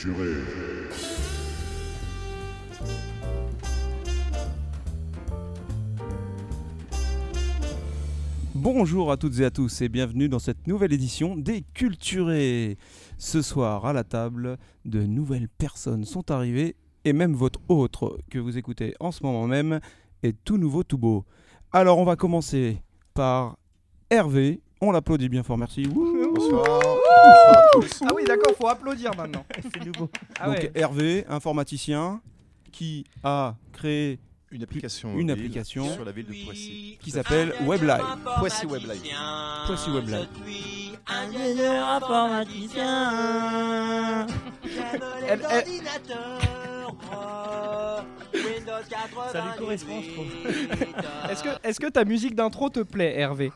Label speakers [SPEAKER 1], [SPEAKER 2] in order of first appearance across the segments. [SPEAKER 1] Culturel.
[SPEAKER 2] Bonjour à toutes et à tous et bienvenue dans cette nouvelle édition des Culturés. Ce soir à la table, de nouvelles personnes sont arrivées et même votre autre que vous écoutez en ce moment même est tout nouveau, tout beau. Alors on va commencer par Hervé. On l'applaudit bien fort, merci. Wouh.
[SPEAKER 3] Ah oui, d'accord, faut applaudir maintenant.
[SPEAKER 4] C'est nouveau.
[SPEAKER 3] Ah
[SPEAKER 2] Donc
[SPEAKER 3] ouais.
[SPEAKER 2] Hervé, informaticien, qui a créé
[SPEAKER 5] Une application.
[SPEAKER 2] Une
[SPEAKER 5] mobile
[SPEAKER 2] application.
[SPEAKER 5] sur la ville de Poissy.
[SPEAKER 2] qui
[SPEAKER 3] Ah
[SPEAKER 2] s'appelle WebLive.
[SPEAKER 5] Poissy Web Live.
[SPEAKER 2] Poissy Web Live.
[SPEAKER 4] Ingénieur informaticien.
[SPEAKER 3] Elle- elle-
[SPEAKER 4] Ça lui correspond, je trouve.
[SPEAKER 3] Est-ce que, est que ta musique d'intro te plaît, Hervé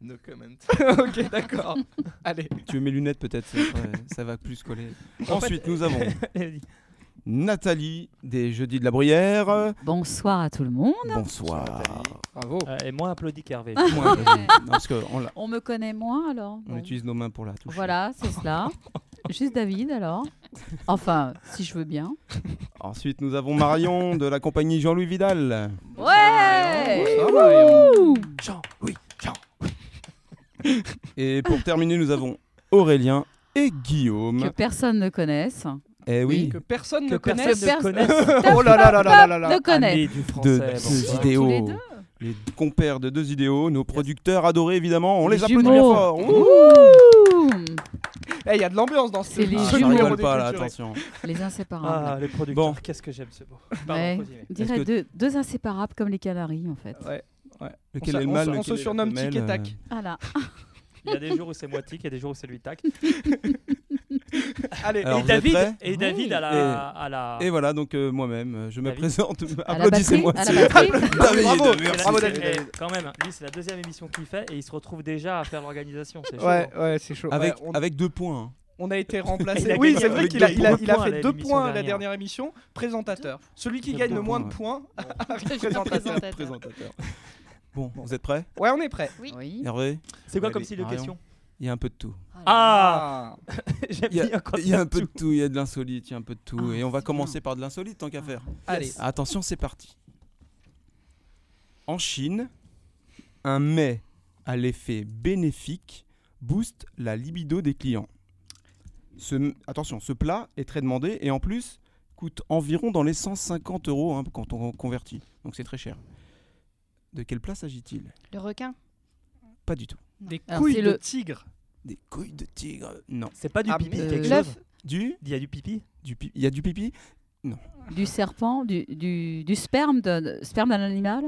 [SPEAKER 5] No comment.
[SPEAKER 3] Ok, d'accord. Allez.
[SPEAKER 2] Tu veux mes lunettes peut-être, ça, ouais, ça va plus coller. Ensuite, nous avons
[SPEAKER 3] Allez-y.
[SPEAKER 2] Nathalie des Jeudis de la Bruyère.
[SPEAKER 6] Bonsoir à tout le monde.
[SPEAKER 2] Bonsoir.
[SPEAKER 3] Bravo.
[SPEAKER 4] Euh, Et moins applaudi qu'Hervé.
[SPEAKER 2] Moins, vas-y. Non, parce qu'on la-
[SPEAKER 6] On me connaît moins alors.
[SPEAKER 2] on
[SPEAKER 6] Bon.
[SPEAKER 2] utilise nos mains pour la toucher.
[SPEAKER 6] Voilà, c'est cela. Juste David alors. Enfin, si je veux bien.
[SPEAKER 2] Ensuite, nous avons Marion de la compagnie Jean-Louis Vidal.
[SPEAKER 6] Ouais.
[SPEAKER 3] Bonsoir, Marion.
[SPEAKER 6] Ouh.
[SPEAKER 2] Et pour terminer, nous avons Aurélien et
[SPEAKER 6] Que
[SPEAKER 2] Guillaume.
[SPEAKER 6] personne ne connaisse.
[SPEAKER 2] Eh oui,
[SPEAKER 3] Que personne
[SPEAKER 4] Que
[SPEAKER 3] ne
[SPEAKER 4] personne
[SPEAKER 3] connaisse.
[SPEAKER 6] ne Personne-
[SPEAKER 4] connaisse.
[SPEAKER 3] Oh là là là là là là.
[SPEAKER 6] Ne connaisse.
[SPEAKER 4] Ami
[SPEAKER 2] de
[SPEAKER 4] du français.
[SPEAKER 2] deux
[SPEAKER 4] bonsoir.
[SPEAKER 2] idéaux.
[SPEAKER 6] Tous les deux.
[SPEAKER 2] Les compères de deux idéaux, nos producteurs adorés évidemment. On les, applaudit bien
[SPEAKER 6] jumeaux.
[SPEAKER 2] fort. Ouh. Ah,
[SPEAKER 6] Ouh.
[SPEAKER 3] Eh, il y a de l'ambiance dans ce
[SPEAKER 6] C'est les
[SPEAKER 2] Ah,
[SPEAKER 3] ce
[SPEAKER 2] je
[SPEAKER 6] jumeaux.
[SPEAKER 3] numéro
[SPEAKER 2] rigole
[SPEAKER 3] des
[SPEAKER 2] pas là,
[SPEAKER 3] culturels.
[SPEAKER 2] attention.
[SPEAKER 6] Les
[SPEAKER 4] Ah,
[SPEAKER 6] inséparables.
[SPEAKER 4] les producteurs.
[SPEAKER 2] Bon.
[SPEAKER 4] Qu'est-ce que j'aime ce mot.
[SPEAKER 6] Ouais.
[SPEAKER 4] Pardon, continuez.
[SPEAKER 6] On dirait
[SPEAKER 2] que-
[SPEAKER 6] deux, deux inséparables comme les Canaries en fait.
[SPEAKER 3] Ouais.
[SPEAKER 2] Lequel
[SPEAKER 3] on
[SPEAKER 2] est le
[SPEAKER 3] se-
[SPEAKER 2] mal
[SPEAKER 3] on
[SPEAKER 2] lequel
[SPEAKER 3] se
[SPEAKER 2] est le
[SPEAKER 3] surnomme
[SPEAKER 2] femelle,
[SPEAKER 3] Tic et Tac.
[SPEAKER 2] euh,
[SPEAKER 6] Voilà.
[SPEAKER 4] Il y a des jours où c'est moi tic, il y a des jours où c'est lui tac.
[SPEAKER 3] Allez.
[SPEAKER 2] Alors,
[SPEAKER 4] et
[SPEAKER 2] vous êtes
[SPEAKER 4] David,
[SPEAKER 2] prêts
[SPEAKER 4] et David à la. À la...
[SPEAKER 2] Et voilà, donc euh, moi-même, euh, je me
[SPEAKER 4] David.
[SPEAKER 2] présente.
[SPEAKER 6] À la batterie.
[SPEAKER 2] Applaudissez-moi.
[SPEAKER 6] À la batterie.
[SPEAKER 2] David,
[SPEAKER 3] Bravo.
[SPEAKER 2] merci.
[SPEAKER 4] Et
[SPEAKER 3] Bravo,
[SPEAKER 4] c'est-
[SPEAKER 3] David.
[SPEAKER 4] et Quand même, lui, c'est la deuxième émission qu'il fait et il se retrouve déjà à faire l'organisation. C'est chaud. hein.
[SPEAKER 3] Ouais, ouais, c'est chaud.
[SPEAKER 2] Avec,
[SPEAKER 3] Ouais, on-
[SPEAKER 2] avec deux points. hein.
[SPEAKER 3] On a été
[SPEAKER 4] Il
[SPEAKER 3] remplacé.
[SPEAKER 4] a
[SPEAKER 3] Oui,
[SPEAKER 4] gagné
[SPEAKER 3] c'est vrai
[SPEAKER 4] avec
[SPEAKER 3] qu'il a,
[SPEAKER 4] deux
[SPEAKER 3] il a,
[SPEAKER 4] points
[SPEAKER 3] il a
[SPEAKER 4] à
[SPEAKER 3] fait
[SPEAKER 4] la
[SPEAKER 3] deux
[SPEAKER 4] émission
[SPEAKER 3] points à la
[SPEAKER 4] dernière.
[SPEAKER 3] dernière émission. Présentateur. Celui qui
[SPEAKER 4] Deux
[SPEAKER 3] gagne le
[SPEAKER 4] points,
[SPEAKER 3] moins de
[SPEAKER 2] ouais.
[SPEAKER 3] points.
[SPEAKER 6] Je suis
[SPEAKER 3] Présentateur.
[SPEAKER 6] présentateur.
[SPEAKER 2] Présentateur. Bon, vous êtes prêts
[SPEAKER 3] Ouais, on est prêt.
[SPEAKER 6] Oui.
[SPEAKER 2] Hervé
[SPEAKER 4] C'est quoi
[SPEAKER 5] David,
[SPEAKER 4] comme style de
[SPEAKER 2] Marion.
[SPEAKER 4] question
[SPEAKER 2] Il y a un peu de tout.
[SPEAKER 4] Ah
[SPEAKER 3] Ah.
[SPEAKER 4] J'aime
[SPEAKER 2] Il y
[SPEAKER 4] bien
[SPEAKER 2] a,
[SPEAKER 4] quand
[SPEAKER 2] il y a
[SPEAKER 4] t'as
[SPEAKER 2] un peu de
[SPEAKER 4] tout.
[SPEAKER 2] tout, il y a de l'insolite, il y a un peu de tout.
[SPEAKER 6] Ah,
[SPEAKER 2] Et on va
[SPEAKER 6] c'est
[SPEAKER 2] commencer par de l'insolite tant qu'à
[SPEAKER 4] Ah.
[SPEAKER 2] faire.
[SPEAKER 3] Ah, Allez.
[SPEAKER 2] Attention, c'est parti. En Chine, un mets à l'effet bénéfique booste la libido des clients. Ce, attention, ce plat est très demandé et en plus coûte environ dans les 150 euros hein, quand on convertit. Donc c'est très cher. De quel plat s'agit-il
[SPEAKER 7] Le requin
[SPEAKER 2] Pas du tout.
[SPEAKER 3] Des
[SPEAKER 6] Alors,
[SPEAKER 3] couilles
[SPEAKER 6] c'est
[SPEAKER 3] de
[SPEAKER 6] le-
[SPEAKER 3] tigre.
[SPEAKER 2] Des couilles de tigre Non.
[SPEAKER 4] C'est pas du
[SPEAKER 3] Ah,
[SPEAKER 4] pipi,
[SPEAKER 3] mais-
[SPEAKER 4] quelque
[SPEAKER 6] Euh,
[SPEAKER 4] chose.
[SPEAKER 2] Du
[SPEAKER 4] Il y a du pipi
[SPEAKER 2] du pi- Il y a du pipi
[SPEAKER 6] Du serpent, du, du, du sperme d'un sperme d'un animal.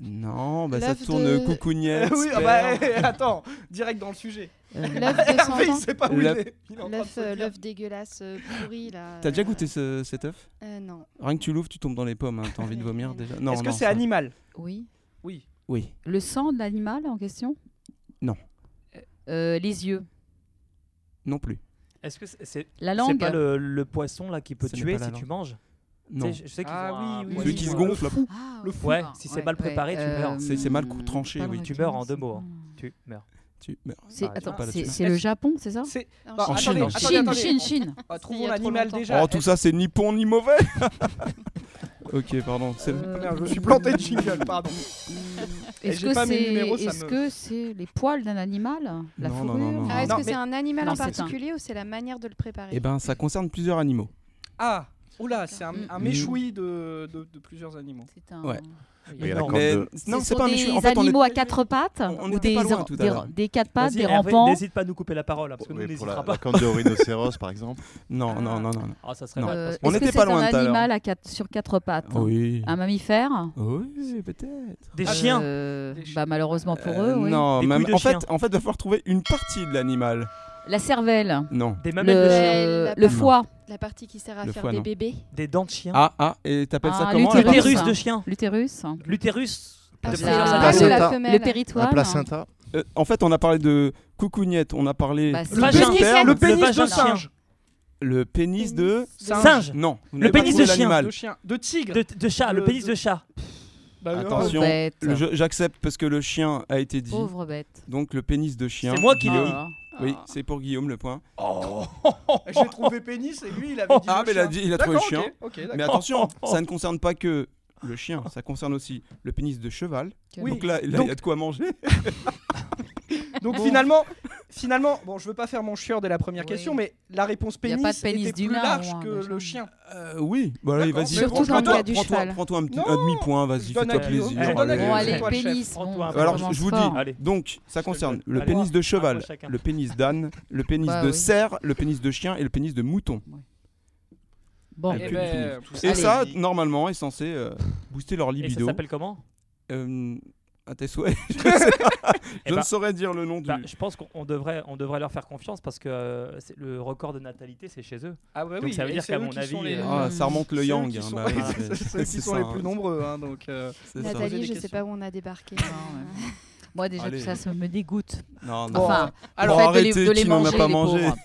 [SPEAKER 2] Non, bah ça
[SPEAKER 7] L'œuf
[SPEAKER 2] tourne
[SPEAKER 7] de-
[SPEAKER 2] coucougnette.
[SPEAKER 3] oui, ah bah, eh, attends, direct dans le sujet.
[SPEAKER 6] Euh,
[SPEAKER 7] L'œuf de cent
[SPEAKER 3] Hervé, il
[SPEAKER 7] ans.
[SPEAKER 3] sait pas où il
[SPEAKER 2] L'œuf-
[SPEAKER 3] est. Il est en train de
[SPEAKER 7] L'œuf,
[SPEAKER 3] se
[SPEAKER 7] euh,
[SPEAKER 3] dire.
[SPEAKER 7] l'œuf dégueulasse euh, pourri là.
[SPEAKER 2] T'as déjà
[SPEAKER 7] euh,
[SPEAKER 2] goûté ce- cet œuf
[SPEAKER 7] euh, Non.
[SPEAKER 2] Rien que tu l'ouvres, tu tombes dans les pommes. hein. T'as envie de vomir déjà. Non,
[SPEAKER 3] Est-ce que
[SPEAKER 2] non,
[SPEAKER 3] c'est
[SPEAKER 2] ça-
[SPEAKER 3] animal
[SPEAKER 6] oui.
[SPEAKER 3] Oui.
[SPEAKER 2] Oui.
[SPEAKER 6] Le sang de l'animal en question
[SPEAKER 2] Non.
[SPEAKER 6] Euh, les yeux,
[SPEAKER 2] Non plus.
[SPEAKER 4] Est-ce que c'est- c'est
[SPEAKER 6] la
[SPEAKER 4] c'est
[SPEAKER 6] langue.
[SPEAKER 4] pas le, le poisson là qui peut
[SPEAKER 2] Ce n'est
[SPEAKER 4] tuer
[SPEAKER 2] pas la
[SPEAKER 4] si
[SPEAKER 2] langue.
[SPEAKER 4] tu manges Tu
[SPEAKER 2] Non.
[SPEAKER 4] sais, Je, je sais qu'ils
[SPEAKER 3] Ah
[SPEAKER 4] ont un
[SPEAKER 3] oui, oui,
[SPEAKER 4] poisson,
[SPEAKER 2] Celui qui se
[SPEAKER 4] euh,
[SPEAKER 2] gonfle. là.
[SPEAKER 6] Ah,
[SPEAKER 3] le
[SPEAKER 6] ouais, euh,
[SPEAKER 3] fou.
[SPEAKER 4] Ouais, si c'est mal préparé, tu meurs.
[SPEAKER 2] C'est- c'est mal cou- tranché,
[SPEAKER 6] pas le
[SPEAKER 2] oui.
[SPEAKER 6] requin,
[SPEAKER 4] Tu meurs en deux
[SPEAKER 6] c'est
[SPEAKER 4] mots,
[SPEAKER 6] pas-
[SPEAKER 4] hein. Tu meurs.
[SPEAKER 2] Tu meurs.
[SPEAKER 6] C'est-
[SPEAKER 4] Ah, tu
[SPEAKER 6] attends,
[SPEAKER 2] parles
[SPEAKER 6] c'est-
[SPEAKER 2] là-dessus.
[SPEAKER 6] c'est le Japon, c'est ça
[SPEAKER 3] C'est-
[SPEAKER 7] Non,
[SPEAKER 3] Bah,
[SPEAKER 2] En
[SPEAKER 3] attendez,
[SPEAKER 2] Chine, en
[SPEAKER 3] attendez,
[SPEAKER 6] Chine,
[SPEAKER 3] attendez.
[SPEAKER 6] Chine, Chine.
[SPEAKER 3] Ah,
[SPEAKER 7] Il
[SPEAKER 3] trouvons
[SPEAKER 7] y a trop
[SPEAKER 3] l'animal
[SPEAKER 7] longtemps.
[SPEAKER 3] déjà.
[SPEAKER 2] Oh, tout ça, c'est ni bon ni mauvais. ok, pardon. c'est-
[SPEAKER 6] Euh,
[SPEAKER 3] Merde, je me suis planté de jingle, pardon.
[SPEAKER 6] Est-ce
[SPEAKER 3] j'ai
[SPEAKER 6] que
[SPEAKER 3] pas
[SPEAKER 6] c'est
[SPEAKER 3] mis le numéro, ça
[SPEAKER 6] est-ce
[SPEAKER 3] me-
[SPEAKER 6] que c'est les poils d'un animal La
[SPEAKER 2] Non, non,
[SPEAKER 6] fourrure
[SPEAKER 2] non, non,
[SPEAKER 7] Ah, est-ce
[SPEAKER 3] Non,
[SPEAKER 7] que
[SPEAKER 3] mais-
[SPEAKER 7] c'est un animal
[SPEAKER 6] Non,
[SPEAKER 7] en
[SPEAKER 6] c'est un-
[SPEAKER 7] particulier ou c'est la manière de le préparer
[SPEAKER 2] Eh ben, ça concerne plusieurs animaux.
[SPEAKER 3] Ah, oula, c'est un, un
[SPEAKER 2] Mm.
[SPEAKER 3] méchoui de, de, de plusieurs animaux.
[SPEAKER 6] C'est un...
[SPEAKER 2] Ouais.
[SPEAKER 5] Mais il y a la
[SPEAKER 4] Non.
[SPEAKER 5] corde
[SPEAKER 2] Mais-
[SPEAKER 5] de-
[SPEAKER 2] non,
[SPEAKER 6] Ce
[SPEAKER 2] c'est
[SPEAKER 6] sont
[SPEAKER 2] pas un
[SPEAKER 6] des
[SPEAKER 2] méchoui. En fait, on est-
[SPEAKER 6] animaux à quatre pattes
[SPEAKER 2] on
[SPEAKER 6] ou
[SPEAKER 2] était
[SPEAKER 6] des,
[SPEAKER 2] pas loin
[SPEAKER 6] en-
[SPEAKER 2] tout à
[SPEAKER 6] des,
[SPEAKER 2] l'heure.
[SPEAKER 6] des quatre pattes,
[SPEAKER 4] Vas-y,
[SPEAKER 6] des
[SPEAKER 4] Hervé,
[SPEAKER 6] rampants.
[SPEAKER 4] N'hésite pas à nous couper la parole, là, parce que
[SPEAKER 5] Oui,
[SPEAKER 4] nous, on
[SPEAKER 5] pour la,
[SPEAKER 4] n'hésitera
[SPEAKER 5] la
[SPEAKER 4] pas.
[SPEAKER 5] corne de rhinocéros, par exemple.
[SPEAKER 2] Non, non, non, non. non.
[SPEAKER 4] Ah, ça serait
[SPEAKER 2] Non.
[SPEAKER 4] mal.
[SPEAKER 6] Euh,
[SPEAKER 4] parce que-
[SPEAKER 2] On
[SPEAKER 6] Est-ce que
[SPEAKER 2] était
[SPEAKER 6] c'est
[SPEAKER 2] pas loin
[SPEAKER 6] un
[SPEAKER 2] tout à l'heure.
[SPEAKER 6] animal à quatre- sur quatre pattes
[SPEAKER 4] Ah.
[SPEAKER 2] Oui.
[SPEAKER 6] Un mammifère
[SPEAKER 2] Oui, peut-être.
[SPEAKER 4] Des chiens
[SPEAKER 6] Euh,
[SPEAKER 3] Des chi-
[SPEAKER 6] bah, malheureusement pour
[SPEAKER 2] Ah, Euh,
[SPEAKER 6] eux, oui.
[SPEAKER 2] Non,
[SPEAKER 4] Des
[SPEAKER 2] même.
[SPEAKER 4] couilles de
[SPEAKER 2] En
[SPEAKER 4] chien.
[SPEAKER 2] fait, en fait, il va falloir trouver une partie de l'animal.
[SPEAKER 6] La cervelle.
[SPEAKER 2] Non.
[SPEAKER 4] Des
[SPEAKER 6] Le, euh,
[SPEAKER 4] mamelles de chien
[SPEAKER 7] La
[SPEAKER 6] le
[SPEAKER 7] patte.
[SPEAKER 6] foie.
[SPEAKER 7] La partie qui sert à
[SPEAKER 2] Le
[SPEAKER 7] faire
[SPEAKER 2] foie,
[SPEAKER 7] des
[SPEAKER 2] non.
[SPEAKER 7] bébés
[SPEAKER 4] Des dents de chien
[SPEAKER 2] Ah, ah, et t'appelles ça
[SPEAKER 6] Ah,
[SPEAKER 2] comment la
[SPEAKER 6] l'utérus.
[SPEAKER 2] partie
[SPEAKER 4] L'utérus hein. de chien
[SPEAKER 6] L'utérus.
[SPEAKER 4] L'utérus de
[SPEAKER 7] Ah, c'est
[SPEAKER 4] plusieurs
[SPEAKER 6] la-
[SPEAKER 4] années.
[SPEAKER 7] l'organe de
[SPEAKER 2] placenta.
[SPEAKER 7] la
[SPEAKER 6] Le
[SPEAKER 7] femelle.
[SPEAKER 6] péritoire.
[SPEAKER 5] Un placenta.
[SPEAKER 2] Euh, en fait, on a parlé de coucougnette, on a parlé
[SPEAKER 6] Bah,
[SPEAKER 2] de
[SPEAKER 6] Le
[SPEAKER 4] vagin.
[SPEAKER 2] sperme,
[SPEAKER 3] Le
[SPEAKER 4] Le
[SPEAKER 3] pénis
[SPEAKER 4] vagin
[SPEAKER 3] de
[SPEAKER 4] de chien.
[SPEAKER 3] singe.
[SPEAKER 2] le pénis de
[SPEAKER 4] Singe
[SPEAKER 2] non, vous
[SPEAKER 4] Le
[SPEAKER 2] n'avez pas
[SPEAKER 4] pénis
[SPEAKER 2] trouvé
[SPEAKER 4] de chien.
[SPEAKER 3] De
[SPEAKER 2] l'animal.
[SPEAKER 3] chien. De tigre.
[SPEAKER 4] De, de chat, le,
[SPEAKER 3] Le-
[SPEAKER 4] pénis de chat.
[SPEAKER 3] Bah, euh,
[SPEAKER 2] Attention.
[SPEAKER 6] Bête.
[SPEAKER 2] Le- je- J'accepte parce que le chien a été dit,
[SPEAKER 6] Pauvre bête. Ah,
[SPEAKER 2] donc le pénis de chien.
[SPEAKER 4] C'est moi qui l'ai
[SPEAKER 2] Guillaume.
[SPEAKER 4] dit.
[SPEAKER 6] Alors,
[SPEAKER 2] Oui,
[SPEAKER 7] Ah,
[SPEAKER 2] c'est pour Guillaume le point.
[SPEAKER 4] Oh.
[SPEAKER 3] J'ai trouvé pénis et lui, il avait dit.
[SPEAKER 2] Ah,
[SPEAKER 3] le
[SPEAKER 2] mais il a,
[SPEAKER 3] chien.
[SPEAKER 2] dit- il a trouvé
[SPEAKER 3] D'accord,
[SPEAKER 2] chien.
[SPEAKER 3] ok, ok, d'accord.
[SPEAKER 2] Mais attention, ça ne concerne pas que le chien, ça concerne aussi le pénis de cheval.
[SPEAKER 3] Oui.
[SPEAKER 2] Donc là, là, il y a de quoi manger.
[SPEAKER 3] Donc
[SPEAKER 6] Bon.
[SPEAKER 3] finalement, finalement, bon, je veux pas faire mon chieur dès la première
[SPEAKER 6] Oui.
[SPEAKER 3] question, mais la réponse
[SPEAKER 6] Y a
[SPEAKER 3] pénis,
[SPEAKER 6] pas de pénis
[SPEAKER 3] était plus
[SPEAKER 6] d'humain, hein,
[SPEAKER 3] large
[SPEAKER 6] au moins,
[SPEAKER 3] que
[SPEAKER 6] machin.
[SPEAKER 3] le chien.
[SPEAKER 2] Euh, oui, bah allez,
[SPEAKER 3] D'accord,
[SPEAKER 2] vas-y.
[SPEAKER 3] mais
[SPEAKER 2] prends-
[SPEAKER 3] surtout dans le
[SPEAKER 2] prends-toi-
[SPEAKER 6] cas du
[SPEAKER 2] prends-toi-
[SPEAKER 6] cheval.
[SPEAKER 2] Prends-toi un, petit-
[SPEAKER 3] Non,
[SPEAKER 2] un demi-point,
[SPEAKER 3] je
[SPEAKER 2] vas-y,
[SPEAKER 3] donne
[SPEAKER 2] fais-toi
[SPEAKER 3] à
[SPEAKER 2] plaisir.
[SPEAKER 3] Guillaume. Je
[SPEAKER 2] Allez,
[SPEAKER 3] donne à
[SPEAKER 2] allez.
[SPEAKER 6] Bon,
[SPEAKER 3] Guillaume.
[SPEAKER 6] allez,
[SPEAKER 3] Toi, le chef.
[SPEAKER 6] pénis. bon,
[SPEAKER 4] Prends-toi un
[SPEAKER 6] ça
[SPEAKER 2] Alors, je-
[SPEAKER 6] commence
[SPEAKER 2] je vous
[SPEAKER 6] fort.
[SPEAKER 2] dis,
[SPEAKER 4] Allez.
[SPEAKER 2] Donc, ça
[SPEAKER 4] Je te le
[SPEAKER 2] concerne
[SPEAKER 4] donne.
[SPEAKER 2] le
[SPEAKER 4] Allez.
[SPEAKER 2] pénis de cheval,
[SPEAKER 4] point chacun.
[SPEAKER 2] le pénis d'âne, le pénis
[SPEAKER 6] Bah
[SPEAKER 2] de
[SPEAKER 6] oui.
[SPEAKER 2] cerf, le pénis de chien et le pénis de mouton.
[SPEAKER 6] Bon,
[SPEAKER 2] Eh
[SPEAKER 3] Eh
[SPEAKER 2] Plus
[SPEAKER 3] ben,
[SPEAKER 2] de
[SPEAKER 3] tout
[SPEAKER 2] Et
[SPEAKER 6] Allez.
[SPEAKER 2] ça, normalement, est censé euh, booster leur
[SPEAKER 4] Et ça
[SPEAKER 2] libido.
[SPEAKER 4] s'appelle comment
[SPEAKER 2] Euh, à tes souhaits. je sais pas.
[SPEAKER 4] Eh
[SPEAKER 2] Je ne
[SPEAKER 4] bah,
[SPEAKER 2] saurais dire le nom du.
[SPEAKER 4] bah, je pense qu'on on devrait, on devrait leur faire confiance parce que euh, c'est- le record de natalité, c'est chez eux.
[SPEAKER 3] Ah ouais,
[SPEAKER 4] Donc
[SPEAKER 3] oui,
[SPEAKER 4] ça veut
[SPEAKER 3] et
[SPEAKER 4] dire
[SPEAKER 3] c'est
[SPEAKER 4] qu'à
[SPEAKER 3] eux
[SPEAKER 4] mon
[SPEAKER 3] qui sont
[SPEAKER 4] avis,
[SPEAKER 3] les-
[SPEAKER 4] euh,
[SPEAKER 2] Ah, ça remonte le
[SPEAKER 3] ceux
[SPEAKER 2] yang.
[SPEAKER 3] qui
[SPEAKER 2] hein,
[SPEAKER 3] sont-
[SPEAKER 2] bah,
[SPEAKER 3] oui,
[SPEAKER 2] ouais,
[SPEAKER 3] c'est- Ceux qui
[SPEAKER 2] c'est
[SPEAKER 3] sont
[SPEAKER 2] ça,
[SPEAKER 3] les
[SPEAKER 2] hein,
[SPEAKER 3] plus nombreux, hein, donc. euh,
[SPEAKER 2] c'est ça.
[SPEAKER 3] Poser des
[SPEAKER 7] Nathalie, je sais
[SPEAKER 3] questions.
[SPEAKER 7] pas où on a débarqué.
[SPEAKER 6] Non, ouais. Moi, déjà,
[SPEAKER 2] Allez.
[SPEAKER 6] tout ça, ça me dégoûte.
[SPEAKER 2] Non, non.
[SPEAKER 6] Enfin,
[SPEAKER 2] alors,
[SPEAKER 6] le fait de les-
[SPEAKER 2] arrêtez,
[SPEAKER 6] de les,
[SPEAKER 2] qui n'en a
[SPEAKER 6] manger,
[SPEAKER 2] pas
[SPEAKER 6] les
[SPEAKER 2] mangé
[SPEAKER 6] pauvres.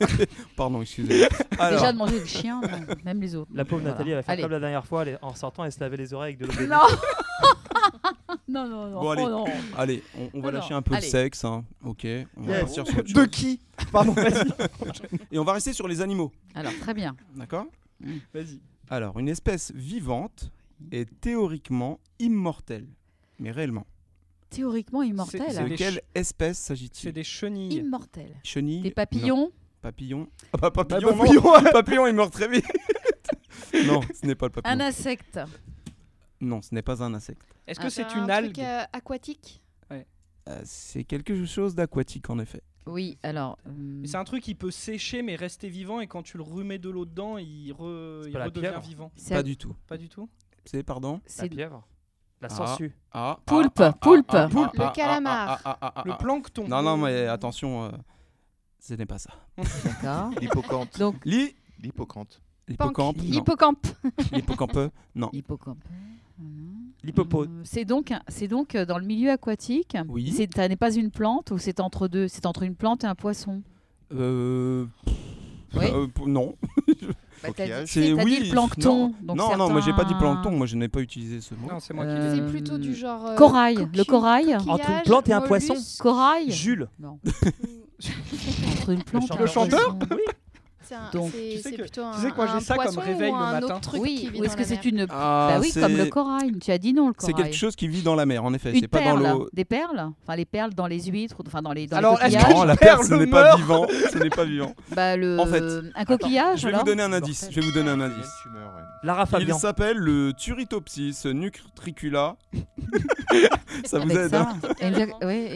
[SPEAKER 2] Pardon, excusez. Alors,
[SPEAKER 6] Déjà, de manger le chien, non, même les autres.
[SPEAKER 4] La pauvre
[SPEAKER 6] Voilà.
[SPEAKER 4] Nathalie, elle a fait
[SPEAKER 6] Allez.
[SPEAKER 4] comme la dernière fois, elle est- en sortant, elle se lavait les oreilles avec de l'eau. bénite.
[SPEAKER 6] Non Non, non, non.
[SPEAKER 2] Bon,
[SPEAKER 6] oh
[SPEAKER 2] allez.
[SPEAKER 6] non.
[SPEAKER 2] allez, on, on va
[SPEAKER 6] Alors,
[SPEAKER 2] lâcher un peu
[SPEAKER 6] allez.
[SPEAKER 2] le sexe. hein, Ok. On va
[SPEAKER 3] Yes.
[SPEAKER 2] partir sur autre
[SPEAKER 3] De
[SPEAKER 2] chose.
[SPEAKER 3] qui Pardon, vas-y.
[SPEAKER 2] Et on va rester sur les animaux.
[SPEAKER 6] Alors, très bien.
[SPEAKER 2] D'accord
[SPEAKER 3] Vas-y.
[SPEAKER 2] Alors, une espèce vivante est théoriquement immortelle. Mais réellement.
[SPEAKER 6] Théoriquement
[SPEAKER 3] C'est- c'est
[SPEAKER 2] De
[SPEAKER 6] immortel.
[SPEAKER 3] des
[SPEAKER 2] quelle
[SPEAKER 3] ch-
[SPEAKER 2] espèce
[SPEAKER 3] C'est
[SPEAKER 2] s'agit-il
[SPEAKER 3] des chenilles.
[SPEAKER 6] Immortel.
[SPEAKER 2] Chenille
[SPEAKER 6] Des
[SPEAKER 2] Non.
[SPEAKER 6] papillons
[SPEAKER 2] Papillon. Ah, bah,
[SPEAKER 3] Bah,
[SPEAKER 2] papillon, non.
[SPEAKER 3] papillon.
[SPEAKER 2] papillon, il meurt très vite. non, ce n'est pas le papillon.
[SPEAKER 6] Un insecte.
[SPEAKER 2] Non, ce n'est pas un insecte.
[SPEAKER 3] Est-ce
[SPEAKER 6] Ah,
[SPEAKER 3] que c'est une algue
[SPEAKER 7] aquatique
[SPEAKER 2] Euh, c'est quelque chose d'aquatique, en effet.
[SPEAKER 6] Oui, alors. euh,
[SPEAKER 3] Mais C'est un truc qui peut sécher mais rester vivant et quand tu le remets de l'eau dedans, il, re-
[SPEAKER 4] C'est
[SPEAKER 3] il
[SPEAKER 4] pas la
[SPEAKER 3] redevient
[SPEAKER 4] pieuvre.
[SPEAKER 3] vivant.
[SPEAKER 6] c'est-
[SPEAKER 2] Pas du tout.
[SPEAKER 3] Pas du tout
[SPEAKER 2] C'est, pardon
[SPEAKER 4] La
[SPEAKER 6] c'est-
[SPEAKER 4] pieuvre, la
[SPEAKER 2] Ah.
[SPEAKER 4] sangsue,
[SPEAKER 2] ah,
[SPEAKER 6] Poulpe,
[SPEAKER 2] ah, ah,
[SPEAKER 6] poulpe. Mmh.
[SPEAKER 2] ah, ah,
[SPEAKER 3] Poulpe.
[SPEAKER 7] Le
[SPEAKER 2] ah, ah,
[SPEAKER 7] calamar.
[SPEAKER 2] ah, ah, ah, ah,
[SPEAKER 3] Le
[SPEAKER 2] ah.
[SPEAKER 3] plancton.
[SPEAKER 2] Non, non, mais attention, euh, ce n'est pas ça.
[SPEAKER 6] D'accord.
[SPEAKER 5] L'hippocampe.
[SPEAKER 6] Donc,
[SPEAKER 2] Li-
[SPEAKER 5] L'hippocampe.
[SPEAKER 2] L'hippocampe
[SPEAKER 7] Panque.
[SPEAKER 2] Non.
[SPEAKER 7] Hippocampe.
[SPEAKER 2] L'hippocampe euh, Non.
[SPEAKER 6] hippocampe.
[SPEAKER 4] l'hippopode.
[SPEAKER 6] Euh, C'est donc, un- c'est donc euh, dans le milieu aquatique.
[SPEAKER 2] Oui.
[SPEAKER 6] C'est- Ça n'est pas une plante ou c'est entre deux C'est entre une plante et un poisson.
[SPEAKER 2] Euh,
[SPEAKER 6] Oui.
[SPEAKER 2] euh, p- non.
[SPEAKER 6] Bah, t'as dit-
[SPEAKER 5] Coquillage.
[SPEAKER 2] C'est
[SPEAKER 6] t'as dit
[SPEAKER 2] oui.
[SPEAKER 6] le plancton.
[SPEAKER 2] Non,
[SPEAKER 6] donc
[SPEAKER 2] non, non, moi j'ai pas dit
[SPEAKER 6] certains-
[SPEAKER 2] plancton, moi je n'ai pas utilisé ce mot.
[SPEAKER 3] Non, c'est moi qui l'ai
[SPEAKER 6] Euh,
[SPEAKER 7] C'est plutôt du genre. euh,
[SPEAKER 6] corail, le
[SPEAKER 7] coquille-
[SPEAKER 6] corail.
[SPEAKER 7] coquillage,
[SPEAKER 4] Entre une plante et un poisson.
[SPEAKER 7] mollusque.
[SPEAKER 6] Corail
[SPEAKER 4] Jules,
[SPEAKER 6] Non.
[SPEAKER 7] C'est
[SPEAKER 6] Entre une plante et
[SPEAKER 4] chanteur.
[SPEAKER 6] un
[SPEAKER 4] Le chanteur
[SPEAKER 6] poisson.
[SPEAKER 7] un-
[SPEAKER 6] Donc,
[SPEAKER 7] c'est-
[SPEAKER 3] tu sais
[SPEAKER 7] c'est
[SPEAKER 3] que-
[SPEAKER 7] plutôt
[SPEAKER 3] tu
[SPEAKER 7] un.
[SPEAKER 3] sais que moi, j'ai
[SPEAKER 7] un
[SPEAKER 3] ça comme
[SPEAKER 7] poisson
[SPEAKER 3] réveil
[SPEAKER 7] ou
[SPEAKER 3] le
[SPEAKER 7] un
[SPEAKER 3] matin.
[SPEAKER 7] autre truc qui
[SPEAKER 6] Oui,
[SPEAKER 7] vit dans
[SPEAKER 6] ou est-ce que
[SPEAKER 7] la mer.
[SPEAKER 6] c'est une.
[SPEAKER 2] Ah,
[SPEAKER 6] Bah oui, comme le
[SPEAKER 2] c'est-
[SPEAKER 6] corail. Tu as dit non, le
[SPEAKER 2] C'est
[SPEAKER 6] corail.
[SPEAKER 2] quelque chose qui vit dans la mer, en effet.
[SPEAKER 6] Une
[SPEAKER 2] c'est pas dans
[SPEAKER 6] perle,
[SPEAKER 2] l'eau.
[SPEAKER 6] des perles, enfin les perles dans les huîtres, enfin dans les dans
[SPEAKER 3] Alors,
[SPEAKER 6] les
[SPEAKER 3] est-ce que-
[SPEAKER 6] coquillages.
[SPEAKER 2] Non, la
[SPEAKER 3] Une
[SPEAKER 2] perle,
[SPEAKER 3] perle
[SPEAKER 2] ce n'est pas
[SPEAKER 3] meurt.
[SPEAKER 2] vivant. Ce n'est pas vivant.
[SPEAKER 6] Bah, le...
[SPEAKER 2] En fait,
[SPEAKER 6] un coquillage
[SPEAKER 2] Je vais vous
[SPEAKER 6] alors.
[SPEAKER 2] donner un indice. Je vais vous donner un indice.
[SPEAKER 5] Une tumeur, ouais.
[SPEAKER 4] Lara
[SPEAKER 2] Il
[SPEAKER 4] Fabian.
[SPEAKER 2] s'appelle le Turritopsis nutricula. ça vous
[SPEAKER 6] Avec
[SPEAKER 2] aide. hein
[SPEAKER 6] ça, exact- ouais,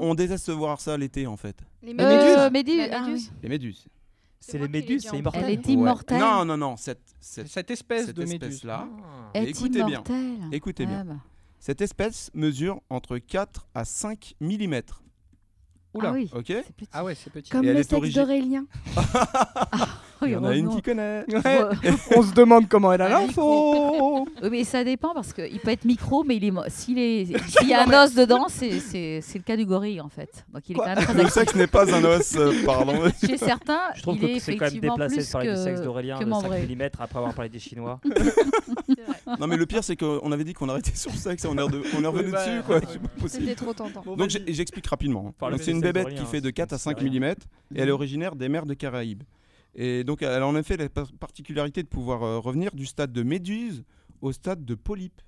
[SPEAKER 2] Bon, on déteste voir ça l'été en fait.
[SPEAKER 7] Les
[SPEAKER 6] Euh,
[SPEAKER 7] méduses.
[SPEAKER 6] méduse,
[SPEAKER 7] La
[SPEAKER 6] ah
[SPEAKER 7] méduse.
[SPEAKER 6] oui.
[SPEAKER 2] Les méduses.
[SPEAKER 4] C'est les
[SPEAKER 7] moi qui l'ai dit
[SPEAKER 4] méduses, c'est
[SPEAKER 7] en
[SPEAKER 4] immortel.
[SPEAKER 6] Elle est
[SPEAKER 2] Ouais.
[SPEAKER 6] immortelle.
[SPEAKER 2] Non, non, non. Cette, cette,
[SPEAKER 3] Cette espèce
[SPEAKER 2] cette
[SPEAKER 3] de méduse.
[SPEAKER 2] espèce-là,
[SPEAKER 4] Ah.
[SPEAKER 6] Est
[SPEAKER 2] Écoutez bien.
[SPEAKER 6] immortelle.
[SPEAKER 2] écoutez bien,
[SPEAKER 6] Ah, bah.
[SPEAKER 2] cette espèce mesure entre 4 à 5 mm.
[SPEAKER 3] Oula.
[SPEAKER 6] Ah oui.
[SPEAKER 2] Ok
[SPEAKER 6] c'est petit.
[SPEAKER 3] Ah ouais, c'est petit.
[SPEAKER 7] Comme
[SPEAKER 2] Et elle
[SPEAKER 7] le
[SPEAKER 2] est
[SPEAKER 7] sexe
[SPEAKER 2] origi-
[SPEAKER 7] d'Aurélien.
[SPEAKER 6] Oui,
[SPEAKER 2] Il y en a une
[SPEAKER 6] heureusement.
[SPEAKER 2] qui connaît.
[SPEAKER 3] Ouais.
[SPEAKER 6] Re-
[SPEAKER 3] On se demande comment elle a
[SPEAKER 6] Un
[SPEAKER 3] l'info.
[SPEAKER 6] Oui, mais ça dépend parce qu'il peut être micro, mais il est mo- s'il est s'il y a un os dedans, c'est c'est c'est le cas du gorille en fait. Donc il est
[SPEAKER 3] Quoi
[SPEAKER 6] quand même très
[SPEAKER 2] Le
[SPEAKER 6] actif.
[SPEAKER 2] sexe n'est pas un os, euh, pardon.
[SPEAKER 6] Chez certains,
[SPEAKER 4] Je trouve
[SPEAKER 6] il est
[SPEAKER 4] que c'est quand même
[SPEAKER 6] effectivement
[SPEAKER 4] déplacé
[SPEAKER 6] plus
[SPEAKER 4] de parler
[SPEAKER 6] que
[SPEAKER 4] du sexe d'Aurélien
[SPEAKER 6] que
[SPEAKER 4] de 5
[SPEAKER 6] membré.
[SPEAKER 4] mm après avoir parlé des Chinois.
[SPEAKER 2] Non mais le pire c'est qu'on avait dit qu'on arrêtait sur le sexe et on est, rede- on est revenu
[SPEAKER 3] Oui, bah,
[SPEAKER 2] dessus quoi.
[SPEAKER 3] ouais.
[SPEAKER 2] C'est pas possible.
[SPEAKER 7] C'était trop tentant.
[SPEAKER 2] Donc j'ai- j'explique rapidement. hein.
[SPEAKER 4] Parle
[SPEAKER 2] Donc,
[SPEAKER 4] pas
[SPEAKER 2] c'est
[SPEAKER 4] des
[SPEAKER 2] une bébête
[SPEAKER 4] sensoriens,
[SPEAKER 2] qui fait de
[SPEAKER 4] hein,
[SPEAKER 2] 4 à
[SPEAKER 4] c'est
[SPEAKER 2] 5
[SPEAKER 4] rien.
[SPEAKER 2] mm et elle est
[SPEAKER 3] Mhm.
[SPEAKER 2] originaire des mers de Caraïbes. Et donc elle a en effet la par- particularité de pouvoir euh, revenir du stade de méduse au stade de polype.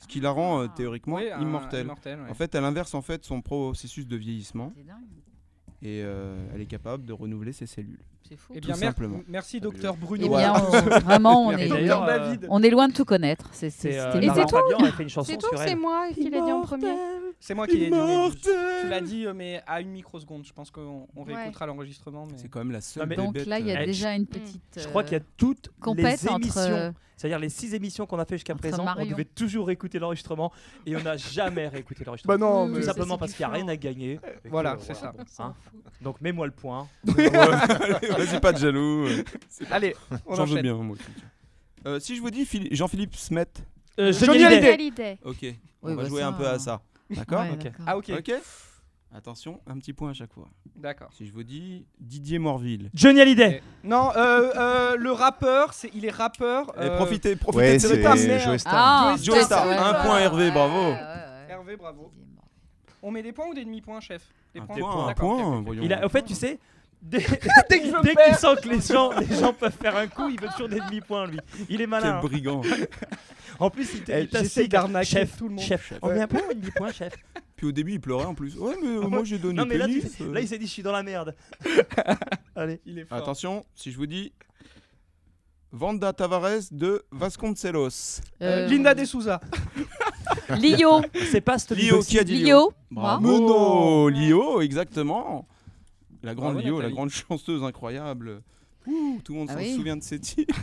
[SPEAKER 2] Ce qui la rend euh,
[SPEAKER 6] Ah.
[SPEAKER 2] théoriquement immortelle.
[SPEAKER 3] ouais.
[SPEAKER 2] En fait, elle inverse en fait son processus de vieillissement
[SPEAKER 6] C'est dingue,
[SPEAKER 2] et euh, elle est capable de renouveler ses cellules.
[SPEAKER 6] c'est fou.
[SPEAKER 3] Eh
[SPEAKER 2] Tout
[SPEAKER 3] bien, mer-
[SPEAKER 2] simplement.
[SPEAKER 3] merci docteur
[SPEAKER 6] Eh
[SPEAKER 3] Bruno.
[SPEAKER 6] bien,
[SPEAKER 2] Voilà.
[SPEAKER 6] on- vraiment, on est,
[SPEAKER 3] Merci,
[SPEAKER 4] D'ailleurs,
[SPEAKER 3] docteur
[SPEAKER 4] euh,
[SPEAKER 3] David.
[SPEAKER 6] on est loin de tout connaître. C'est c'est-
[SPEAKER 4] C'est euh,
[SPEAKER 6] c'était
[SPEAKER 4] Lara
[SPEAKER 6] magnifique.
[SPEAKER 4] Fabian, elle fait une chanson
[SPEAKER 7] C'est toi,
[SPEAKER 4] sur
[SPEAKER 7] c'est
[SPEAKER 4] elle.
[SPEAKER 7] moi qui l'ai dit en premier.
[SPEAKER 3] C'est moi qui l'ai dit. mais je- Tu l'as
[SPEAKER 2] Immortelle.
[SPEAKER 3] dit, euh, mais à une microseconde. Je pense qu'on on
[SPEAKER 7] Ouais.
[SPEAKER 3] réécoutera l'enregistrement. mais-
[SPEAKER 2] C'est quand même la seule
[SPEAKER 4] Non, mais-
[SPEAKER 6] Donc
[SPEAKER 2] bébête,
[SPEAKER 6] là, il y a
[SPEAKER 2] euh,
[SPEAKER 4] Eh,
[SPEAKER 6] déjà une petite.
[SPEAKER 4] Je crois qu'il y a
[SPEAKER 6] euh,
[SPEAKER 4] toutes
[SPEAKER 6] compète
[SPEAKER 4] les
[SPEAKER 6] entre.
[SPEAKER 4] émissions.
[SPEAKER 6] euh,
[SPEAKER 4] C'est-à-dire les six émissions qu'on a fait jusqu'à
[SPEAKER 6] Entre
[SPEAKER 4] présent, on
[SPEAKER 6] Marion.
[SPEAKER 4] devait toujours écouter l'enregistrement et on n'a jamais réécouté l'enregistrement.
[SPEAKER 3] Bah non,
[SPEAKER 6] Mmh.
[SPEAKER 3] mais
[SPEAKER 4] Tout
[SPEAKER 6] ça,
[SPEAKER 4] simplement
[SPEAKER 6] c'est
[SPEAKER 4] parce
[SPEAKER 6] du
[SPEAKER 4] qu'il n'y a
[SPEAKER 6] flan.
[SPEAKER 4] rien à gagner. Et
[SPEAKER 3] Euh, Voilà,
[SPEAKER 4] que,
[SPEAKER 3] c'est ça.
[SPEAKER 4] bon, hein. Donc mets-moi le point.
[SPEAKER 2] Allez, Vas-y, pas de jaloux. euh,
[SPEAKER 3] Allez, on
[SPEAKER 2] J'en veux
[SPEAKER 3] enchaîne.
[SPEAKER 2] bien, moi. aussi. Euh, si je vous dis Phili- Jean-Philippe Smet,
[SPEAKER 4] Euh,
[SPEAKER 3] Johnny
[SPEAKER 4] Hallyday.
[SPEAKER 3] Hallyday.
[SPEAKER 7] Hallyday.
[SPEAKER 2] ok, on
[SPEAKER 6] Oui,
[SPEAKER 2] va
[SPEAKER 6] bah
[SPEAKER 2] jouer
[SPEAKER 6] ça,
[SPEAKER 2] un peu
[SPEAKER 6] euh,
[SPEAKER 2] à ça. D'accord
[SPEAKER 6] ouais,
[SPEAKER 4] Ok.
[SPEAKER 6] d'accord.
[SPEAKER 3] Ah ok,
[SPEAKER 2] Ok Attention, un petit point à chaque fois.
[SPEAKER 3] d'accord.
[SPEAKER 2] Si je vous dis Didier Morville.
[SPEAKER 4] Johnny Hallyday.
[SPEAKER 3] Ok. Non, euh, euh, le rappeur, c'est il est rappeur.
[SPEAKER 2] Eh,
[SPEAKER 3] euh,
[SPEAKER 2] profitez, profitez
[SPEAKER 5] Ouais,
[SPEAKER 2] de cette
[SPEAKER 5] c'est
[SPEAKER 3] ta
[SPEAKER 2] étape.
[SPEAKER 3] mère.
[SPEAKER 5] Joe Star.
[SPEAKER 6] Ah,
[SPEAKER 2] Joe Star,
[SPEAKER 6] ouais,
[SPEAKER 2] un
[SPEAKER 6] ouais,
[SPEAKER 2] point,
[SPEAKER 6] ouais,
[SPEAKER 2] Hervé,
[SPEAKER 6] ouais,
[SPEAKER 2] bravo.
[SPEAKER 6] ouais, ouais, ouais.
[SPEAKER 3] Hervé, bravo. On met des points ou des demi-points, chef Des
[SPEAKER 2] Un
[SPEAKER 3] points.
[SPEAKER 2] point, un
[SPEAKER 3] D'accord,
[SPEAKER 2] point,
[SPEAKER 3] ok, ok.
[SPEAKER 2] voyons.
[SPEAKER 4] Il a, oh, en fait, tu sais, dès,
[SPEAKER 3] Dès que je
[SPEAKER 4] dès qu'il
[SPEAKER 3] perds.
[SPEAKER 4] sent que les gens, les gens peuvent faire un coup, il veut toujours des demi-points, lui. Il est malin.
[SPEAKER 2] Quel
[SPEAKER 4] hein.
[SPEAKER 2] brigand.
[SPEAKER 4] En plus, il
[SPEAKER 3] Eh,
[SPEAKER 4] t'a- il t'essaie
[SPEAKER 3] j'essaie d'arnaquer
[SPEAKER 4] chef,
[SPEAKER 3] tout le monde.
[SPEAKER 4] Chef, on met un point ou un demi-point, chef
[SPEAKER 2] Puis au début, il pleurait en plus. Ouais, mais euh, moi j'ai donné
[SPEAKER 4] Non, mais là, tu-
[SPEAKER 2] pénis, euh.
[SPEAKER 4] là, il s'est dit, je suis dans la merde. Allez.
[SPEAKER 3] Il est fort.
[SPEAKER 2] Attention, si je vous dis. Vanda Tavares de Vasconcelos.
[SPEAKER 6] Euh,
[SPEAKER 3] Linda De Souza.
[SPEAKER 6] Lio.
[SPEAKER 4] C'est pas cette
[SPEAKER 2] Lio, qui a dit Lio
[SPEAKER 6] Lio. Moi.
[SPEAKER 2] Bravo,
[SPEAKER 3] Bravo.
[SPEAKER 2] Lio, exactement. La grande
[SPEAKER 3] Bravo,
[SPEAKER 2] Lio, la
[SPEAKER 3] Nathalie.
[SPEAKER 2] grande chanteuse incroyable. Ouh, tout le monde
[SPEAKER 6] Ah
[SPEAKER 2] s'en
[SPEAKER 6] oui.
[SPEAKER 2] souvient de ses titres.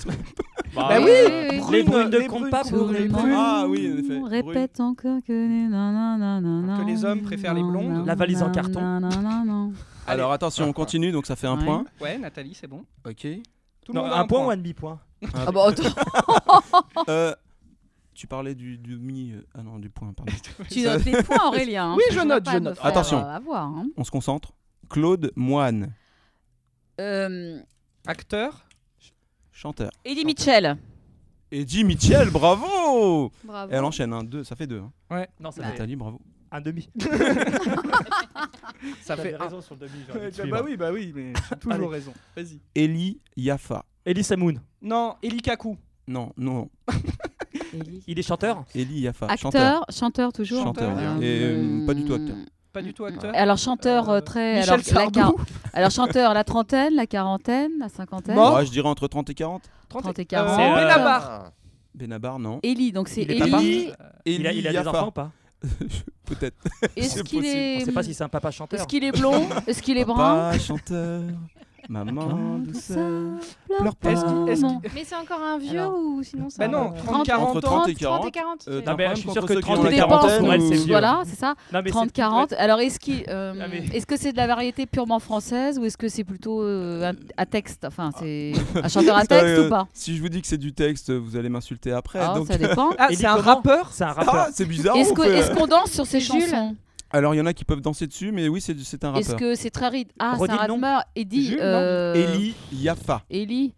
[SPEAKER 6] Bah oui, oui, oui.
[SPEAKER 3] Brune,
[SPEAKER 4] Les brunes de
[SPEAKER 3] les brunes
[SPEAKER 4] compas
[SPEAKER 3] qu'on
[SPEAKER 4] pour les
[SPEAKER 3] aime.
[SPEAKER 4] brunes.
[SPEAKER 2] Ah oui, en effet.
[SPEAKER 6] Répète encore que les nananana.
[SPEAKER 3] Que les hommes préfèrent les blondes.
[SPEAKER 4] La valise en carton.
[SPEAKER 6] Nananana.
[SPEAKER 2] Alors attention, on continue, donc ça fait un
[SPEAKER 6] Ouais.
[SPEAKER 2] point.
[SPEAKER 3] Ouais, Nathalie, c'est bon.
[SPEAKER 2] Ok.
[SPEAKER 3] Tout le
[SPEAKER 4] Non,
[SPEAKER 3] monde a
[SPEAKER 4] un point ou un demi-point
[SPEAKER 6] Ah bah attends,
[SPEAKER 2] Euh, tu parlais du demi. euh, ah non, du point, pardon.
[SPEAKER 6] tu notes les points Aurélien. hein,
[SPEAKER 3] Oui,
[SPEAKER 6] parce
[SPEAKER 3] je
[SPEAKER 6] que
[SPEAKER 3] note,
[SPEAKER 6] vais pas
[SPEAKER 3] je
[SPEAKER 6] me
[SPEAKER 3] note.
[SPEAKER 6] faire,
[SPEAKER 2] Attention.
[SPEAKER 6] euh, avoir, hein.
[SPEAKER 2] On se concentre. Claude Moine,
[SPEAKER 6] Euh,
[SPEAKER 3] Acteur.
[SPEAKER 2] chanteur.
[SPEAKER 6] Eddie Mitchell.
[SPEAKER 2] Eddie Mitchell, bravo
[SPEAKER 7] Bravo.
[SPEAKER 2] Elle enchaîne, hein, deux, ça fait deux. hein.
[SPEAKER 3] Ouais.
[SPEAKER 4] Non, ça fait
[SPEAKER 2] Nathalie, bravo.
[SPEAKER 4] un demi.
[SPEAKER 3] Ça fait
[SPEAKER 4] T'avais
[SPEAKER 3] un.
[SPEAKER 4] raison sur le demi. j'ai envie de
[SPEAKER 3] Bah
[SPEAKER 4] suivre.
[SPEAKER 3] oui, bah oui, mais j'ai toujours raison. Vas-y.
[SPEAKER 2] Eli Yaffa.
[SPEAKER 4] Elie Samoun,
[SPEAKER 3] Non, Eli Kaku.
[SPEAKER 2] Non, non,
[SPEAKER 4] il est chanteur
[SPEAKER 2] Eli Yaffa, chanteur.
[SPEAKER 6] Acteur, chanteur toujours.
[SPEAKER 2] Chanteur,
[SPEAKER 6] Euh,
[SPEAKER 2] et, euh, pas du tout acteur.
[SPEAKER 3] Pas du
[SPEAKER 6] Mm.
[SPEAKER 3] tout acteur.
[SPEAKER 6] Alors chanteur euh,
[SPEAKER 3] Euh,
[SPEAKER 6] très.
[SPEAKER 3] Michel
[SPEAKER 6] alors, la
[SPEAKER 3] Sardou.
[SPEAKER 6] quar- alors chanteur la trentaine, la quarantaine, la cinquantaine.
[SPEAKER 3] Mort.
[SPEAKER 2] Ouais, je dirais entre 30 et 40.
[SPEAKER 6] 30 et
[SPEAKER 3] Euh,
[SPEAKER 6] 40.
[SPEAKER 4] C'est, euh,
[SPEAKER 3] Benabar.
[SPEAKER 5] Ah,
[SPEAKER 2] Benabar, non.
[SPEAKER 6] Ellie, donc c'est
[SPEAKER 4] Il est papa
[SPEAKER 6] Ellie.
[SPEAKER 2] Eli
[SPEAKER 4] Il a, il a des
[SPEAKER 2] Yaffa.
[SPEAKER 4] enfants ou pas
[SPEAKER 2] Peut-être.
[SPEAKER 6] Est-ce
[SPEAKER 2] C'est
[SPEAKER 6] qu'il
[SPEAKER 2] possible.
[SPEAKER 6] est.
[SPEAKER 4] On sait pas si c'est un papa chanteur.
[SPEAKER 6] Est-ce qu'il est blond Est-ce qu'il est brun
[SPEAKER 2] Papa, chanteur, maman, douceur.
[SPEAKER 6] pleure
[SPEAKER 3] pas. Est-ce qu'il- est-ce
[SPEAKER 6] maman.
[SPEAKER 7] Mais c'est encore un vieux
[SPEAKER 4] Alors.
[SPEAKER 7] ou sinon ça
[SPEAKER 3] Bah non,
[SPEAKER 7] va.
[SPEAKER 3] 30,
[SPEAKER 2] Entre
[SPEAKER 3] 40 ans.
[SPEAKER 2] 30 et 40.
[SPEAKER 7] 30 et 40.
[SPEAKER 2] Euh,
[SPEAKER 7] c'est-
[SPEAKER 4] Non,
[SPEAKER 2] t'as
[SPEAKER 4] mais
[SPEAKER 2] un
[SPEAKER 4] je suis
[SPEAKER 2] problème
[SPEAKER 4] sûr
[SPEAKER 2] contre
[SPEAKER 4] que
[SPEAKER 2] ceux qui ont
[SPEAKER 6] Tout
[SPEAKER 2] la
[SPEAKER 4] dépend,
[SPEAKER 6] dépend,
[SPEAKER 2] quarantaine
[SPEAKER 4] pour elle,
[SPEAKER 2] ou-
[SPEAKER 4] c'est vieux.
[SPEAKER 6] Voilà, c'est ça.
[SPEAKER 4] Non, mais c'est-
[SPEAKER 6] 30-40. Alors, est-ce qu'il, euh,
[SPEAKER 4] Ah, mais-
[SPEAKER 6] est-ce que c'est de la variété purement française ou est-ce que c'est plutôt euh, un- à texte Enfin, c'est un chanteur à
[SPEAKER 2] Parce que,
[SPEAKER 6] texte
[SPEAKER 2] euh,
[SPEAKER 6] ou pas
[SPEAKER 2] Si je vous dis que c'est du texte, vous allez m'insulter après.
[SPEAKER 6] Ah,
[SPEAKER 2] donc...
[SPEAKER 6] Ça dépend.
[SPEAKER 3] Ah,
[SPEAKER 4] Eli
[SPEAKER 3] c'est un
[SPEAKER 4] comment
[SPEAKER 3] rappeur.
[SPEAKER 4] C'est un rappeur.
[SPEAKER 2] Ah, c'est bizarre.
[SPEAKER 6] Est-ce
[SPEAKER 2] on
[SPEAKER 6] que-
[SPEAKER 2] fait- euh,
[SPEAKER 6] est-ce qu'on danse sur ces
[SPEAKER 7] Jules.
[SPEAKER 6] chansons
[SPEAKER 2] Alors, il y en a qui peuvent danser dessus, mais oui, c'est, c'est un
[SPEAKER 6] Est-ce
[SPEAKER 2] rappeur.
[SPEAKER 6] que c'est très rythme Ah, c'est un
[SPEAKER 4] Redis le nom.
[SPEAKER 6] rappeur. Eddie.
[SPEAKER 3] Jules, non
[SPEAKER 6] euh,
[SPEAKER 2] Eli Yaffa.
[SPEAKER 6] Ellie.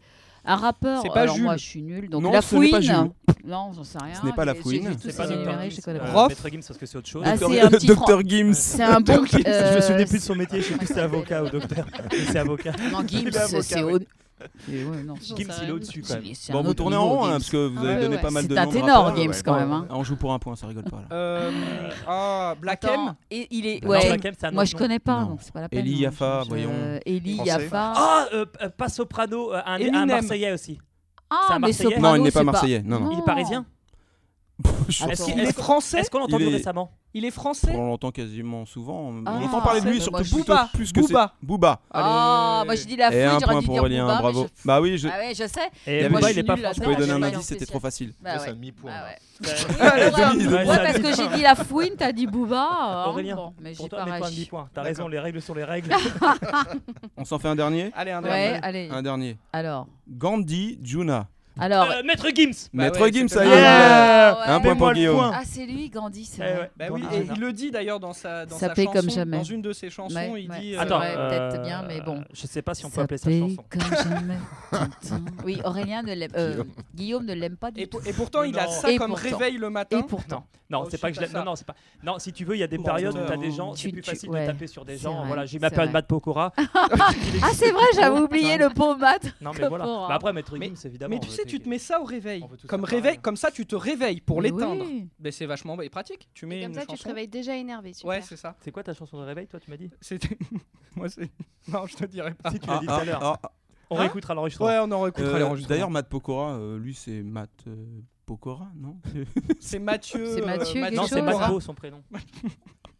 [SPEAKER 6] Un rappeur.
[SPEAKER 3] C'est pas
[SPEAKER 6] Alors, moi,
[SPEAKER 3] Jules.
[SPEAKER 6] je suis nulle. Donc,
[SPEAKER 2] Non,
[SPEAKER 6] la
[SPEAKER 2] ce n'est
[SPEAKER 6] fouine.
[SPEAKER 2] pas Jules.
[SPEAKER 6] Non, j'en sais rien.
[SPEAKER 2] n'est pas La
[SPEAKER 6] mais
[SPEAKER 2] Fouine.
[SPEAKER 6] J'ai vu tous
[SPEAKER 4] C'est
[SPEAKER 6] ces
[SPEAKER 4] pas Dr.
[SPEAKER 6] énumérés,
[SPEAKER 4] Gims,
[SPEAKER 6] je les connais
[SPEAKER 4] euh,
[SPEAKER 6] pas.
[SPEAKER 3] Rof.
[SPEAKER 4] Maître Gims parce que c'est autre chose.
[SPEAKER 6] Ah,
[SPEAKER 2] Docteur-
[SPEAKER 6] c'est un petit
[SPEAKER 2] Docteur Gims.
[SPEAKER 6] C'est un bon.
[SPEAKER 4] Je me souvenais
[SPEAKER 6] euh,
[SPEAKER 4] plus de son métier, je sais plus si c'est avocat ou docteur. Mais C'est avocat.
[SPEAKER 6] Non, Gims,
[SPEAKER 4] Il est avocat,
[SPEAKER 6] c'est au.
[SPEAKER 4] oui.
[SPEAKER 6] c'est- ouais, non,
[SPEAKER 7] J'en sais
[SPEAKER 4] Gims, il est
[SPEAKER 7] rien.
[SPEAKER 4] au-dessus quand même.
[SPEAKER 6] c'est
[SPEAKER 2] Bon,
[SPEAKER 6] un
[SPEAKER 2] vous
[SPEAKER 6] autre
[SPEAKER 2] tournez en
[SPEAKER 6] niveau,
[SPEAKER 2] rond, hein,
[SPEAKER 6] Gims.
[SPEAKER 2] parce que vous
[SPEAKER 7] Ah
[SPEAKER 2] avez
[SPEAKER 7] ouais,
[SPEAKER 2] donné
[SPEAKER 7] ouais.
[SPEAKER 2] pas mal de
[SPEAKER 6] C'est un
[SPEAKER 2] noms de
[SPEAKER 6] ténor,
[SPEAKER 2] rappeurs.
[SPEAKER 6] Games,
[SPEAKER 5] ouais,
[SPEAKER 6] quand
[SPEAKER 5] ouais.
[SPEAKER 6] même. hein.
[SPEAKER 2] On joue pour un point, ça rigole pas là.
[SPEAKER 3] Euh, ah, Black
[SPEAKER 6] Attends,
[SPEAKER 3] M.
[SPEAKER 6] et il est.
[SPEAKER 4] Non,
[SPEAKER 6] ouais.
[SPEAKER 4] Black M, c'est un
[SPEAKER 6] Moi,
[SPEAKER 4] autre
[SPEAKER 6] je
[SPEAKER 4] nom.
[SPEAKER 6] connais pas,
[SPEAKER 2] Non.
[SPEAKER 6] donc c'est pas la peine.
[SPEAKER 2] Eli
[SPEAKER 6] hein,
[SPEAKER 2] Yaffa,
[SPEAKER 6] je- je-
[SPEAKER 2] voyons.
[SPEAKER 6] euh, Eli
[SPEAKER 5] Français.
[SPEAKER 6] Yaffa.
[SPEAKER 4] Ah, euh, euh, pas soprano, euh, un,
[SPEAKER 3] Eminem.
[SPEAKER 4] un Marseillais aussi. c'est
[SPEAKER 6] Ah,
[SPEAKER 4] un
[SPEAKER 6] mais
[SPEAKER 4] Marseillais.
[SPEAKER 6] Soprano,
[SPEAKER 2] Non, il n'est pas
[SPEAKER 6] c'est
[SPEAKER 2] marseillais. Non, non.
[SPEAKER 4] Il est parisien.
[SPEAKER 2] Je
[SPEAKER 6] Attends.
[SPEAKER 4] Est-ce qu'il-
[SPEAKER 3] Il est
[SPEAKER 4] est-ce qu'on-
[SPEAKER 3] français
[SPEAKER 4] est-ce qu'on l'a entendu
[SPEAKER 2] Il est-
[SPEAKER 4] récemment
[SPEAKER 3] Il est
[SPEAKER 2] On
[SPEAKER 3] français
[SPEAKER 2] l'entend quasiment souvent. On
[SPEAKER 6] Ah,
[SPEAKER 2] entend parler de lui
[SPEAKER 6] mais
[SPEAKER 2] surtout
[SPEAKER 6] moi, je-
[SPEAKER 2] plutôt
[SPEAKER 3] Booba.
[SPEAKER 2] plus que
[SPEAKER 3] Booba.
[SPEAKER 2] c'est Booba.
[SPEAKER 6] Ah,
[SPEAKER 3] Allez.
[SPEAKER 6] moi, j'ai dit la
[SPEAKER 2] Et
[SPEAKER 6] fouine,
[SPEAKER 2] un
[SPEAKER 6] j'aurais
[SPEAKER 2] point
[SPEAKER 6] dû
[SPEAKER 2] pour
[SPEAKER 6] dire
[SPEAKER 2] Aurélien,
[SPEAKER 6] Booba, mais
[SPEAKER 2] bravo.
[SPEAKER 6] je-
[SPEAKER 2] Bah oui, je
[SPEAKER 6] Ah ouais, je sais.
[SPEAKER 4] Et
[SPEAKER 2] avait-
[SPEAKER 4] Booba,
[SPEAKER 2] je
[SPEAKER 4] il
[SPEAKER 6] suis
[SPEAKER 4] est pas
[SPEAKER 2] je
[SPEAKER 6] nulle là-dedans.
[SPEAKER 4] français.
[SPEAKER 2] pouvais donner un
[SPEAKER 6] Ouais,
[SPEAKER 2] indice,
[SPEAKER 6] spécial.
[SPEAKER 2] c'était trop facile.
[SPEAKER 5] ça,
[SPEAKER 6] Bah
[SPEAKER 5] c'est un
[SPEAKER 6] ouais.
[SPEAKER 5] demi-point.
[SPEAKER 6] Ah
[SPEAKER 5] là.
[SPEAKER 6] ouais.
[SPEAKER 4] Euh,
[SPEAKER 2] demi, demi.
[SPEAKER 6] Ouais, parce que j'ai dit la fouine, t'as dit Booba. hein.
[SPEAKER 4] Aurélien,
[SPEAKER 6] Bon, mais j'ai
[SPEAKER 4] Pour
[SPEAKER 6] pas
[SPEAKER 4] toi, mets pas un
[SPEAKER 6] réagi.
[SPEAKER 4] demi-point. T'as
[SPEAKER 3] D'accord.
[SPEAKER 4] raison, les règles sont les règles.
[SPEAKER 2] On s'en fait un dernier
[SPEAKER 3] Allez, un
[SPEAKER 6] Ouais,
[SPEAKER 3] dernier.
[SPEAKER 6] allez.
[SPEAKER 2] Un dernier.
[SPEAKER 6] Alors.
[SPEAKER 2] Gandhi
[SPEAKER 6] Bah
[SPEAKER 2] Juna.
[SPEAKER 6] Alors.
[SPEAKER 4] Euh, Maître Gims
[SPEAKER 3] Bah
[SPEAKER 2] Maître
[SPEAKER 3] ouais,
[SPEAKER 2] Gims,
[SPEAKER 3] c'est
[SPEAKER 2] ça y
[SPEAKER 3] pas
[SPEAKER 2] est. Euh,
[SPEAKER 3] mal.
[SPEAKER 6] Ah,
[SPEAKER 2] Un
[SPEAKER 6] ouais.
[SPEAKER 2] point pour
[SPEAKER 4] Mets-moi le
[SPEAKER 2] Guillaume.
[SPEAKER 4] point.
[SPEAKER 6] Ah, c'est lui, Gandhi, c'est
[SPEAKER 4] Eh
[SPEAKER 6] vrai.
[SPEAKER 4] ouais.
[SPEAKER 3] Bah
[SPEAKER 4] Bon,
[SPEAKER 3] oui,
[SPEAKER 4] bah,
[SPEAKER 3] et
[SPEAKER 4] voilà.
[SPEAKER 3] il le dit d'ailleurs dans sa, dans
[SPEAKER 6] Ça
[SPEAKER 3] sa
[SPEAKER 6] paie
[SPEAKER 3] chanson.
[SPEAKER 6] comme jamais.
[SPEAKER 3] Dans une de ses chansons,
[SPEAKER 6] Ouais,
[SPEAKER 3] il
[SPEAKER 6] ouais,
[SPEAKER 3] dit.
[SPEAKER 6] c'est
[SPEAKER 4] Attends,
[SPEAKER 6] vrai,
[SPEAKER 4] euh,
[SPEAKER 6] peut-être bien, mais bon.
[SPEAKER 4] Je sais pas si on peut
[SPEAKER 6] Ça
[SPEAKER 4] appeler ça
[SPEAKER 6] paie
[SPEAKER 4] chanson.
[SPEAKER 6] comme jamais. Tintin. oui, Aurélien ne l'aime. euh, Guillaume ne l'aime pas
[SPEAKER 3] Et,
[SPEAKER 6] du tout.
[SPEAKER 3] pour- et pourtant, il a
[SPEAKER 4] Non.
[SPEAKER 3] ça
[SPEAKER 6] Et
[SPEAKER 3] comme
[SPEAKER 6] pourtant.
[SPEAKER 3] réveil le matin.
[SPEAKER 6] Et pourtant.
[SPEAKER 4] Non,
[SPEAKER 3] Oh,
[SPEAKER 4] c'est pas que
[SPEAKER 3] suite
[SPEAKER 4] je
[SPEAKER 3] à
[SPEAKER 4] l'aime. Non,
[SPEAKER 3] ça.
[SPEAKER 4] non, c'est pas. Non, si tu veux, il y a des
[SPEAKER 2] Oh,
[SPEAKER 4] périodes où t'as
[SPEAKER 2] putain.
[SPEAKER 4] des gens,
[SPEAKER 6] Tu-
[SPEAKER 4] c'est plus
[SPEAKER 6] tu-
[SPEAKER 4] facile
[SPEAKER 6] ouais,
[SPEAKER 4] de taper sur des
[SPEAKER 6] c'est
[SPEAKER 4] gens.
[SPEAKER 6] vrai,
[SPEAKER 4] voilà, j'ai eu
[SPEAKER 6] c'est
[SPEAKER 4] ma période
[SPEAKER 6] vrai.
[SPEAKER 4] Matt Pokora.
[SPEAKER 6] Ah, c'est vrai, j'avais oublié le pomade.
[SPEAKER 4] Non, mais voilà.
[SPEAKER 6] Pokora.
[SPEAKER 4] Bah après, Maître
[SPEAKER 3] Mais-
[SPEAKER 4] Gims, évidemment.
[SPEAKER 3] Mais
[SPEAKER 4] on
[SPEAKER 3] tu
[SPEAKER 4] veut
[SPEAKER 3] sais, tu
[SPEAKER 4] checker.
[SPEAKER 3] te mets ça au réveil.
[SPEAKER 4] On veut tous
[SPEAKER 3] Comme
[SPEAKER 4] faire pareil.
[SPEAKER 3] réveil, comme ça, tu te réveilles pour
[SPEAKER 6] Mais
[SPEAKER 3] l'éteindre.
[SPEAKER 6] oui.
[SPEAKER 3] Mais c'est vachement bah, pratique. Tu mets
[SPEAKER 7] Comme
[SPEAKER 3] une
[SPEAKER 7] ça, tu te
[SPEAKER 3] chanson.
[SPEAKER 7] réveilles déjà énervé. Super.
[SPEAKER 3] ouais, c'est ça.
[SPEAKER 4] C'est quoi ta chanson de réveil, toi, tu m'as dit
[SPEAKER 3] C'était. Moi, c'est. Non, je te dirai pas.
[SPEAKER 4] Si, tu l'as dit tout
[SPEAKER 2] Ah,
[SPEAKER 4] à l'heure.
[SPEAKER 2] ah, ah,
[SPEAKER 4] On
[SPEAKER 3] Hein
[SPEAKER 4] réécoutera l'enregistrement.
[SPEAKER 3] Ouais, on en réécoutera
[SPEAKER 2] euh,
[SPEAKER 3] les enregistrements.
[SPEAKER 2] D'ailleurs, Matt Pokora, euh, lui, c'est Matt euh, Pokora, non
[SPEAKER 3] c'est Mathieu.
[SPEAKER 6] C'est
[SPEAKER 3] euh,
[SPEAKER 6] Mathieu quelque
[SPEAKER 4] Non, c'est
[SPEAKER 6] chose,
[SPEAKER 3] Pokora.
[SPEAKER 4] Matpo, son prénom.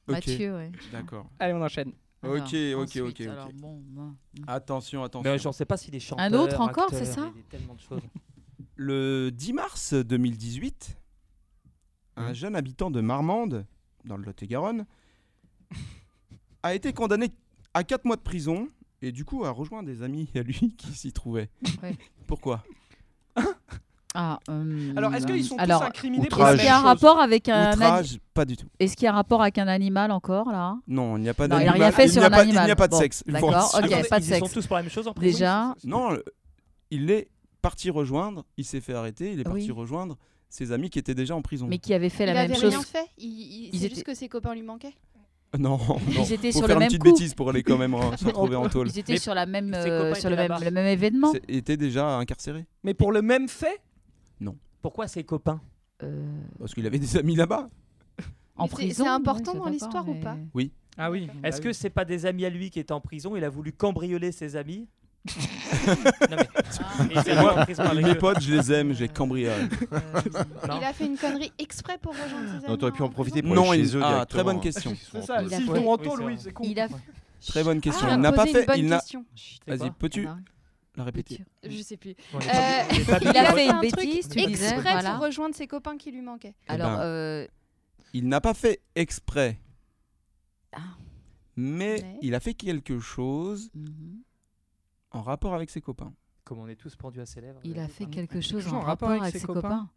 [SPEAKER 6] Mathieu, ouais.
[SPEAKER 2] Ok, d'accord.
[SPEAKER 6] hein.
[SPEAKER 3] Allez, on enchaîne.
[SPEAKER 2] Ok,
[SPEAKER 6] Alors,
[SPEAKER 2] ok, ok,
[SPEAKER 6] ensuite,
[SPEAKER 2] ok.
[SPEAKER 6] alors, bon, ben. moi.
[SPEAKER 2] Attention, attention.
[SPEAKER 4] Mais j'en sais pas s'il est chanteur.
[SPEAKER 6] Un autre encore, c'est
[SPEAKER 4] acteur,
[SPEAKER 6] ça
[SPEAKER 4] il y a tellement de choses.
[SPEAKER 2] Le 10 mars 2018, un jeune habitant de Marmande, dans le Lot-et-Garonne, a été condamné à 4 mois de prison et du coup a rejoint des amis à lui qui s'y trouvaient.
[SPEAKER 6] Ouais.
[SPEAKER 2] Pourquoi
[SPEAKER 6] Ah, euh,
[SPEAKER 3] Alors, est-ce qu'ils sont
[SPEAKER 6] alors,
[SPEAKER 3] tous incriminés pour la
[SPEAKER 2] outrage.
[SPEAKER 6] Est-ce
[SPEAKER 3] même
[SPEAKER 6] qu'il y a un
[SPEAKER 3] chose
[SPEAKER 6] rapport avec un ani-
[SPEAKER 2] Outrage, pas du tout.
[SPEAKER 6] Est-ce qu'il y a un rapport avec un animal encore là
[SPEAKER 2] Non, il n'y a pas
[SPEAKER 6] Non, il a
[SPEAKER 2] d'animal.
[SPEAKER 6] rien fait
[SPEAKER 2] il n'y
[SPEAKER 6] sur
[SPEAKER 2] a
[SPEAKER 6] un
[SPEAKER 2] pas-
[SPEAKER 6] animal.
[SPEAKER 2] Il n'y a pas de
[SPEAKER 6] Bon,
[SPEAKER 2] sexe. je vous
[SPEAKER 6] d'accord,
[SPEAKER 2] rassure.
[SPEAKER 6] ok.
[SPEAKER 4] Attends,
[SPEAKER 6] pas de
[SPEAKER 4] ils y sont
[SPEAKER 6] sexe.
[SPEAKER 4] tous pour la même chose en prison
[SPEAKER 6] Déjà,
[SPEAKER 2] Non, le- il est parti rejoindre, il s'est fait arrêter, il est parti
[SPEAKER 6] Oui.
[SPEAKER 2] rejoindre ses amis qui étaient déjà en prison.
[SPEAKER 6] mais qui avait fait
[SPEAKER 7] Il
[SPEAKER 6] la
[SPEAKER 7] avait
[SPEAKER 6] même
[SPEAKER 7] rien
[SPEAKER 6] chose.
[SPEAKER 7] fait. Il- il-
[SPEAKER 6] Ils
[SPEAKER 7] C'est
[SPEAKER 6] étaient-
[SPEAKER 7] juste que ses copains lui manquaient.
[SPEAKER 2] Non, non.
[SPEAKER 6] Ils étaient
[SPEAKER 2] Faut
[SPEAKER 6] sur
[SPEAKER 2] faire une
[SPEAKER 6] le même
[SPEAKER 2] petite
[SPEAKER 6] coup.
[SPEAKER 2] bêtise pour aller quand même hein, se retrouver en tôle.
[SPEAKER 6] Ils étaient
[SPEAKER 4] Mais
[SPEAKER 6] sur, la même,
[SPEAKER 4] ses
[SPEAKER 6] euh,
[SPEAKER 4] copains
[SPEAKER 6] sur le,
[SPEAKER 4] étaient
[SPEAKER 6] même,
[SPEAKER 4] là-bas.
[SPEAKER 6] le même événement.
[SPEAKER 2] C'est- Était déjà incarcéré
[SPEAKER 3] Mais pour le même fait
[SPEAKER 4] Pourquoi ses copains
[SPEAKER 6] Euh,
[SPEAKER 2] parce qu'il avait des amis là-bas.
[SPEAKER 6] en
[SPEAKER 7] Mais c'est-
[SPEAKER 6] prison.
[SPEAKER 7] c'est
[SPEAKER 6] ouais,
[SPEAKER 7] important
[SPEAKER 6] ça
[SPEAKER 7] dans
[SPEAKER 6] va
[SPEAKER 7] l'histoire ou
[SPEAKER 6] mais-
[SPEAKER 7] pas
[SPEAKER 3] Ah oui.
[SPEAKER 4] Est-ce que c'est pas des amis à lui qui étaient en prison Il a voulu cambrioler ses amis Non, mais-
[SPEAKER 6] Ah,
[SPEAKER 4] et il s'est
[SPEAKER 2] Moi,
[SPEAKER 4] mis en prison avec
[SPEAKER 2] Mes
[SPEAKER 4] eux.
[SPEAKER 2] potes, je les aime, j'ai cambriolé.
[SPEAKER 6] euh,
[SPEAKER 4] Non.
[SPEAKER 7] Il a fait une connerie exprès pour rejoindre ses amis.
[SPEAKER 5] Non, t'aurais pu en profiter pour
[SPEAKER 2] Non,
[SPEAKER 5] aller
[SPEAKER 2] il-
[SPEAKER 5] chez eux
[SPEAKER 2] ah,
[SPEAKER 5] directement,
[SPEAKER 2] très bonne
[SPEAKER 5] hein.
[SPEAKER 2] question.
[SPEAKER 5] Ils sont
[SPEAKER 3] C'est
[SPEAKER 5] en
[SPEAKER 3] ça,
[SPEAKER 5] tôle.
[SPEAKER 3] s'ils
[SPEAKER 6] Ouais.
[SPEAKER 3] l'ont en
[SPEAKER 4] Oui,
[SPEAKER 3] tôle,
[SPEAKER 4] c'est
[SPEAKER 3] oui,
[SPEAKER 4] vrai.
[SPEAKER 3] c'est con.
[SPEAKER 6] Il a
[SPEAKER 2] Très bonne
[SPEAKER 7] Ah,
[SPEAKER 2] question.
[SPEAKER 7] elle a
[SPEAKER 2] il n'a pas
[SPEAKER 7] posé une
[SPEAKER 2] fait.
[SPEAKER 7] bonne
[SPEAKER 2] Il n'a.
[SPEAKER 7] question. Chut.
[SPEAKER 4] C'est
[SPEAKER 2] Vas-y,
[SPEAKER 4] quoi
[SPEAKER 2] peux-tu
[SPEAKER 6] Marc.
[SPEAKER 2] la répéter
[SPEAKER 7] Je sais plus.
[SPEAKER 4] On est
[SPEAKER 7] Euh,
[SPEAKER 4] pas- on est pas
[SPEAKER 6] Il
[SPEAKER 4] bien.
[SPEAKER 6] a fait
[SPEAKER 7] fait
[SPEAKER 6] une
[SPEAKER 7] un truc
[SPEAKER 6] bêtise, tu disais.
[SPEAKER 7] Exprès
[SPEAKER 6] Voilà.
[SPEAKER 7] pour rejoindre ses copains qui lui manquaient.
[SPEAKER 6] Alors,
[SPEAKER 2] ben.
[SPEAKER 6] euh,
[SPEAKER 2] Il n'a pas fait exprès.
[SPEAKER 6] Ah.
[SPEAKER 2] Mais
[SPEAKER 7] Mais-
[SPEAKER 2] il a fait quelque chose
[SPEAKER 6] mhm.
[SPEAKER 2] en rapport avec ses copains.
[SPEAKER 4] Comme on est tous pendus à ses lèvres.
[SPEAKER 6] il
[SPEAKER 4] euh,
[SPEAKER 6] a fait
[SPEAKER 4] pardon.
[SPEAKER 6] quelque chose en rapport avec ses copains.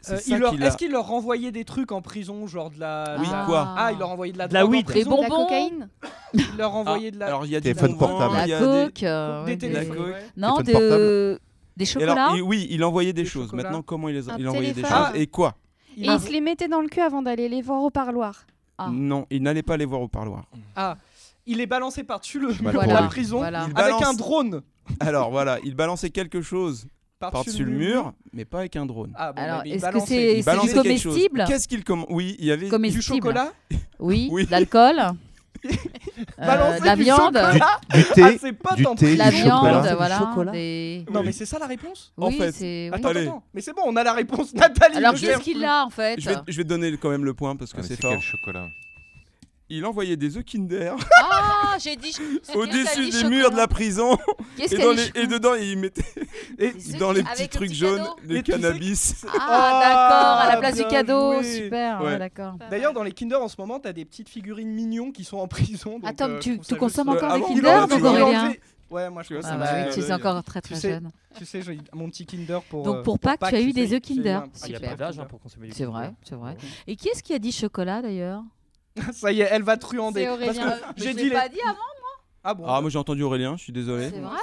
[SPEAKER 2] C'est
[SPEAKER 3] Euh,
[SPEAKER 2] ça
[SPEAKER 3] il leur-
[SPEAKER 2] qu'il a-
[SPEAKER 3] Est-ce qu'il leur renvoyait des trucs en prison, genre de la.
[SPEAKER 2] Oui,
[SPEAKER 3] de la-
[SPEAKER 2] quoi
[SPEAKER 3] Ah, il leur envoyait de la
[SPEAKER 4] De la
[SPEAKER 3] drogue en
[SPEAKER 7] Ils
[SPEAKER 4] weed.
[SPEAKER 6] Des
[SPEAKER 3] prison,
[SPEAKER 7] ont de la
[SPEAKER 6] bonbons.
[SPEAKER 7] cocaïne.
[SPEAKER 3] Il leur envoyait de la.
[SPEAKER 2] Alors il y a
[SPEAKER 5] Téléphone
[SPEAKER 2] du bonbon,
[SPEAKER 5] portable.
[SPEAKER 2] il y
[SPEAKER 6] La
[SPEAKER 2] a des-
[SPEAKER 6] coke. euh,
[SPEAKER 3] des
[SPEAKER 6] ouais,
[SPEAKER 3] téléphones.
[SPEAKER 2] coke.
[SPEAKER 3] Ah, ouais.
[SPEAKER 6] Non,
[SPEAKER 5] Téléphone
[SPEAKER 6] de... des
[SPEAKER 2] Et alors,
[SPEAKER 6] chocolats.
[SPEAKER 2] il- oui, il envoyait des,
[SPEAKER 3] Des
[SPEAKER 2] choses.
[SPEAKER 3] chocolats.
[SPEAKER 2] Maintenant, comment il, les-
[SPEAKER 7] Un
[SPEAKER 2] il envoyait des
[SPEAKER 7] téléphone.
[SPEAKER 2] choses et quoi
[SPEAKER 7] Et il se les mettait dans le cul avant d'aller les voir au parloir.
[SPEAKER 6] Ah.
[SPEAKER 2] Non, il n'allait pas les voir au parloir.
[SPEAKER 3] Ah, il est balancé par-dessus le mur
[SPEAKER 5] Mal
[SPEAKER 3] de
[SPEAKER 5] pour
[SPEAKER 3] la
[SPEAKER 5] lui.
[SPEAKER 3] prison
[SPEAKER 6] Voilà.
[SPEAKER 2] Il
[SPEAKER 3] avec
[SPEAKER 2] balance-
[SPEAKER 3] un drone
[SPEAKER 2] Alors voilà, il balançait quelque chose par-dessus le mur, mais pas avec un drone.
[SPEAKER 3] Ah, bon,
[SPEAKER 6] Alors,
[SPEAKER 3] mais il
[SPEAKER 6] est-ce que
[SPEAKER 3] balançait.
[SPEAKER 6] c'est
[SPEAKER 2] Il
[SPEAKER 6] c'est du
[SPEAKER 2] balançait quelque chose.
[SPEAKER 6] comestible
[SPEAKER 2] Qu'est-ce qu'il commande Oui, il y avait
[SPEAKER 6] Comestible.
[SPEAKER 3] du chocolat
[SPEAKER 6] Oui,
[SPEAKER 2] Oui.
[SPEAKER 6] de l'alcool.
[SPEAKER 3] Balancer
[SPEAKER 6] euh, de la
[SPEAKER 3] du
[SPEAKER 6] viande.
[SPEAKER 3] chocolat
[SPEAKER 5] Du
[SPEAKER 3] Ah,
[SPEAKER 5] thé,
[SPEAKER 3] c'est pas
[SPEAKER 5] du
[SPEAKER 3] tant
[SPEAKER 5] thé,
[SPEAKER 3] pris.
[SPEAKER 6] La
[SPEAKER 5] du
[SPEAKER 6] viande,
[SPEAKER 5] chocolat.
[SPEAKER 6] voilà.
[SPEAKER 4] chocolat.
[SPEAKER 6] des-
[SPEAKER 3] Non, mais c'est ça la réponse
[SPEAKER 2] En
[SPEAKER 6] Oui,
[SPEAKER 2] fait,
[SPEAKER 6] c'est- oui.
[SPEAKER 3] Attends,
[SPEAKER 2] Allez.
[SPEAKER 3] attends. Mais c'est bon, on a la réponse. Nathalie
[SPEAKER 6] Alors,
[SPEAKER 3] le
[SPEAKER 6] qu'est-ce
[SPEAKER 3] cherche.
[SPEAKER 6] qu'il a en fait
[SPEAKER 2] je vais, je vais te donner quand même le point parce que
[SPEAKER 5] Ah, mais
[SPEAKER 2] c'est
[SPEAKER 5] C'est
[SPEAKER 2] fort.
[SPEAKER 5] quel chocolat
[SPEAKER 2] Il envoyait des œufs Kinder
[SPEAKER 6] Ah, j'ai dit.
[SPEAKER 2] au-dessus des murs de la prison
[SPEAKER 6] Qu'est-ce
[SPEAKER 2] et,
[SPEAKER 6] qu'elle
[SPEAKER 2] dans
[SPEAKER 6] a
[SPEAKER 2] les-
[SPEAKER 6] dit
[SPEAKER 2] et dedans il mettait
[SPEAKER 6] Des
[SPEAKER 2] dans
[SPEAKER 6] œufs
[SPEAKER 2] les petits
[SPEAKER 6] qui- avec le
[SPEAKER 2] trucs
[SPEAKER 6] petit
[SPEAKER 2] jaunes
[SPEAKER 6] cadeau.
[SPEAKER 2] le
[SPEAKER 3] Les petits
[SPEAKER 2] cannabis.
[SPEAKER 6] Ah, d'accord, à
[SPEAKER 3] Ah,
[SPEAKER 6] la place du
[SPEAKER 3] bien
[SPEAKER 6] cadeau,
[SPEAKER 3] joué.
[SPEAKER 6] super, ouais,
[SPEAKER 2] Ouais.
[SPEAKER 6] d'accord.
[SPEAKER 3] D'ailleurs, dans les Kinder en ce moment, t'as des petites figurines mignons qui sont en prison. donc,
[SPEAKER 6] Attends,
[SPEAKER 3] euh,
[SPEAKER 6] tu-
[SPEAKER 3] je trouve
[SPEAKER 6] tu
[SPEAKER 3] ça juste-
[SPEAKER 6] consommes
[SPEAKER 2] Euh,
[SPEAKER 6] encore des
[SPEAKER 2] avant, il
[SPEAKER 6] Kinder,
[SPEAKER 2] enlevait-
[SPEAKER 6] donc
[SPEAKER 2] il
[SPEAKER 6] Aurélien
[SPEAKER 3] Ouais, moi je
[SPEAKER 2] Tu vois,
[SPEAKER 3] trouve
[SPEAKER 2] ça
[SPEAKER 6] Ah
[SPEAKER 3] ça.
[SPEAKER 6] bah
[SPEAKER 2] marche.
[SPEAKER 6] oui, tu
[SPEAKER 2] Euh,
[SPEAKER 6] es encore très très
[SPEAKER 3] tu sais-
[SPEAKER 6] jeune.
[SPEAKER 3] Tu sais, j'ai mon petit Kinder pour.
[SPEAKER 6] Donc,
[SPEAKER 3] euh,
[SPEAKER 6] pour Pâques, tu as eu
[SPEAKER 3] tu
[SPEAKER 6] des
[SPEAKER 3] sais,
[SPEAKER 6] œufs
[SPEAKER 3] j'ai eu
[SPEAKER 6] Kinder.
[SPEAKER 3] un petit
[SPEAKER 4] Ah, Il n'y a
[SPEAKER 6] Super.
[SPEAKER 4] pas d'âge hein, pour consommer du
[SPEAKER 6] C'est
[SPEAKER 4] chocolat.
[SPEAKER 6] vrai, c'est vrai. Et qui est-ce qui a dit chocolat d'ailleurs
[SPEAKER 3] Ça y est, elle va truander.
[SPEAKER 7] C'est Aurélien.
[SPEAKER 3] Parce que j'ai dit les.
[SPEAKER 6] dit avant.
[SPEAKER 3] Ah bon.
[SPEAKER 2] Ah moi j'ai entendu Aurélien, je suis désolé.
[SPEAKER 6] C'est vrai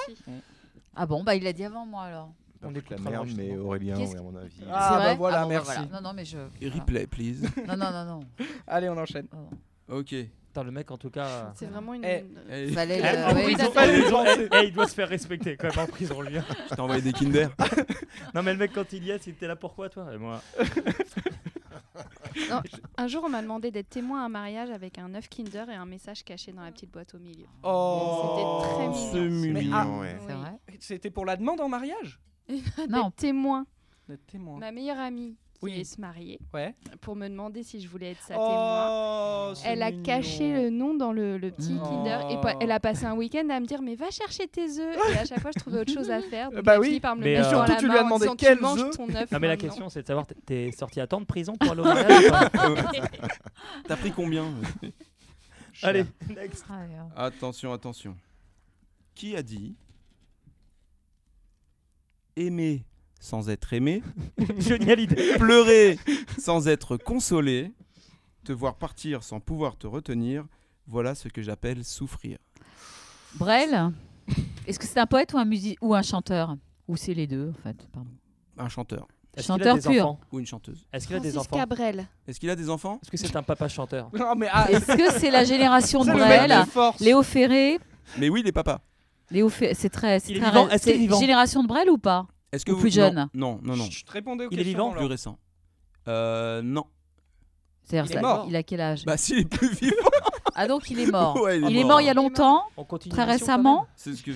[SPEAKER 6] Ah bon, bah il l'a dit avant moi alors.
[SPEAKER 5] Pas
[SPEAKER 4] On
[SPEAKER 5] toute
[SPEAKER 4] écoutera
[SPEAKER 5] la merde,
[SPEAKER 4] l'enregistrement.
[SPEAKER 5] mais Aurélien,
[SPEAKER 6] Qu'est-ce
[SPEAKER 5] oui, à mon avis.
[SPEAKER 3] Ah, bah
[SPEAKER 6] C'est vrai
[SPEAKER 3] voilà,
[SPEAKER 6] Ah bon, bah,
[SPEAKER 3] merci.
[SPEAKER 6] Non, non, mais je. voilà.
[SPEAKER 2] Replay please.
[SPEAKER 6] Non, non, non, non.
[SPEAKER 3] Allez, on enchaîne.
[SPEAKER 6] Oh.
[SPEAKER 2] OK.
[SPEAKER 4] Putain, le mec, en tout cas. euh,
[SPEAKER 7] C'est vraiment une.
[SPEAKER 3] Eh.
[SPEAKER 7] une-
[SPEAKER 2] Eh,
[SPEAKER 6] Fallait
[SPEAKER 4] Eh,
[SPEAKER 6] le-
[SPEAKER 4] en
[SPEAKER 6] ouais,
[SPEAKER 4] prison,
[SPEAKER 6] d'accord.
[SPEAKER 3] fallait-
[SPEAKER 4] eh, genre, eh, eh, il doit se faire respecter quand même en prison, lui. hein.
[SPEAKER 2] je t'ai envoyé des Kinder.
[SPEAKER 4] Non, mais le mec, quand il y est, c'était là pourquoi, toi Et moi,
[SPEAKER 7] Un jour, on m'a demandé d'être témoin à un mariage avec un œuf Kinder et un message caché dans la petite boîte au milieu.
[SPEAKER 3] Oh.
[SPEAKER 7] C'était très mignon.
[SPEAKER 2] C'est mignon.
[SPEAKER 3] ah,
[SPEAKER 5] ouais.
[SPEAKER 6] C'est vrai
[SPEAKER 3] C'était pour la demande en mariage
[SPEAKER 7] Ah,
[SPEAKER 6] Ah, Non.
[SPEAKER 7] D'être témoin.
[SPEAKER 3] D'être témoin.
[SPEAKER 7] Ma meilleure amie qui
[SPEAKER 3] Oui.
[SPEAKER 7] est se marier
[SPEAKER 3] Ouais.
[SPEAKER 7] pour me demander si je voulais être sa témoin.
[SPEAKER 3] Oh, c'est
[SPEAKER 7] Elle a
[SPEAKER 3] mignon.
[SPEAKER 7] caché le nom dans le, le petit
[SPEAKER 3] Oh.
[SPEAKER 7] Kinder et pa- elle a passé un week-end à me dire mais va chercher tes œufs et à chaque fois je trouvais autre chose à faire. Donc
[SPEAKER 3] Bah
[SPEAKER 7] elle
[SPEAKER 3] oui.
[SPEAKER 7] finit par me le
[SPEAKER 4] Mais,
[SPEAKER 7] mettre
[SPEAKER 4] euh,
[SPEAKER 7] dans la
[SPEAKER 3] surtout, tu lui as
[SPEAKER 7] main en
[SPEAKER 3] demandé
[SPEAKER 7] disant,
[SPEAKER 3] quels
[SPEAKER 7] tu manges
[SPEAKER 3] œufs
[SPEAKER 7] ton œuf.
[SPEAKER 4] Non, mais la
[SPEAKER 7] maintenant.
[SPEAKER 4] question, c'est de savoir, t'es- t'es sorti à temps de prison pour aller au mariage ou pas
[SPEAKER 2] ah, T'as pris combien euh
[SPEAKER 4] Allez, next.
[SPEAKER 6] Ah, ouais.
[SPEAKER 2] Attention, attention. Qui a dit aimer sans être aimé,
[SPEAKER 4] Génial idée.
[SPEAKER 2] pleurer sans être consolé, te voir partir sans pouvoir te retenir, voilà ce que j'appelle souffrir.
[SPEAKER 6] Brel, est-ce que c'est un poète ou un, musi- ou un chanteur Ou c'est les deux en fait pardon.
[SPEAKER 2] Un chanteur
[SPEAKER 4] Est-ce qu'il a
[SPEAKER 6] Chanteur
[SPEAKER 4] des
[SPEAKER 6] pur.
[SPEAKER 4] enfants
[SPEAKER 2] ou une chanteuse.
[SPEAKER 4] Est-ce qu'il a des
[SPEAKER 7] Francis
[SPEAKER 4] enfants
[SPEAKER 7] Cabrel.
[SPEAKER 2] Est-ce qu'il a des enfants
[SPEAKER 4] Est-ce que c'est un papa chanteur
[SPEAKER 3] Non, mais ah,
[SPEAKER 6] Est-ce que c'est la génération de
[SPEAKER 3] c'est le mec
[SPEAKER 6] Brel
[SPEAKER 3] de force.
[SPEAKER 6] Léo Ferré
[SPEAKER 2] Mais oui, les papas.
[SPEAKER 6] Léo Ferré, c'est très.
[SPEAKER 4] Il
[SPEAKER 6] C'est
[SPEAKER 4] est
[SPEAKER 6] très
[SPEAKER 4] vivant
[SPEAKER 6] rare.
[SPEAKER 4] Est-ce qu'il est
[SPEAKER 6] C'est
[SPEAKER 4] vivant
[SPEAKER 6] génération de Brel ou pas
[SPEAKER 2] Est-ce que
[SPEAKER 6] Ou
[SPEAKER 2] vous
[SPEAKER 6] plus
[SPEAKER 2] non,
[SPEAKER 6] jeune
[SPEAKER 2] Non, non, non.
[SPEAKER 3] Chut, répondez aux
[SPEAKER 4] Il est
[SPEAKER 3] questions.
[SPEAKER 4] vivant,
[SPEAKER 2] Plus
[SPEAKER 3] alors.
[SPEAKER 2] récent. Euh, non.
[SPEAKER 6] C'est-à-dire,
[SPEAKER 3] Il est
[SPEAKER 6] ça-
[SPEAKER 3] mort.
[SPEAKER 6] il a quel âge
[SPEAKER 2] Bah s'il est plus vivant.
[SPEAKER 6] Ah donc il est mort.
[SPEAKER 2] Ouais,
[SPEAKER 6] il est mort il y a longtemps,
[SPEAKER 4] On continue.
[SPEAKER 6] très
[SPEAKER 4] l'émission quand
[SPEAKER 6] récemment,
[SPEAKER 2] C'est ce que.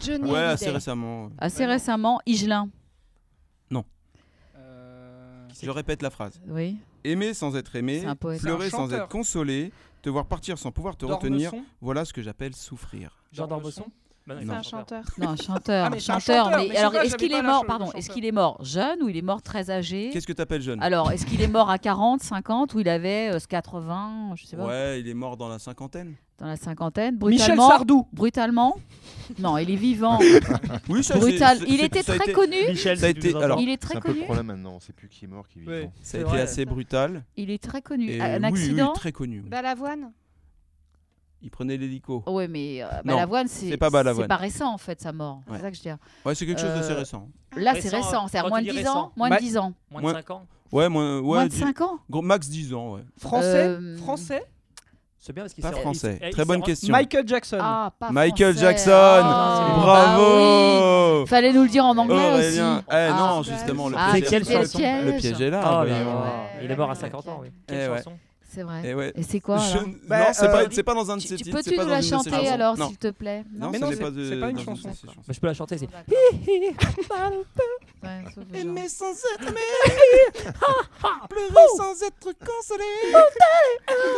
[SPEAKER 7] Johnny
[SPEAKER 2] Ouais, assez
[SPEAKER 7] Hallyday.
[SPEAKER 2] récemment.
[SPEAKER 6] assez récemment, Igelin.
[SPEAKER 3] Euh,
[SPEAKER 2] Je répète la phrase.
[SPEAKER 6] Oui.
[SPEAKER 2] Aimer sans être aimé,
[SPEAKER 6] C'est un poète.
[SPEAKER 2] pleurer
[SPEAKER 3] C'est un
[SPEAKER 2] sans
[SPEAKER 3] chanteur.
[SPEAKER 2] être consolé, te voir partir sans pouvoir te retenir,
[SPEAKER 3] Dormeson
[SPEAKER 2] voilà ce que j'appelle souffrir.
[SPEAKER 4] même. Jean Dormesson Bah non, il
[SPEAKER 7] C'est
[SPEAKER 4] est
[SPEAKER 7] un
[SPEAKER 4] pas
[SPEAKER 7] chanteur.
[SPEAKER 6] Non, un chanteur.
[SPEAKER 3] Ah, mais c'est un
[SPEAKER 6] chanteur,
[SPEAKER 3] chanteur,
[SPEAKER 6] mais,
[SPEAKER 3] mais je
[SPEAKER 6] alors
[SPEAKER 3] sais pas,
[SPEAKER 6] est-ce qu'il
[SPEAKER 3] j'avais
[SPEAKER 6] est
[SPEAKER 3] pas
[SPEAKER 6] mort
[SPEAKER 3] la
[SPEAKER 6] pardon,
[SPEAKER 3] chose de
[SPEAKER 6] est-ce
[SPEAKER 3] chanteur.
[SPEAKER 6] qu'il est mort jeune ou il est mort très âgé
[SPEAKER 2] Qu'est-ce que t'appelles jeune
[SPEAKER 6] Alors, est-ce qu'il est mort à 40, 50 ou il avait euh, 80, je sais pas,
[SPEAKER 2] Ouais, il est mort dans la cinquantaine.
[SPEAKER 6] dans la cinquantaine
[SPEAKER 3] Michel
[SPEAKER 6] brutalement
[SPEAKER 3] Sardou.
[SPEAKER 6] Brutalement Non, il est vivant.
[SPEAKER 2] Oui, ça, c'est-
[SPEAKER 6] Brutal.
[SPEAKER 2] c'est-
[SPEAKER 6] Il
[SPEAKER 2] c'est-
[SPEAKER 6] était
[SPEAKER 2] ça a
[SPEAKER 6] très
[SPEAKER 2] été-
[SPEAKER 6] connu.
[SPEAKER 4] Michel,
[SPEAKER 2] Ça a
[SPEAKER 4] si tu
[SPEAKER 2] été-
[SPEAKER 4] nous entends.
[SPEAKER 2] alors-
[SPEAKER 6] Il est
[SPEAKER 5] C'est
[SPEAKER 6] très
[SPEAKER 5] un peu le
[SPEAKER 6] connu.
[SPEAKER 5] problème maintenant, on sait plus qui est mort, qui est
[SPEAKER 3] Ouais.
[SPEAKER 5] vivant.
[SPEAKER 2] Ça a
[SPEAKER 4] C'est
[SPEAKER 2] été
[SPEAKER 4] vrai.
[SPEAKER 2] assez brutal.
[SPEAKER 6] Il est très connu.
[SPEAKER 2] Et
[SPEAKER 6] Un
[SPEAKER 2] oui, oui,
[SPEAKER 6] accident
[SPEAKER 2] très connu.
[SPEAKER 7] Bah Balavoine.
[SPEAKER 2] Il prenait l'hélico.
[SPEAKER 6] Oui, mais euh,
[SPEAKER 2] Non,
[SPEAKER 6] Balavoine, c'est
[SPEAKER 2] c'est pas Balavoine.
[SPEAKER 6] c'est pas récent en fait sa mort.
[SPEAKER 2] Ouais.
[SPEAKER 6] C'est ça que je veux dire.
[SPEAKER 2] Ouais, c'est quelque chose d'assez
[SPEAKER 6] Euh,
[SPEAKER 2] récent.
[SPEAKER 6] Là, c'est
[SPEAKER 4] Récent,
[SPEAKER 6] récent, c'est
[SPEAKER 4] quand
[SPEAKER 6] moins
[SPEAKER 4] tu
[SPEAKER 6] de
[SPEAKER 4] dis
[SPEAKER 6] 10 ans,
[SPEAKER 4] récent.
[SPEAKER 6] moins
[SPEAKER 3] Bah,
[SPEAKER 6] de 10 ans,
[SPEAKER 4] Moins
[SPEAKER 2] Moi-
[SPEAKER 4] de 5 ans
[SPEAKER 2] Ouais, moins, ouais,
[SPEAKER 6] moins de
[SPEAKER 2] dix-
[SPEAKER 6] 5 ans.
[SPEAKER 2] gros- max 10 ans, ouais.
[SPEAKER 3] Français.
[SPEAKER 6] Euh,
[SPEAKER 3] Français.
[SPEAKER 4] C'est bien parce qu'il
[SPEAKER 2] Pas
[SPEAKER 4] s'est-
[SPEAKER 2] français.
[SPEAKER 4] il s'est- il
[SPEAKER 2] Très
[SPEAKER 4] s'est
[SPEAKER 2] bonne
[SPEAKER 4] ren-
[SPEAKER 2] question.
[SPEAKER 3] Michael Jackson.
[SPEAKER 6] Ah, pas
[SPEAKER 2] Michael
[SPEAKER 6] français.
[SPEAKER 2] Jackson.
[SPEAKER 6] Ah,
[SPEAKER 2] Bravo.
[SPEAKER 6] bah oui. Fallait nous le dire en anglais
[SPEAKER 2] Aurélien.
[SPEAKER 6] aussi.
[SPEAKER 2] Oh, Eh non, justement, le
[SPEAKER 6] Ah,
[SPEAKER 2] piège,
[SPEAKER 4] c'est quelle
[SPEAKER 2] le
[SPEAKER 6] chanson
[SPEAKER 2] piège. Le piège est là.
[SPEAKER 7] Ah, bah
[SPEAKER 4] Oh là
[SPEAKER 2] voyons.
[SPEAKER 4] là,
[SPEAKER 6] Ouais.
[SPEAKER 4] Il est mort à 50 ans, oui. Quelle
[SPEAKER 2] Eh ouais.
[SPEAKER 4] chanson
[SPEAKER 6] C'est vrai.
[SPEAKER 2] Eh ouais.
[SPEAKER 6] Et c'est quoi
[SPEAKER 2] Je-
[SPEAKER 6] alors
[SPEAKER 3] Bah,
[SPEAKER 2] non, c'est
[SPEAKER 3] euh,
[SPEAKER 2] pas, c'est pas dans un de
[SPEAKER 6] tu,
[SPEAKER 2] ces
[SPEAKER 6] tu
[SPEAKER 2] titres.
[SPEAKER 6] peux-tu
[SPEAKER 2] c'est pas
[SPEAKER 6] nous
[SPEAKER 2] dans
[SPEAKER 6] la
[SPEAKER 2] une de ces
[SPEAKER 6] chanter
[SPEAKER 2] chansons.
[SPEAKER 6] alors,
[SPEAKER 2] Non,
[SPEAKER 6] s'il te plaît
[SPEAKER 2] non,
[SPEAKER 3] Mais
[SPEAKER 2] ce
[SPEAKER 3] non,
[SPEAKER 2] n'est
[SPEAKER 3] c'est-
[SPEAKER 2] pas de-
[SPEAKER 3] c'est pas une
[SPEAKER 2] dans de
[SPEAKER 3] chanson.
[SPEAKER 2] ces chansons.
[SPEAKER 4] Bah, Je peux la chanter, c'est.
[SPEAKER 6] Ouais, sauf le genre.
[SPEAKER 2] Aimer sans être aimé, pleurer sans être consolé,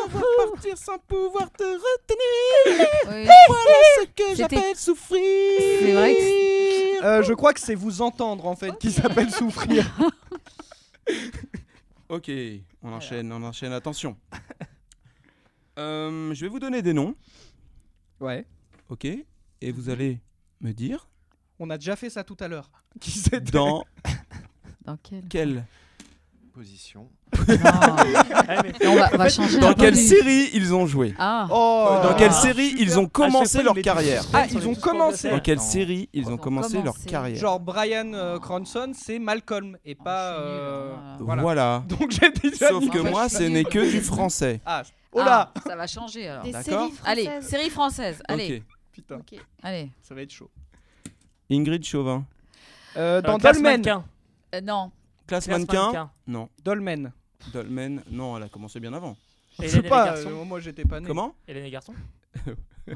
[SPEAKER 2] devoir partir sans pouvoir te retenir.
[SPEAKER 6] Oui.
[SPEAKER 2] Voilà ce que
[SPEAKER 6] C'était-
[SPEAKER 2] j'appelle souffrir.
[SPEAKER 6] C'est vrai que
[SPEAKER 3] Euh, je crois que c'est vous entendre en fait qui s'appelle souffrir.
[SPEAKER 2] Ok, on enchaîne, on enchaîne. Attention. Euh, je vais vous donner des noms,
[SPEAKER 3] Ouais.
[SPEAKER 2] ok, et vous allez me dire
[SPEAKER 3] On a déjà fait ça tout à l'heure. Qui c'est
[SPEAKER 2] dans
[SPEAKER 6] Dans quel
[SPEAKER 2] quelle
[SPEAKER 5] Position.
[SPEAKER 6] Et on va, on va changer
[SPEAKER 2] dans
[SPEAKER 6] un peu
[SPEAKER 2] quelle
[SPEAKER 6] du-
[SPEAKER 2] série ils ont joué, Euh,
[SPEAKER 6] Ah,
[SPEAKER 3] Oh
[SPEAKER 2] dans
[SPEAKER 4] Ah,
[SPEAKER 2] quelle
[SPEAKER 4] super.
[SPEAKER 2] série ils ont commencé leur carrière.
[SPEAKER 3] Ah, ils ont commencé.
[SPEAKER 2] Dans quelle
[SPEAKER 5] Attends.
[SPEAKER 2] série ils ont
[SPEAKER 6] ont
[SPEAKER 2] commencé leur
[SPEAKER 6] commencé.
[SPEAKER 2] carrière
[SPEAKER 3] Genre Brian euh, Cranston, c'est Malcolm et pas.
[SPEAKER 6] Ah, je suis nul,
[SPEAKER 3] euh,
[SPEAKER 6] hein,
[SPEAKER 3] voilà.
[SPEAKER 2] Voilà.
[SPEAKER 3] Donc j'ai déjà.
[SPEAKER 2] Sauf
[SPEAKER 3] dit-
[SPEAKER 2] que
[SPEAKER 6] En fait,
[SPEAKER 2] moi,
[SPEAKER 6] je
[SPEAKER 2] ce
[SPEAKER 6] suis
[SPEAKER 2] n'est
[SPEAKER 6] nulle.
[SPEAKER 2] que du français.
[SPEAKER 3] Ah, oh là
[SPEAKER 6] Ah, Ça va changer alors.
[SPEAKER 7] Des séries
[SPEAKER 2] D'accord.
[SPEAKER 7] françaises.
[SPEAKER 6] Allez, série française. Allez,
[SPEAKER 2] Ok.
[SPEAKER 3] Putain,
[SPEAKER 7] Ok.
[SPEAKER 6] allez.
[SPEAKER 3] ça va être chaud.
[SPEAKER 2] Ingrid Chauvin.
[SPEAKER 3] Euh, dans
[SPEAKER 4] Euh, Classe
[SPEAKER 3] Dolmen.
[SPEAKER 4] Mannequin.
[SPEAKER 6] Euh, non.
[SPEAKER 2] Classe
[SPEAKER 4] Classe
[SPEAKER 2] mannequin
[SPEAKER 4] Mannequin.
[SPEAKER 2] Non.
[SPEAKER 3] Dolmen.
[SPEAKER 2] Dolmen Non, elle a commencé bien avant.
[SPEAKER 4] Et
[SPEAKER 3] Je
[SPEAKER 4] Hélène et
[SPEAKER 3] sais
[SPEAKER 4] les
[SPEAKER 3] pas,
[SPEAKER 4] garçons.
[SPEAKER 3] euh, moi j'étais pas né.
[SPEAKER 2] Comment
[SPEAKER 4] Et les garçons
[SPEAKER 6] Ouais.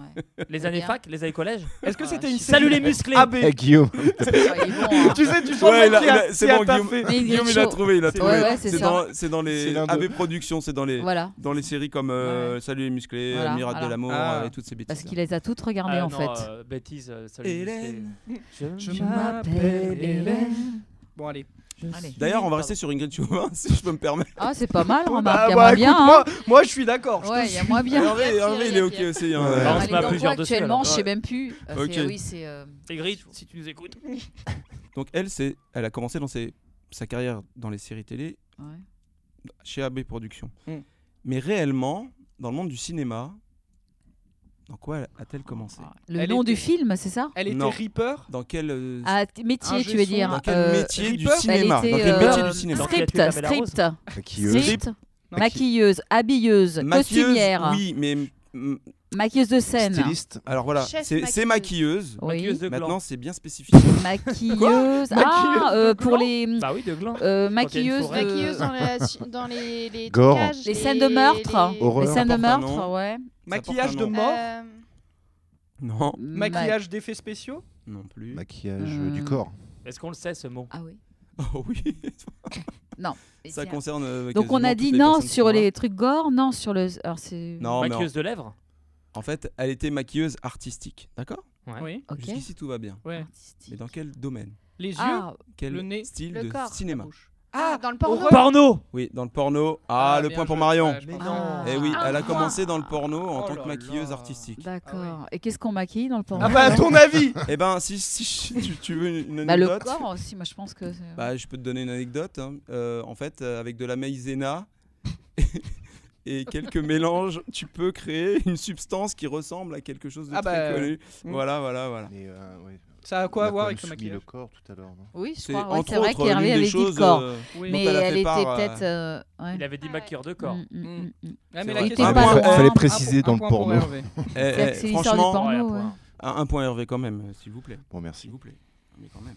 [SPEAKER 4] Les années
[SPEAKER 6] bien.
[SPEAKER 4] fac, les années collège Ah,
[SPEAKER 3] Est-ce que
[SPEAKER 6] Ah,
[SPEAKER 3] c'était une
[SPEAKER 6] je-
[SPEAKER 4] Salut les
[SPEAKER 3] série
[SPEAKER 4] musclés
[SPEAKER 3] AB
[SPEAKER 5] Guillaume.
[SPEAKER 6] Ouais, il est bon, hein.
[SPEAKER 3] Tu sais, tu sens le mec
[SPEAKER 2] là,
[SPEAKER 3] qui a-
[SPEAKER 2] là, c'est
[SPEAKER 3] qui a
[SPEAKER 2] bon, Guillaume.
[SPEAKER 3] taffé.
[SPEAKER 6] Mais
[SPEAKER 2] Guillaume, il a trouvé, il a
[SPEAKER 3] C'est-
[SPEAKER 2] trouvé.
[SPEAKER 6] Ouais, ouais, c'est ça.
[SPEAKER 2] dans, c'est dans
[SPEAKER 5] C'est
[SPEAKER 2] les
[SPEAKER 5] l'un d'eux.
[SPEAKER 2] AB Productions, c'est dans les,
[SPEAKER 6] Voilà.
[SPEAKER 2] dans les séries comme euh, Salut les musclés,
[SPEAKER 6] Voilà,
[SPEAKER 2] Miracle
[SPEAKER 6] voilà.
[SPEAKER 2] de l'amour
[SPEAKER 3] Ah.
[SPEAKER 2] euh, et toutes ces bêtises.
[SPEAKER 6] Parce qu'il les a toutes regardées
[SPEAKER 4] Ah
[SPEAKER 6] en
[SPEAKER 4] non,
[SPEAKER 6] fait.
[SPEAKER 4] euh, bêtise, euh, salut les
[SPEAKER 2] Hélène.
[SPEAKER 4] musclés. Je
[SPEAKER 3] Je
[SPEAKER 6] m'appelle Hélène.
[SPEAKER 3] Bon, allez.
[SPEAKER 6] Allez.
[SPEAKER 2] D'ailleurs, on va
[SPEAKER 4] Pardon.
[SPEAKER 2] rester sur Ingrid Chauvin, si je peux me permettre.
[SPEAKER 6] Ah, c'est pas mal,
[SPEAKER 3] Ah,
[SPEAKER 6] remarque. Il y a
[SPEAKER 3] bah,
[SPEAKER 6] moins
[SPEAKER 3] écoute,
[SPEAKER 6] bien.
[SPEAKER 3] moi,
[SPEAKER 6] hein.
[SPEAKER 3] moi, je suis d'accord. je te
[SPEAKER 6] Ouais, il y a moins bien.
[SPEAKER 2] Hervé,
[SPEAKER 7] Pierre,
[SPEAKER 2] Hervé, il est
[SPEAKER 7] Pierre,
[SPEAKER 2] ok
[SPEAKER 7] Pierre.
[SPEAKER 2] aussi. hein.
[SPEAKER 5] Ouais.
[SPEAKER 2] Ouais.
[SPEAKER 4] on se
[SPEAKER 6] Allez,
[SPEAKER 4] met à
[SPEAKER 6] donc,
[SPEAKER 4] plusieurs
[SPEAKER 6] moi,
[SPEAKER 4] dessus,
[SPEAKER 6] actuellement,
[SPEAKER 4] alors.
[SPEAKER 6] je sais même plus. Euh, c'est-
[SPEAKER 2] Ok.
[SPEAKER 6] Oui, c'est. euh,
[SPEAKER 4] Ingrid, si tu nous écoutes.
[SPEAKER 2] Donc elle, c'est, elle a commencé dans ses- sa carrière dans les séries télé
[SPEAKER 6] ouais.
[SPEAKER 2] chez AB Productions.
[SPEAKER 3] Mm.
[SPEAKER 2] Mais réellement, dans le monde du cinéma, dans quoi a-t-elle commencé
[SPEAKER 6] Ah, Le
[SPEAKER 3] Elle
[SPEAKER 6] nom
[SPEAKER 3] était-
[SPEAKER 6] du film, c'est ça
[SPEAKER 3] Elle était
[SPEAKER 2] Non.
[SPEAKER 3] Reaper.
[SPEAKER 2] Dans quel, euh,
[SPEAKER 6] Ah, t- métier,
[SPEAKER 3] Ingé
[SPEAKER 6] tu veux
[SPEAKER 3] son,
[SPEAKER 6] dire
[SPEAKER 2] dans quel
[SPEAKER 6] euh,
[SPEAKER 2] métier du
[SPEAKER 3] Reaper, elle
[SPEAKER 2] cinéma
[SPEAKER 6] Elle
[SPEAKER 2] Dans
[SPEAKER 6] était
[SPEAKER 2] quel métier
[SPEAKER 6] euh,
[SPEAKER 2] du cinéma
[SPEAKER 6] Script,
[SPEAKER 4] Dans quel métier
[SPEAKER 6] script,
[SPEAKER 5] Qui eux
[SPEAKER 6] script,
[SPEAKER 3] Non.
[SPEAKER 6] maquilleuse, habilleuse,
[SPEAKER 2] Maquilleuse,
[SPEAKER 6] costumière,
[SPEAKER 2] Oui, mais mm,
[SPEAKER 6] maquilleuse de scène,
[SPEAKER 5] Styliste.
[SPEAKER 2] alors voilà,
[SPEAKER 7] Chef
[SPEAKER 2] c'est c'est maquilleuse.
[SPEAKER 6] oui,
[SPEAKER 4] Maquilleuse de gland.
[SPEAKER 2] Maintenant, c'est bien spécifique.
[SPEAKER 6] maquilleuse, ah, euh, pour les
[SPEAKER 4] Bah oui, de gland.
[SPEAKER 6] euh,
[SPEAKER 4] Quand il y a
[SPEAKER 6] maquilleuses,
[SPEAKER 4] une forêt.
[SPEAKER 6] de-
[SPEAKER 7] Maquilleuse dans les, dans les, Euh. les
[SPEAKER 5] Gore.
[SPEAKER 7] trucages,
[SPEAKER 6] Les scènes de meurtre.
[SPEAKER 7] les-
[SPEAKER 5] Horreur.
[SPEAKER 6] les scènes de
[SPEAKER 2] porte un
[SPEAKER 6] meurtre,
[SPEAKER 2] nom.
[SPEAKER 6] ouais,
[SPEAKER 3] Maquillage de
[SPEAKER 2] porte un nom.
[SPEAKER 3] mort.
[SPEAKER 7] Euh,
[SPEAKER 2] Non,
[SPEAKER 6] Ma-
[SPEAKER 3] Maquillage d'effets spéciaux.
[SPEAKER 2] non plus.
[SPEAKER 5] Maquillage euh, du
[SPEAKER 6] Hmm.
[SPEAKER 5] corps.
[SPEAKER 4] Est-ce qu'on le sait ce mot
[SPEAKER 6] Ah oui.
[SPEAKER 2] Oh oui,
[SPEAKER 6] Et
[SPEAKER 2] ça
[SPEAKER 6] c'est-
[SPEAKER 2] concerne. euh,
[SPEAKER 6] Donc on
[SPEAKER 2] quasiment
[SPEAKER 6] a
[SPEAKER 2] toutes
[SPEAKER 6] dit
[SPEAKER 2] les
[SPEAKER 6] non
[SPEAKER 2] personnes qui
[SPEAKER 6] sur
[SPEAKER 2] sont là.
[SPEAKER 6] les trucs gore, non sur le, alors c'est,
[SPEAKER 2] Non, mais en-
[SPEAKER 4] Maquilleuse de lèvres
[SPEAKER 2] en fait, elle était maquilleuse artistique, d'accord
[SPEAKER 4] Ouais.
[SPEAKER 3] Oui.
[SPEAKER 6] ok.
[SPEAKER 2] Jusqu'ici tout va bien.
[SPEAKER 3] Ouais.
[SPEAKER 2] Mais dans quel domaine
[SPEAKER 3] Les yeux,
[SPEAKER 6] Ah,
[SPEAKER 2] Quel
[SPEAKER 3] Le nez,
[SPEAKER 2] style
[SPEAKER 7] le
[SPEAKER 2] de
[SPEAKER 7] corps, la
[SPEAKER 2] cinéma
[SPEAKER 3] bouche.
[SPEAKER 7] Ah, dans le porno.
[SPEAKER 4] Porno
[SPEAKER 2] Oui, dans le porno. Ah, le
[SPEAKER 3] bien
[SPEAKER 2] point pour
[SPEAKER 3] joué.
[SPEAKER 2] Marion.
[SPEAKER 3] Ouais, je
[SPEAKER 4] Mais
[SPEAKER 3] pense.
[SPEAKER 4] non.
[SPEAKER 2] Eh oui,
[SPEAKER 7] Ah,
[SPEAKER 2] elle a
[SPEAKER 7] un point.
[SPEAKER 2] commencé dans le porno en
[SPEAKER 3] Oh
[SPEAKER 2] tant
[SPEAKER 3] là
[SPEAKER 2] que maquilleuse
[SPEAKER 3] là.
[SPEAKER 2] artistique.
[SPEAKER 6] d'accord. Et qu'est-ce qu'on maquille dans le porno
[SPEAKER 3] Ah bah à ton avis
[SPEAKER 2] Eh ben, si, si tu, tu veux une
[SPEAKER 6] Bah, le
[SPEAKER 2] anecdote,
[SPEAKER 6] corps aussi, moi je pense que. c'est-
[SPEAKER 2] bah, je peux te donner une anecdote. hein. Euh, en fait, euh, avec de la maïzena et quelques mélanges, tu peux créer une substance qui ressemble à quelque chose de
[SPEAKER 3] Ah
[SPEAKER 2] très
[SPEAKER 3] bah,
[SPEAKER 2] connu.
[SPEAKER 3] mm.
[SPEAKER 2] Voilà, voilà, voilà.
[SPEAKER 5] Mais, euh, ouais.
[SPEAKER 3] Ça a
[SPEAKER 5] On
[SPEAKER 3] quoi
[SPEAKER 5] a
[SPEAKER 3] à voir
[SPEAKER 5] quand
[SPEAKER 3] avec le
[SPEAKER 5] même soumis
[SPEAKER 3] maquillage
[SPEAKER 5] le corps tout à l'heure. non
[SPEAKER 6] Oui, je
[SPEAKER 2] C'est
[SPEAKER 6] crois. ouais,
[SPEAKER 2] entre
[SPEAKER 6] c'est vrai
[SPEAKER 2] autres
[SPEAKER 6] qu'Hervé
[SPEAKER 2] l'une
[SPEAKER 6] avait
[SPEAKER 2] des
[SPEAKER 6] dit le
[SPEAKER 2] choses.
[SPEAKER 6] corps.
[SPEAKER 2] euh,
[SPEAKER 3] Oui.
[SPEAKER 2] dont
[SPEAKER 6] Mais
[SPEAKER 2] elle a
[SPEAKER 6] elle
[SPEAKER 2] fait
[SPEAKER 6] était
[SPEAKER 2] part, euh,
[SPEAKER 6] peut-être. euh, ouais.
[SPEAKER 4] Il avait dit
[SPEAKER 7] Ah ouais.
[SPEAKER 4] maquilleur de corps.
[SPEAKER 6] Mm, mm,
[SPEAKER 3] Mm.
[SPEAKER 6] mm, mm.
[SPEAKER 3] Ah, mais
[SPEAKER 2] C'est vrai.
[SPEAKER 3] la
[SPEAKER 6] Il était
[SPEAKER 3] question-
[SPEAKER 2] Un
[SPEAKER 6] pas
[SPEAKER 2] point-
[SPEAKER 6] loin.
[SPEAKER 2] fallait
[SPEAKER 6] Un point-
[SPEAKER 5] préciser. dans
[SPEAKER 3] un
[SPEAKER 5] le
[SPEAKER 3] point pour
[SPEAKER 5] porno.
[SPEAKER 3] Hervé.
[SPEAKER 2] eh,
[SPEAKER 6] C'est-à-dire
[SPEAKER 2] eh,
[SPEAKER 6] que c'est l'histoire du
[SPEAKER 2] franchement,
[SPEAKER 6] porno.
[SPEAKER 4] Oh, Ouais,
[SPEAKER 6] ouais.
[SPEAKER 4] point.
[SPEAKER 2] un, un point Hervé quand même, euh, s'il vous plaît,
[SPEAKER 5] Bon,
[SPEAKER 2] s'il
[SPEAKER 5] merci.
[SPEAKER 2] vous plaît. Ah, Mais quand même.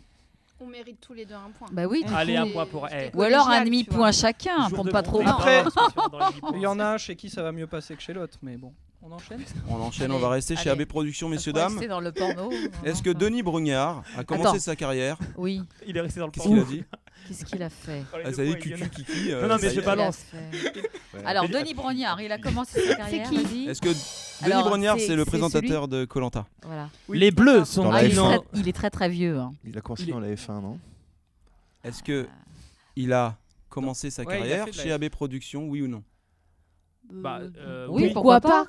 [SPEAKER 7] On mérite tous les deux un point.
[SPEAKER 6] Bah oui. du
[SPEAKER 4] Allez,
[SPEAKER 6] coup.
[SPEAKER 4] un point pour elle.
[SPEAKER 6] Ou alors un
[SPEAKER 7] Collégial,
[SPEAKER 6] demi
[SPEAKER 7] tu vois.
[SPEAKER 6] point chacun
[SPEAKER 4] Jour
[SPEAKER 6] pour
[SPEAKER 4] de
[SPEAKER 6] ne pas trop.
[SPEAKER 4] montagne.
[SPEAKER 6] Ah,
[SPEAKER 3] Après-
[SPEAKER 4] Dans les dix points.
[SPEAKER 3] Il y en a un chez qui ça va mieux passer que chez l'autre, mais bon, on enchaîne.
[SPEAKER 2] On enchaîne, on
[SPEAKER 6] Allez,
[SPEAKER 2] va rester chez
[SPEAKER 6] allez.
[SPEAKER 2] AB Productions, messieurs,
[SPEAKER 6] faut
[SPEAKER 2] dames.
[SPEAKER 6] rester dans le porno.
[SPEAKER 2] Est-ce que Denis Brugnard a commencé sa carrière
[SPEAKER 6] Oui.
[SPEAKER 4] Il est resté dans le
[SPEAKER 2] Qu'est-ce qu'il a
[SPEAKER 4] porno.
[SPEAKER 2] dit
[SPEAKER 6] Qu'est-ce qu'il a fait
[SPEAKER 4] Dans les
[SPEAKER 2] Ah,
[SPEAKER 4] deux
[SPEAKER 2] Ça dit
[SPEAKER 4] points, il y en a-
[SPEAKER 2] cucu kiki. euh,
[SPEAKER 4] Non, non, mais
[SPEAKER 2] ça
[SPEAKER 4] je
[SPEAKER 2] y est.
[SPEAKER 6] Qu'est-ce qu'il a
[SPEAKER 4] balance.
[SPEAKER 6] fait
[SPEAKER 5] Ouais.
[SPEAKER 6] Alors Denis Brognard, il a commencé sa carrière.
[SPEAKER 7] qui
[SPEAKER 6] vas-y.
[SPEAKER 2] Est-ce que Denis
[SPEAKER 6] Alors,
[SPEAKER 2] Brognard,
[SPEAKER 6] c'est-
[SPEAKER 2] c'est le
[SPEAKER 6] c'est
[SPEAKER 2] présentateur de Colanta
[SPEAKER 6] Voilà.
[SPEAKER 4] Les bleus sont
[SPEAKER 5] Dans
[SPEAKER 6] Ah,
[SPEAKER 5] la
[SPEAKER 6] il, est
[SPEAKER 5] F1.
[SPEAKER 6] très, il est très très vieux. hein.
[SPEAKER 5] Il a commencé
[SPEAKER 4] Il est-
[SPEAKER 5] dans la F1, non
[SPEAKER 2] Est-ce
[SPEAKER 6] Ah.
[SPEAKER 2] que il a commencé sa
[SPEAKER 3] Ouais, il a
[SPEAKER 2] carrière
[SPEAKER 3] fait de la
[SPEAKER 2] chez
[SPEAKER 3] F1.
[SPEAKER 2] AB Productions, oui ou non
[SPEAKER 4] Bah, euh,
[SPEAKER 6] oui, pourquoi pas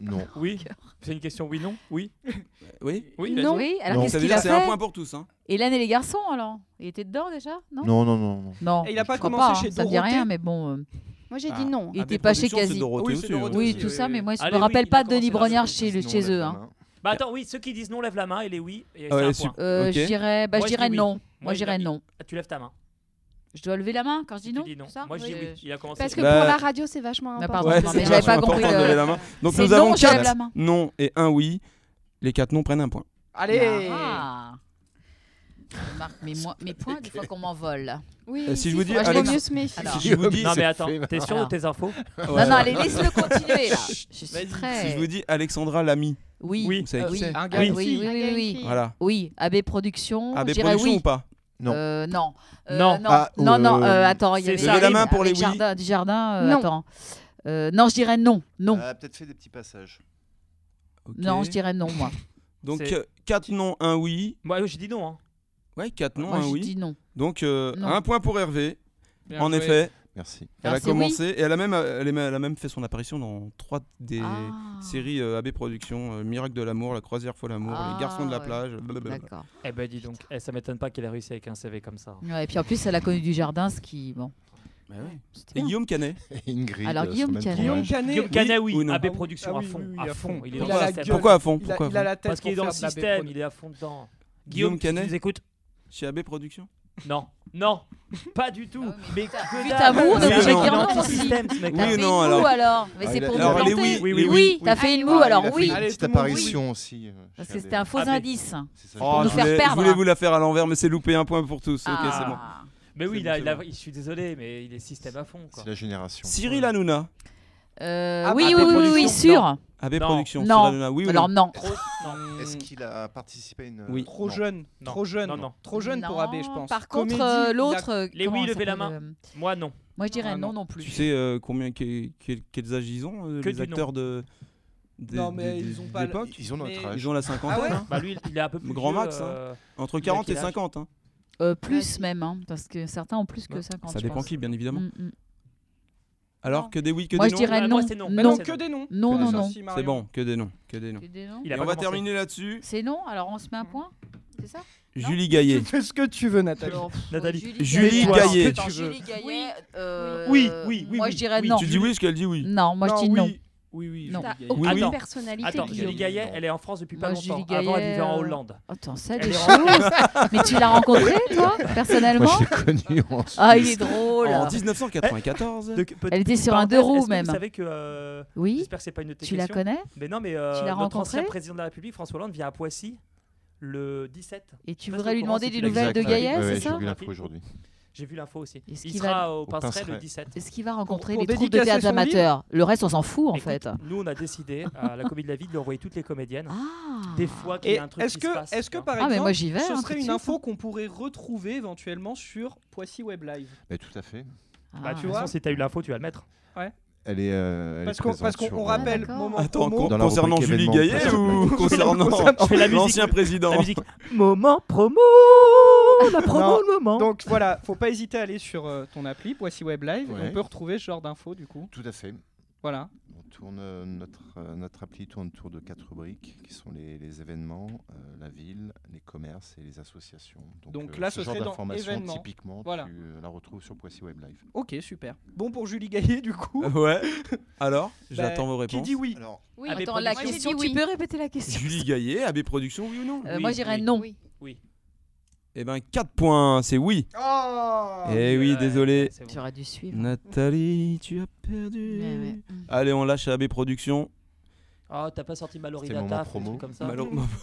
[SPEAKER 5] Non.
[SPEAKER 4] Oui. C'est une question oui, non Oui.
[SPEAKER 3] Euh,
[SPEAKER 2] Oui.
[SPEAKER 4] Oui,
[SPEAKER 7] Non.
[SPEAKER 6] Oui. Alors
[SPEAKER 5] Non.
[SPEAKER 6] qu'est-ce
[SPEAKER 2] Ça veut
[SPEAKER 6] qu'il
[SPEAKER 2] dire
[SPEAKER 6] a
[SPEAKER 2] que c'est un
[SPEAKER 6] fait
[SPEAKER 2] point pour tous. hein.
[SPEAKER 6] Hélène et les garçons alors. Il était dedans déjà Non.
[SPEAKER 5] Non, non, non. non.
[SPEAKER 6] Non.
[SPEAKER 3] Et il a pas
[SPEAKER 6] je crois
[SPEAKER 3] commencé
[SPEAKER 6] hein,
[SPEAKER 3] chez
[SPEAKER 6] Ça me dit
[SPEAKER 3] Dorothée
[SPEAKER 6] rien, mais bon. euh,
[SPEAKER 7] Moi j'ai
[SPEAKER 2] Ah.
[SPEAKER 7] dit non.
[SPEAKER 6] Il
[SPEAKER 2] AB
[SPEAKER 6] était pas chez
[SPEAKER 2] Productions, c'est
[SPEAKER 6] Kasi.
[SPEAKER 2] Dorothée
[SPEAKER 3] Oui, c'est
[SPEAKER 2] aussi, hein.
[SPEAKER 3] Dorothée.
[SPEAKER 6] Oui,
[SPEAKER 3] Oui,
[SPEAKER 6] tout
[SPEAKER 3] oui,
[SPEAKER 6] ça,
[SPEAKER 3] oui.
[SPEAKER 6] mais moi je
[SPEAKER 4] Allez,
[SPEAKER 6] me
[SPEAKER 4] oui,
[SPEAKER 6] rappelle
[SPEAKER 4] il a
[SPEAKER 6] pas de
[SPEAKER 4] commencé
[SPEAKER 6] Denis
[SPEAKER 4] là-bas.
[SPEAKER 6] Brognard chez, le-
[SPEAKER 5] Sinon,
[SPEAKER 6] chez
[SPEAKER 5] la
[SPEAKER 6] eux.
[SPEAKER 5] F1,
[SPEAKER 6] hein.
[SPEAKER 5] hein.
[SPEAKER 4] Bah attends, oui, ceux qui disent non lèvent la main et les oui. Et
[SPEAKER 2] Ouais,
[SPEAKER 4] c'est un
[SPEAKER 2] super.
[SPEAKER 4] point.
[SPEAKER 6] Euh,
[SPEAKER 2] Ok.
[SPEAKER 6] Je dirais bah, je
[SPEAKER 4] Moi, je dis
[SPEAKER 6] dirais
[SPEAKER 4] oui.
[SPEAKER 6] non. Moi
[SPEAKER 4] Moi,
[SPEAKER 6] je dirais
[SPEAKER 4] il a-
[SPEAKER 6] non.
[SPEAKER 4] Ah, Tu lèves ta main.
[SPEAKER 6] Je dois lever la main quand je dis non.
[SPEAKER 4] Tu dis non.
[SPEAKER 6] c'est ça euh,
[SPEAKER 4] Moi, je dis oui. Il a commencé.
[SPEAKER 7] Parce que
[SPEAKER 2] Bah-
[SPEAKER 7] pour la radio, c'est vachement
[SPEAKER 6] Ah,
[SPEAKER 7] important.
[SPEAKER 6] pardon, Ouais,
[SPEAKER 2] pardon, c'est j'avais pas vachement compris important de le- lever la main. Donc
[SPEAKER 6] C'est
[SPEAKER 2] nous
[SPEAKER 6] non,
[SPEAKER 2] avons
[SPEAKER 6] je lève la
[SPEAKER 2] 4
[SPEAKER 6] main.
[SPEAKER 2] non et 1 oui. Les 4 non prennent un point.
[SPEAKER 1] Allez
[SPEAKER 6] Ah. Je marque mes, moi- mes points des fois qu'on m'envole. là.
[SPEAKER 7] Oui,
[SPEAKER 2] Euh, si je
[SPEAKER 7] il
[SPEAKER 2] vous dis,
[SPEAKER 7] faut
[SPEAKER 6] Alex-
[SPEAKER 7] mieux se méfier.
[SPEAKER 6] Alors.
[SPEAKER 2] Si je vous dis,
[SPEAKER 4] Non,
[SPEAKER 2] c'est-
[SPEAKER 4] mais attends,
[SPEAKER 5] fait,
[SPEAKER 4] t'es sûr de
[SPEAKER 6] maintenant.
[SPEAKER 4] tes infos
[SPEAKER 2] Ouais.
[SPEAKER 6] Non, non, allez, laisse-le continuer là. Je suis
[SPEAKER 3] Vas-y.
[SPEAKER 6] très.
[SPEAKER 2] si je vous dis Alexandra Lamy,
[SPEAKER 6] Oui.
[SPEAKER 4] Oui.
[SPEAKER 2] vous savez
[SPEAKER 6] Ah,
[SPEAKER 2] qui
[SPEAKER 6] oui.
[SPEAKER 2] c'est
[SPEAKER 3] Un
[SPEAKER 6] Ah,
[SPEAKER 3] gars
[SPEAKER 6] oui,
[SPEAKER 3] ici.
[SPEAKER 6] oui, oui,
[SPEAKER 7] Un
[SPEAKER 6] oui,
[SPEAKER 7] gars,
[SPEAKER 6] oui.
[SPEAKER 7] une fille.
[SPEAKER 2] Voilà.
[SPEAKER 6] Oui, AB Production.
[SPEAKER 2] AB
[SPEAKER 6] je dirais
[SPEAKER 2] Production
[SPEAKER 6] oui.
[SPEAKER 2] ou pas
[SPEAKER 5] Non.
[SPEAKER 6] Euh, non. Euh,
[SPEAKER 4] Non.
[SPEAKER 6] non.
[SPEAKER 5] Ah,
[SPEAKER 6] non,
[SPEAKER 5] euh,
[SPEAKER 6] non, euh, attends, il y
[SPEAKER 4] c'est
[SPEAKER 6] avait
[SPEAKER 4] ça. Levez la
[SPEAKER 2] main pour les
[SPEAKER 6] avec
[SPEAKER 2] oui.
[SPEAKER 6] Jardin, du jardin, euh,
[SPEAKER 7] Non.
[SPEAKER 6] attends. Euh, non, je dirais non, non.
[SPEAKER 5] Elle a Ah, peut-être fait des petits passages.
[SPEAKER 2] Ok.
[SPEAKER 6] Non, je dirais non, moi.
[SPEAKER 2] Donc euh,
[SPEAKER 4] C'est-
[SPEAKER 2] 4 non, 1 oui.
[SPEAKER 4] Moi, j'ai dit non. hein.
[SPEAKER 2] Ouais, 4 non,
[SPEAKER 6] moi,
[SPEAKER 2] 1
[SPEAKER 6] je
[SPEAKER 2] oui.
[SPEAKER 6] dis non.
[SPEAKER 2] Donc euh,
[SPEAKER 6] Non.
[SPEAKER 2] un point pour Hervé.
[SPEAKER 3] Bien
[SPEAKER 2] en
[SPEAKER 3] joué.
[SPEAKER 2] effet,
[SPEAKER 5] Merci.
[SPEAKER 6] Alors,
[SPEAKER 2] elle a
[SPEAKER 6] Ah, c'est oui.
[SPEAKER 2] commencé et elle a même euh, elle a elle a même fait son apparition dans 3 des
[SPEAKER 6] Ah,
[SPEAKER 2] séries euh, AB Productions, euh, Miracle de l'amour, La croisière folle amour,
[SPEAKER 6] Ah,
[SPEAKER 2] Les garçons de la
[SPEAKER 6] ouais.
[SPEAKER 2] plage, blablabla.
[SPEAKER 6] D'accord.
[SPEAKER 4] Eh ben, dis donc, eh, ça m'étonne pas qu'elle ait réussi avec un CV comme ça.
[SPEAKER 6] Ouais, et puis en plus, elle a connu du jardin, ce qui. Bon.
[SPEAKER 2] Bah ouais.
[SPEAKER 6] c'était
[SPEAKER 2] Et
[SPEAKER 6] bien.
[SPEAKER 2] Guillaume Canet
[SPEAKER 5] Ingrid.
[SPEAKER 6] Alors,
[SPEAKER 5] euh,
[SPEAKER 6] Guillaume
[SPEAKER 5] semaine
[SPEAKER 6] Canet.
[SPEAKER 3] Guillaume
[SPEAKER 5] prochaine.
[SPEAKER 3] Canet.
[SPEAKER 4] Guillaume Canet, oui,
[SPEAKER 2] ou non
[SPEAKER 4] AB
[SPEAKER 3] Ah oui,
[SPEAKER 4] Production
[SPEAKER 3] ah
[SPEAKER 4] à
[SPEAKER 3] oui,
[SPEAKER 4] fond,
[SPEAKER 3] oui,
[SPEAKER 4] à fond. Il est
[SPEAKER 3] Il
[SPEAKER 4] dans
[SPEAKER 3] a
[SPEAKER 4] le
[SPEAKER 3] la
[SPEAKER 4] système.
[SPEAKER 3] gueule.
[SPEAKER 2] Pourquoi à fond
[SPEAKER 3] Il a,
[SPEAKER 2] Pourquoi à
[SPEAKER 3] il a
[SPEAKER 2] fond
[SPEAKER 3] la tête
[SPEAKER 4] Parce qu'il est
[SPEAKER 3] pour
[SPEAKER 4] dans le
[SPEAKER 3] faire de la
[SPEAKER 4] système,
[SPEAKER 3] B-prod.
[SPEAKER 4] il est à fond dedans.
[SPEAKER 2] Guillaume
[SPEAKER 4] Guillaume, tu
[SPEAKER 2] Canet
[SPEAKER 4] nous écoutes
[SPEAKER 2] Chez AB Productions
[SPEAKER 4] Non, non, pas du tout.
[SPEAKER 6] Ah oui,
[SPEAKER 4] Mais
[SPEAKER 6] putain,
[SPEAKER 4] que
[SPEAKER 6] putain,
[SPEAKER 4] dalle.
[SPEAKER 6] vous, on
[SPEAKER 2] est obligé de dire
[SPEAKER 4] dans
[SPEAKER 6] non
[SPEAKER 4] le
[SPEAKER 6] aussi.
[SPEAKER 4] système, ce mec.
[SPEAKER 2] Oui,
[SPEAKER 6] T'as fait
[SPEAKER 2] non,
[SPEAKER 6] une
[SPEAKER 2] alors-
[SPEAKER 6] moue alors Mais
[SPEAKER 5] Ah,
[SPEAKER 6] c'est
[SPEAKER 5] il a-
[SPEAKER 6] pour
[SPEAKER 5] il
[SPEAKER 6] nous
[SPEAKER 5] a-
[SPEAKER 2] Alors, les
[SPEAKER 6] planter.
[SPEAKER 2] oui,
[SPEAKER 4] Oui,
[SPEAKER 2] les
[SPEAKER 6] Oui, t'as fait une moue alors
[SPEAKER 5] Il a fait
[SPEAKER 6] oui.
[SPEAKER 5] Une
[SPEAKER 3] Allez,
[SPEAKER 5] petite
[SPEAKER 3] tout le monde, oui.
[SPEAKER 5] apparition aussi. euh,
[SPEAKER 6] Parce
[SPEAKER 5] chez
[SPEAKER 6] que
[SPEAKER 5] elle.
[SPEAKER 6] c'était un faux
[SPEAKER 4] Ah, mais-
[SPEAKER 6] indice.
[SPEAKER 5] C'est ça,
[SPEAKER 2] Oh,
[SPEAKER 6] nous
[SPEAKER 5] je
[SPEAKER 2] je
[SPEAKER 5] pense.
[SPEAKER 6] faire
[SPEAKER 2] voulais, je
[SPEAKER 6] perdre,
[SPEAKER 2] voulais
[SPEAKER 6] hein.
[SPEAKER 2] vous la faire à l'envers, mais c'est loupé un point pour tous. Ok, c'est bon.
[SPEAKER 6] Ah.
[SPEAKER 4] Mais oui,
[SPEAKER 2] C'est
[SPEAKER 4] il a-
[SPEAKER 2] bon,
[SPEAKER 4] il a-
[SPEAKER 2] c'est bon.
[SPEAKER 4] je suis désolé, mais il est système à fond. Quoi.
[SPEAKER 5] C'est la génération.
[SPEAKER 2] Cyril Hanouna,
[SPEAKER 6] Euh,
[SPEAKER 4] Ah,
[SPEAKER 6] oui,
[SPEAKER 4] bah,
[SPEAKER 6] oui,
[SPEAKER 4] des
[SPEAKER 6] oui, oui,
[SPEAKER 4] productions,
[SPEAKER 6] sûr.
[SPEAKER 2] AB
[SPEAKER 4] Non.
[SPEAKER 2] Productions.
[SPEAKER 6] Non.
[SPEAKER 2] Cyril Hanouna, oui ou
[SPEAKER 6] Alors
[SPEAKER 2] non
[SPEAKER 6] non.
[SPEAKER 4] Trop, non.
[SPEAKER 2] hum.
[SPEAKER 5] Est-ce qu'il a participé à une. euh,
[SPEAKER 2] Oui.
[SPEAKER 3] Trop
[SPEAKER 5] Non.
[SPEAKER 3] jeune,
[SPEAKER 4] Non.
[SPEAKER 3] trop jeune,
[SPEAKER 4] Non, non.
[SPEAKER 3] trop jeune pour AB, je
[SPEAKER 6] Non,
[SPEAKER 3] pense.
[SPEAKER 6] Par
[SPEAKER 3] Comédie,
[SPEAKER 6] contre,
[SPEAKER 3] il
[SPEAKER 6] euh,
[SPEAKER 3] a-
[SPEAKER 6] l'autre. euh,
[SPEAKER 4] Les
[SPEAKER 6] comment
[SPEAKER 4] oui,
[SPEAKER 6] il
[SPEAKER 4] levez la
[SPEAKER 6] s'appelle, euh,
[SPEAKER 4] Moi, non.
[SPEAKER 6] Moi, je dirais
[SPEAKER 3] Ah,
[SPEAKER 6] non
[SPEAKER 3] non.
[SPEAKER 6] non
[SPEAKER 2] Tu
[SPEAKER 6] plus.
[SPEAKER 2] sais euh, combien que- que- quels âges ils ont, euh,
[SPEAKER 4] Que
[SPEAKER 2] les
[SPEAKER 4] du nom.
[SPEAKER 2] acteurs de. des-
[SPEAKER 3] Non, mais
[SPEAKER 2] des- des-
[SPEAKER 3] ils ont
[SPEAKER 2] de
[SPEAKER 3] pas le-
[SPEAKER 2] l'époque
[SPEAKER 5] Ils ont notre
[SPEAKER 3] Mais-
[SPEAKER 5] âge.
[SPEAKER 2] Ils ont la cinquantaine.
[SPEAKER 3] Ah ouais
[SPEAKER 2] hein.
[SPEAKER 4] Bah lui, il est un peu plus
[SPEAKER 2] Grand
[SPEAKER 4] vieux,
[SPEAKER 2] max, hein.
[SPEAKER 4] euh,
[SPEAKER 2] Entre
[SPEAKER 4] Il a
[SPEAKER 2] 40 et
[SPEAKER 4] quel âge
[SPEAKER 2] 50. hein.
[SPEAKER 6] Euh, plus même, hein, parce que certains ont plus que 50.
[SPEAKER 2] Ça
[SPEAKER 6] je
[SPEAKER 2] dépend
[SPEAKER 6] pense.
[SPEAKER 2] qui, bien évidemment.
[SPEAKER 6] Mm, mm.
[SPEAKER 2] Alors que des oui, que
[SPEAKER 6] Moi,
[SPEAKER 2] des
[SPEAKER 6] je
[SPEAKER 2] non.
[SPEAKER 6] dirais
[SPEAKER 4] Ah,
[SPEAKER 6] non.
[SPEAKER 4] moi, c'est non.
[SPEAKER 3] Mais
[SPEAKER 4] Non,
[SPEAKER 3] non,
[SPEAKER 4] c'est
[SPEAKER 3] que des noms.
[SPEAKER 6] Non, non, non.
[SPEAKER 3] Merci, Marion.
[SPEAKER 2] C'est bon, que des noms. Que des noms.
[SPEAKER 4] Il
[SPEAKER 2] Et
[SPEAKER 4] a
[SPEAKER 2] on va
[SPEAKER 4] pas commencé.
[SPEAKER 2] terminer là-dessus.
[SPEAKER 6] C'est non. Alors on se met un point. C'est ça Non.
[SPEAKER 2] Julie
[SPEAKER 3] Tu
[SPEAKER 2] Gaillet.
[SPEAKER 3] fais ce que tu veux, Nathalie.
[SPEAKER 6] Alors, pff,
[SPEAKER 4] Nathalie.
[SPEAKER 2] Julie
[SPEAKER 6] Gaillet.
[SPEAKER 2] Gaillet.
[SPEAKER 6] Attends,
[SPEAKER 3] Tu veux.
[SPEAKER 6] Julie Gaillet. euh,
[SPEAKER 4] Oui, oui, oui,
[SPEAKER 6] Moi,
[SPEAKER 4] oui,
[SPEAKER 6] je dirais
[SPEAKER 4] oui.
[SPEAKER 6] ah, non.
[SPEAKER 2] Tu dis oui parce qu'elle dit oui.
[SPEAKER 6] Non, moi, je dis
[SPEAKER 3] oui.
[SPEAKER 6] non.
[SPEAKER 3] Oui, oui.
[SPEAKER 6] Non.
[SPEAKER 7] T'as
[SPEAKER 3] Julie Gaillet.
[SPEAKER 7] aucune
[SPEAKER 2] Oui, oui.
[SPEAKER 7] personnalité,
[SPEAKER 4] Attends,
[SPEAKER 7] Guillaume.
[SPEAKER 4] Julie Gaillet, elle est en France depuis pas
[SPEAKER 6] Moi,
[SPEAKER 4] longtemps.
[SPEAKER 6] Julie
[SPEAKER 4] Avant, elle
[SPEAKER 6] Gaillet,
[SPEAKER 4] vivait en
[SPEAKER 6] euh,
[SPEAKER 4] Hollande.
[SPEAKER 6] Attends, ça,
[SPEAKER 4] Elle
[SPEAKER 6] des
[SPEAKER 4] est
[SPEAKER 6] choses. Mais tu l'as rencontré, toi,
[SPEAKER 5] Moi,
[SPEAKER 6] personnellement
[SPEAKER 5] je l'ai connu en
[SPEAKER 6] Ah, il est drôle.
[SPEAKER 2] En 1994.
[SPEAKER 4] Donc, peut-
[SPEAKER 6] Elle était sur un
[SPEAKER 4] parenthèse,
[SPEAKER 6] deux roues
[SPEAKER 4] est-ce que
[SPEAKER 6] même.
[SPEAKER 4] Vous savez que. euh,
[SPEAKER 6] Oui,
[SPEAKER 4] J'espère que c'est pas une de tes
[SPEAKER 6] tu la
[SPEAKER 4] questions.
[SPEAKER 6] connais
[SPEAKER 4] Mais non, mais euh,
[SPEAKER 6] l'as
[SPEAKER 4] notre ancien
[SPEAKER 6] rencontrée
[SPEAKER 4] président de la République, François Hollande, vient à Poissy le 17.
[SPEAKER 6] et tu
[SPEAKER 4] Reste
[SPEAKER 6] voudrais
[SPEAKER 4] au
[SPEAKER 6] lui
[SPEAKER 4] courant
[SPEAKER 6] demander
[SPEAKER 4] si tu
[SPEAKER 6] des
[SPEAKER 4] l'as
[SPEAKER 6] nouvelles de
[SPEAKER 4] contacté.
[SPEAKER 6] Gaillet,
[SPEAKER 4] Ouais,
[SPEAKER 6] c'est
[SPEAKER 4] ouais,
[SPEAKER 6] ça
[SPEAKER 5] J'ai vu l'info aujourd'hui.
[SPEAKER 4] J'ai vu l'info aussi.
[SPEAKER 6] Est-ce
[SPEAKER 4] Il
[SPEAKER 6] qu'il
[SPEAKER 4] sera au Pinceray
[SPEAKER 5] Pinceray.
[SPEAKER 4] le 17.
[SPEAKER 6] Est-ce qu'il va rencontrer
[SPEAKER 3] Pour
[SPEAKER 6] les troupes de
[SPEAKER 3] dédicacer
[SPEAKER 6] théâtre
[SPEAKER 3] son livre
[SPEAKER 6] amateurs Le reste, on s'en fout en
[SPEAKER 4] Écoute,
[SPEAKER 6] fait.
[SPEAKER 4] Nous, on a décidé à la Comédie de la Ville d'envoyer toutes les comédiennes.
[SPEAKER 6] Ah
[SPEAKER 4] Des fois qu'il
[SPEAKER 3] Et
[SPEAKER 4] y a un truc
[SPEAKER 3] est-ce
[SPEAKER 4] qui
[SPEAKER 3] que,
[SPEAKER 4] se passe.
[SPEAKER 3] est-ce que
[SPEAKER 4] hein.
[SPEAKER 3] par
[SPEAKER 6] Ah,
[SPEAKER 3] exemple,
[SPEAKER 6] mais moi j'y vais.
[SPEAKER 3] ce
[SPEAKER 6] hein, tout
[SPEAKER 3] serait
[SPEAKER 6] de
[SPEAKER 3] une
[SPEAKER 6] suite.
[SPEAKER 3] info qu'on pourrait retrouver éventuellement sur Poissy Web Live
[SPEAKER 5] Mais tout à fait.
[SPEAKER 4] Bah,
[SPEAKER 6] Ah.
[SPEAKER 4] tu vois, si t'as eu l'info, tu vas le mettre.
[SPEAKER 5] Elle est. euh, elle est
[SPEAKER 3] Parce qu'on parce
[SPEAKER 5] présente
[SPEAKER 3] qu'on
[SPEAKER 5] sur,
[SPEAKER 3] on
[SPEAKER 5] euh,
[SPEAKER 3] rappelle
[SPEAKER 7] D'accord.
[SPEAKER 3] moment
[SPEAKER 2] Attends,
[SPEAKER 3] promo.
[SPEAKER 2] con-
[SPEAKER 5] Dans la
[SPEAKER 2] concernant
[SPEAKER 5] rubrique
[SPEAKER 2] Julie
[SPEAKER 5] événements,
[SPEAKER 2] Gaillet
[SPEAKER 5] place
[SPEAKER 2] ou
[SPEAKER 5] de-
[SPEAKER 2] concernant
[SPEAKER 4] Je fais la musique.
[SPEAKER 2] l'ancien président
[SPEAKER 4] La musique. Moment promo
[SPEAKER 3] Non.
[SPEAKER 4] La promo, le moment
[SPEAKER 3] Donc voilà, faut pas hésiter à aller sur euh, ton appli Poissy Web Live.
[SPEAKER 5] Ouais.
[SPEAKER 3] On peut retrouver ce genre d'infos du coup.
[SPEAKER 5] Tout à fait.
[SPEAKER 3] Voilà.
[SPEAKER 5] On tourne, euh, notre, euh, notre appli tourne autour de quatre rubriques qui sont les, les événements, euh, la ville, les commerces et les associations. Donc,
[SPEAKER 3] Donc
[SPEAKER 5] euh,
[SPEAKER 3] là,
[SPEAKER 5] ce,
[SPEAKER 3] ce
[SPEAKER 5] genre
[SPEAKER 3] serait dans
[SPEAKER 5] d'information,
[SPEAKER 3] événements.
[SPEAKER 5] typiquement,
[SPEAKER 3] Voilà.
[SPEAKER 5] tu euh, la retrouves sur Poissy Web Live.
[SPEAKER 3] Ok, super. Bon pour Julie Gaillet du coup.
[SPEAKER 2] Ouais. Alors, Euh,
[SPEAKER 4] Ben,
[SPEAKER 2] j'attends
[SPEAKER 3] Bah,
[SPEAKER 2] vos
[SPEAKER 3] Qui
[SPEAKER 2] réponses.
[SPEAKER 3] dit oui
[SPEAKER 5] Alors,
[SPEAKER 7] Oui,
[SPEAKER 4] Ah, mais
[SPEAKER 6] Attends,
[SPEAKER 4] pour
[SPEAKER 6] la
[SPEAKER 7] moi, j'ai
[SPEAKER 6] question,
[SPEAKER 7] dit
[SPEAKER 6] tu
[SPEAKER 7] oui.
[SPEAKER 6] peux répéter la question
[SPEAKER 2] Julie Gaillet, AB Productions, oui ou non
[SPEAKER 6] Euh,
[SPEAKER 4] Oui,
[SPEAKER 6] Moi j'irais
[SPEAKER 4] oui.
[SPEAKER 6] non.
[SPEAKER 7] Oui.
[SPEAKER 2] Eh ben 4 points, c'est oui.
[SPEAKER 3] Oh
[SPEAKER 2] Eh oui,
[SPEAKER 4] Ouais,
[SPEAKER 2] désolé.
[SPEAKER 4] c'est bon.
[SPEAKER 6] J'aurais dû suivre.
[SPEAKER 2] Nathalie, tu as perdu.
[SPEAKER 6] Mais ouais.
[SPEAKER 2] Allez, on lâche AB Productions.
[SPEAKER 4] Ah, t'as pas sorti Mallory
[SPEAKER 5] C'était le moment
[SPEAKER 4] Data, fait des
[SPEAKER 5] promo.
[SPEAKER 4] trucs comme ça.
[SPEAKER 2] Malheureusement.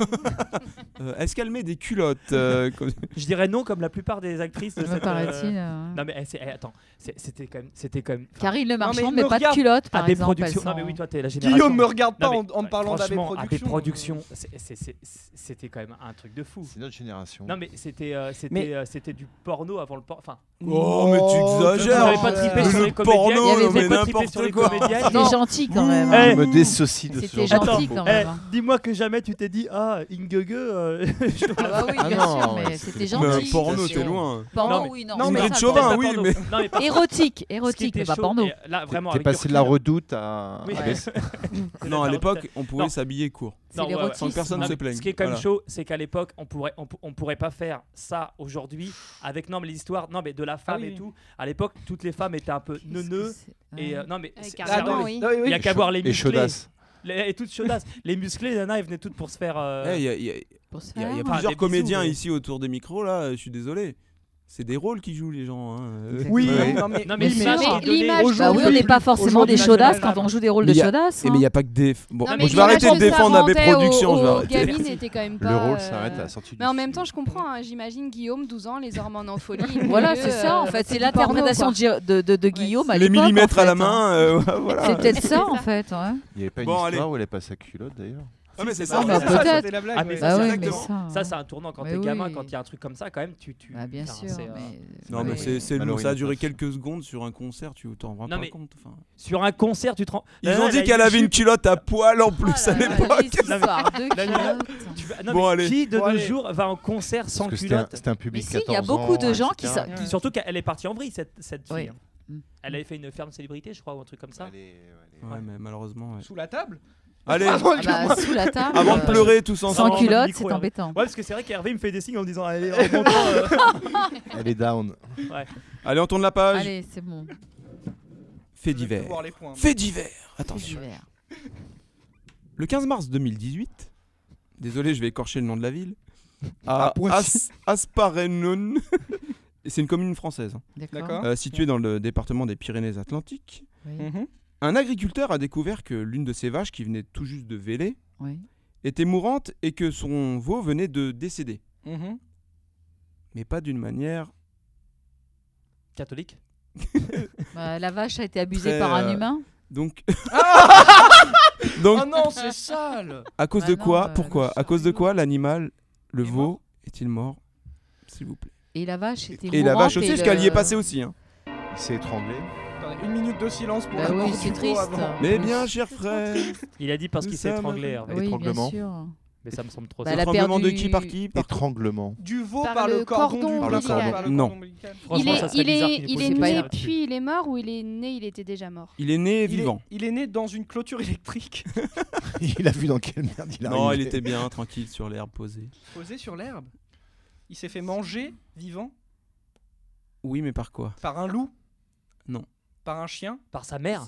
[SPEAKER 2] Euh, Est-ce qu'elle met des culottes euh, comme-
[SPEAKER 4] Je dirais non comme la plupart des actrices de
[SPEAKER 6] Ça me
[SPEAKER 4] cette.
[SPEAKER 6] paraît-il.
[SPEAKER 4] euh,
[SPEAKER 6] euh,
[SPEAKER 4] Non mais eh, c'est- eh, attends, C'est- c'était quand même, c'était quand même. enfin,
[SPEAKER 6] Karine Le Marchand,
[SPEAKER 3] il
[SPEAKER 6] mais
[SPEAKER 3] me
[SPEAKER 6] pas de
[SPEAKER 3] regarde.
[SPEAKER 6] culotte par
[SPEAKER 4] AB
[SPEAKER 6] exemple.
[SPEAKER 4] Productions.
[SPEAKER 6] elles
[SPEAKER 4] Non mais
[SPEAKER 6] sont-
[SPEAKER 4] oui, toi t'es la génération.
[SPEAKER 3] Guillaume me regarde pas
[SPEAKER 4] Non, mais,
[SPEAKER 3] en, en me parlant d'AB
[SPEAKER 4] Franchement, AB
[SPEAKER 3] Productions.
[SPEAKER 4] Productions, c'est- c'est- c'est- c'est- c'était quand même un truc de fou.
[SPEAKER 5] c'est notre génération.
[SPEAKER 4] Non mais c'était, euh, c'était,
[SPEAKER 3] Mais-
[SPEAKER 4] euh, c'était du porno avant le porno. Enfin,
[SPEAKER 2] Oh, mais tu
[SPEAKER 4] vous
[SPEAKER 2] exagères.
[SPEAKER 4] n'avez pas trippé
[SPEAKER 2] Le
[SPEAKER 4] sur les comédiennes.
[SPEAKER 2] porno,
[SPEAKER 4] vous avez
[SPEAKER 6] non, mais
[SPEAKER 4] pas trippé sur
[SPEAKER 2] n'importe
[SPEAKER 4] les
[SPEAKER 2] quoi.
[SPEAKER 4] comédiennes.
[SPEAKER 6] C'était
[SPEAKER 4] Non.
[SPEAKER 6] gentil quand même.
[SPEAKER 4] Eh,
[SPEAKER 5] Je
[SPEAKER 6] hein.
[SPEAKER 5] me déssocie de ce
[SPEAKER 6] C'était
[SPEAKER 5] genre de
[SPEAKER 6] gentil
[SPEAKER 5] propos.
[SPEAKER 6] quand
[SPEAKER 4] eh,
[SPEAKER 6] même. hein.
[SPEAKER 4] dis-moi que jamais tu t'es dit ah Ingege. euh, je-
[SPEAKER 6] Ah bah oui,
[SPEAKER 5] Ah
[SPEAKER 6] bien
[SPEAKER 5] non,
[SPEAKER 6] sûr,
[SPEAKER 5] ouais, c'était-
[SPEAKER 6] mais c'était
[SPEAKER 5] Mais
[SPEAKER 6] gentil.
[SPEAKER 2] Mais
[SPEAKER 5] Gentil,
[SPEAKER 2] porno,
[SPEAKER 5] attention.
[SPEAKER 2] t'es loin.
[SPEAKER 6] Porno,
[SPEAKER 4] Non, mais-
[SPEAKER 6] oui, non.
[SPEAKER 3] non,
[SPEAKER 6] c'est
[SPEAKER 3] mais-
[SPEAKER 6] pas
[SPEAKER 2] Ingrid
[SPEAKER 6] ça,
[SPEAKER 2] Chauvin,
[SPEAKER 6] quoi.
[SPEAKER 4] Pas
[SPEAKER 2] oui,
[SPEAKER 4] porno.
[SPEAKER 2] mais-
[SPEAKER 4] Non, mais par
[SPEAKER 6] Érotique,
[SPEAKER 4] contre, ce qui
[SPEAKER 6] érotique, mais
[SPEAKER 4] était
[SPEAKER 6] pas
[SPEAKER 4] chaud,
[SPEAKER 6] porno.
[SPEAKER 4] et là vraiment.
[SPEAKER 5] T'es
[SPEAKER 4] avec du
[SPEAKER 5] passé de la
[SPEAKER 4] recul,
[SPEAKER 5] redoute à.
[SPEAKER 4] Oui.
[SPEAKER 5] à
[SPEAKER 6] Ouais.
[SPEAKER 5] Bess.
[SPEAKER 2] Non, à
[SPEAKER 4] Attends,
[SPEAKER 2] l'époque, on
[SPEAKER 4] Non.
[SPEAKER 2] pouvait s'habiller court.
[SPEAKER 6] C'est
[SPEAKER 4] Non, ouais, ouais.
[SPEAKER 6] l'érotisme.
[SPEAKER 2] Sans que personne
[SPEAKER 4] Non,
[SPEAKER 2] se
[SPEAKER 4] mais
[SPEAKER 2] plaigne.
[SPEAKER 4] Ce qui est quand même
[SPEAKER 2] Voilà.
[SPEAKER 4] chaud, c'est qu'à l'époque, on pourrait, on, pou- on pourrait pas faire ça aujourd'hui avec non mais l'histoire, non mais de la femme
[SPEAKER 3] oui,
[SPEAKER 4] et
[SPEAKER 3] oui.
[SPEAKER 4] tout. À l'époque, toutes les femmes étaient un peu
[SPEAKER 6] Qu'est-ce que
[SPEAKER 4] neuneux
[SPEAKER 6] c'est-
[SPEAKER 4] et
[SPEAKER 6] Ouais.
[SPEAKER 4] euh, non mais
[SPEAKER 7] Ouais,
[SPEAKER 4] c'est-
[SPEAKER 7] carrément.
[SPEAKER 4] sérieux,
[SPEAKER 7] Pardon,
[SPEAKER 4] mais-
[SPEAKER 7] oui.
[SPEAKER 3] Non, oui, oui.
[SPEAKER 4] Il y a
[SPEAKER 5] Et
[SPEAKER 4] qu'à
[SPEAKER 5] chaud-
[SPEAKER 4] voir les
[SPEAKER 5] Et
[SPEAKER 4] musclés
[SPEAKER 5] chaudasse.
[SPEAKER 4] les- et toutes chaudasses. les musclés, les nanas, elles venaient toutes pour se faire. euh,
[SPEAKER 2] Eh, Il y a- il y a-
[SPEAKER 6] Pour se
[SPEAKER 2] il y a, il y a
[SPEAKER 6] faire.
[SPEAKER 4] Enfin, des
[SPEAKER 2] plusieurs
[SPEAKER 4] bisous,
[SPEAKER 2] comédiens
[SPEAKER 4] mais-
[SPEAKER 2] ici autour des micros, là, je suis désolé. C'est des rôles qui jouent les gens. hein, euh.
[SPEAKER 6] Exactement.
[SPEAKER 3] Oui,
[SPEAKER 5] Ouais.
[SPEAKER 3] non, mais,
[SPEAKER 4] Non,
[SPEAKER 3] oui,
[SPEAKER 4] mais ça,
[SPEAKER 3] mais-
[SPEAKER 4] c'est
[SPEAKER 7] mais
[SPEAKER 4] donné
[SPEAKER 7] l'image-
[SPEAKER 3] aujourd'hui-
[SPEAKER 6] Bah oui, on n'est pas forcément
[SPEAKER 3] aujourd'hui,
[SPEAKER 6] des chaudasses
[SPEAKER 3] national.
[SPEAKER 6] quand on joue des rôles de
[SPEAKER 2] Mais il y a-
[SPEAKER 6] chaudasses.
[SPEAKER 2] Et mais
[SPEAKER 6] hein.
[SPEAKER 2] il n'y a pas que des. Bon,
[SPEAKER 7] Non,
[SPEAKER 2] bon,
[SPEAKER 7] mais
[SPEAKER 2] je vais arrêter de
[SPEAKER 7] j'imagine que ça
[SPEAKER 2] défendre AB
[SPEAKER 7] remontait
[SPEAKER 2] Productions.
[SPEAKER 7] au-
[SPEAKER 2] je vais
[SPEAKER 7] au
[SPEAKER 2] arrêter.
[SPEAKER 7] Gavin était quand même
[SPEAKER 5] Le
[SPEAKER 6] Bah,
[SPEAKER 7] pas,
[SPEAKER 5] rôle
[SPEAKER 7] euh,
[SPEAKER 5] s'arrête à la sortie du
[SPEAKER 7] Mais en
[SPEAKER 5] film.
[SPEAKER 7] même temps, je comprends. hein, J'imagine Guillaume, 12 ans, les hormones en folie. il
[SPEAKER 6] Voilà,
[SPEAKER 7] veut,
[SPEAKER 6] c'est ça
[SPEAKER 7] euh,
[SPEAKER 6] en fait. C'est
[SPEAKER 7] du porno,
[SPEAKER 6] l'interprétation
[SPEAKER 7] quoi.
[SPEAKER 6] de, Gi- de, de- de Guillaume à
[SPEAKER 2] Les
[SPEAKER 6] l'époque, en
[SPEAKER 2] millimètres à
[SPEAKER 6] fait,
[SPEAKER 2] la
[SPEAKER 6] hein.
[SPEAKER 2] main, euh, voilà.
[SPEAKER 6] C'est peut-être
[SPEAKER 7] C'est
[SPEAKER 6] ça en
[SPEAKER 7] ça.
[SPEAKER 6] fait. ouais.
[SPEAKER 5] Il n'y avait pas
[SPEAKER 2] Bon,
[SPEAKER 5] une
[SPEAKER 2] allez.
[SPEAKER 5] histoire où elle est passée culotte d'ailleurs
[SPEAKER 2] Ah, mais c'est
[SPEAKER 6] Ah,
[SPEAKER 2] ça.
[SPEAKER 6] bah,
[SPEAKER 2] c'est ça,
[SPEAKER 6] peut-être.
[SPEAKER 3] c'était la blague,
[SPEAKER 4] Ah, mais
[SPEAKER 3] ouais.
[SPEAKER 4] ça,
[SPEAKER 6] Bah
[SPEAKER 4] c'est
[SPEAKER 6] ouais, mais
[SPEAKER 4] exactement.
[SPEAKER 6] ça.
[SPEAKER 4] Ça, c'est un tournant quand
[SPEAKER 6] Mais
[SPEAKER 4] t'es gamin,
[SPEAKER 6] oui.
[SPEAKER 4] quand il y a un truc comme ça, quand même, tu. tu
[SPEAKER 6] Bah, bien
[SPEAKER 4] enfin,
[SPEAKER 6] sûr.
[SPEAKER 4] c'est, euh,
[SPEAKER 6] mais-
[SPEAKER 2] Non, mais
[SPEAKER 6] Ouais.
[SPEAKER 2] c'est c'est lourd.
[SPEAKER 5] Mallory
[SPEAKER 2] Ça a
[SPEAKER 5] Nataf.
[SPEAKER 2] duré quelques secondes sur un concert, tu t'en rends
[SPEAKER 4] Non,
[SPEAKER 2] pas
[SPEAKER 4] mais-
[SPEAKER 2] compte. enfin.
[SPEAKER 4] Sur un concert, tu te rends.
[SPEAKER 2] Ils
[SPEAKER 4] Non, non,
[SPEAKER 2] ont
[SPEAKER 4] elle a
[SPEAKER 2] dit qu'elle
[SPEAKER 4] une
[SPEAKER 2] avait une
[SPEAKER 4] jupe.
[SPEAKER 2] culotte à poil en plus
[SPEAKER 6] Oh
[SPEAKER 2] à
[SPEAKER 6] là là,
[SPEAKER 2] l'époque.
[SPEAKER 6] les histoires de
[SPEAKER 4] La nuit.
[SPEAKER 6] culottes.
[SPEAKER 4] Tu vas- non,
[SPEAKER 2] Bon,
[SPEAKER 4] mais
[SPEAKER 2] allez.
[SPEAKER 4] Qui de
[SPEAKER 3] Bon,
[SPEAKER 4] nos
[SPEAKER 3] allez.
[SPEAKER 4] jours va en concert sans
[SPEAKER 5] Parce que c'était un,
[SPEAKER 4] culotte
[SPEAKER 5] c'était un public
[SPEAKER 6] Mais si, il y a
[SPEAKER 5] 14
[SPEAKER 6] beaucoup
[SPEAKER 5] ans,
[SPEAKER 6] de gens qui
[SPEAKER 5] etc.
[SPEAKER 6] sont-
[SPEAKER 4] Qui- Surtout qu'elle est partie en vrille, cette, cette fille.
[SPEAKER 6] Oui.
[SPEAKER 4] hein.
[SPEAKER 6] Mm.
[SPEAKER 4] Elle avait fait une ferme célébrité, je crois, ou un truc comme ça.
[SPEAKER 5] Elle est- elle est-
[SPEAKER 2] Ouais, mais malheureusement. ouais.
[SPEAKER 3] Sous la table
[SPEAKER 2] Allez,
[SPEAKER 6] Ah bah, sous la table.
[SPEAKER 2] avant de
[SPEAKER 6] euh,
[SPEAKER 2] pleurer tous ensemble.
[SPEAKER 6] Sans
[SPEAKER 4] Non, le
[SPEAKER 6] culotte,
[SPEAKER 4] micro,
[SPEAKER 2] euh.
[SPEAKER 6] c'est
[SPEAKER 4] hein.
[SPEAKER 6] embêtant.
[SPEAKER 4] Ouais, parce que c'est vrai qu'Hervé me fait des signes en me disant Allez, en montant, euh,
[SPEAKER 5] Elle est down.
[SPEAKER 2] Allez, on tourne la page.
[SPEAKER 6] Allez, c'est bon.
[SPEAKER 2] Fait
[SPEAKER 3] Je vais
[SPEAKER 2] divers.
[SPEAKER 3] voir les points.
[SPEAKER 2] Fait divers.
[SPEAKER 6] C'est
[SPEAKER 2] Attention.
[SPEAKER 6] divers.
[SPEAKER 2] Le 15 mars 2018, désolé, je vais écorcher le nom de la ville, à
[SPEAKER 5] Ah, Poissy.
[SPEAKER 2] As- Asparenon, Et c'est une commune française, hein,
[SPEAKER 6] D'accord.
[SPEAKER 3] D'accord.
[SPEAKER 2] euh, située dans le département des Pyrénées-Atlantiques.
[SPEAKER 6] Oui,
[SPEAKER 3] Mhm.
[SPEAKER 2] Un agriculteur a découvert que l'une de ses vaches, qui venait tout juste de véler,
[SPEAKER 6] oui.
[SPEAKER 2] était mourante et que son veau venait de décéder.
[SPEAKER 3] Mhm.
[SPEAKER 2] Mais pas d'une manière...
[SPEAKER 4] Catholique
[SPEAKER 6] Bah, la vache a été abusée
[SPEAKER 2] Très,
[SPEAKER 6] par un
[SPEAKER 2] euh,
[SPEAKER 6] humain.
[SPEAKER 2] Donc... Donc,
[SPEAKER 3] Oh non, c'est sale
[SPEAKER 2] à cause
[SPEAKER 6] Ah Bah
[SPEAKER 2] de
[SPEAKER 6] non,
[SPEAKER 2] quoi
[SPEAKER 6] bah,
[SPEAKER 2] Pourquoi À cause de quoi l'animal, le veau, est-il mort S'il vous plaît.
[SPEAKER 6] Et la vache était
[SPEAKER 2] Et la
[SPEAKER 6] mourante
[SPEAKER 2] vache aussi, parce qu'elle y est
[SPEAKER 6] le-
[SPEAKER 2] passée aussi. hein.
[SPEAKER 5] Il s'est étranglé.
[SPEAKER 3] Attendez, une minute de silence pour
[SPEAKER 6] Bah
[SPEAKER 3] la mort
[SPEAKER 6] oui,
[SPEAKER 3] du
[SPEAKER 6] c'est
[SPEAKER 3] veau
[SPEAKER 6] triste.
[SPEAKER 3] avant.
[SPEAKER 2] Mais bien, cher frère
[SPEAKER 6] Bah,
[SPEAKER 4] Il a dit parce
[SPEAKER 2] Nous
[SPEAKER 4] qu'il s'est
[SPEAKER 2] sommes-
[SPEAKER 4] étranglé, Hervé.
[SPEAKER 6] Oui, bien
[SPEAKER 5] Étranglement.
[SPEAKER 6] sûr.
[SPEAKER 4] Mais ça me semble trop
[SPEAKER 6] Bah,
[SPEAKER 4] simple.
[SPEAKER 6] elle a
[SPEAKER 2] Étranglement de
[SPEAKER 6] perdu-
[SPEAKER 2] qui par qui par-
[SPEAKER 5] Étranglement.
[SPEAKER 3] Du veau
[SPEAKER 7] Par
[SPEAKER 3] par, le
[SPEAKER 7] le
[SPEAKER 3] cordon,
[SPEAKER 7] cordon
[SPEAKER 3] ombilical.
[SPEAKER 5] ombilical.
[SPEAKER 3] Par le
[SPEAKER 2] Non.
[SPEAKER 3] cordon ombilical.
[SPEAKER 7] Il
[SPEAKER 4] Franchement,
[SPEAKER 7] est,
[SPEAKER 4] ça serait
[SPEAKER 7] il
[SPEAKER 4] bizarre
[SPEAKER 7] est,
[SPEAKER 4] qu'il ait
[SPEAKER 7] il
[SPEAKER 4] posé
[SPEAKER 7] est
[SPEAKER 4] une
[SPEAKER 7] né,
[SPEAKER 4] question là-dessus.
[SPEAKER 7] puis il est mort ou il est né, il était déjà mort.
[SPEAKER 2] Il est né
[SPEAKER 3] Il est-
[SPEAKER 2] vivant.
[SPEAKER 3] Il est né dans une clôture électrique
[SPEAKER 5] Il a vu dans quelle merde il a
[SPEAKER 2] Non, il était bien, tranquille, sur l'herbe posée.
[SPEAKER 3] posée sur l'herbe. Il s'est fait manger vivant
[SPEAKER 2] Oui, mais par quoi
[SPEAKER 3] par un loup
[SPEAKER 2] Non.
[SPEAKER 3] Par un chien
[SPEAKER 4] Par sa mère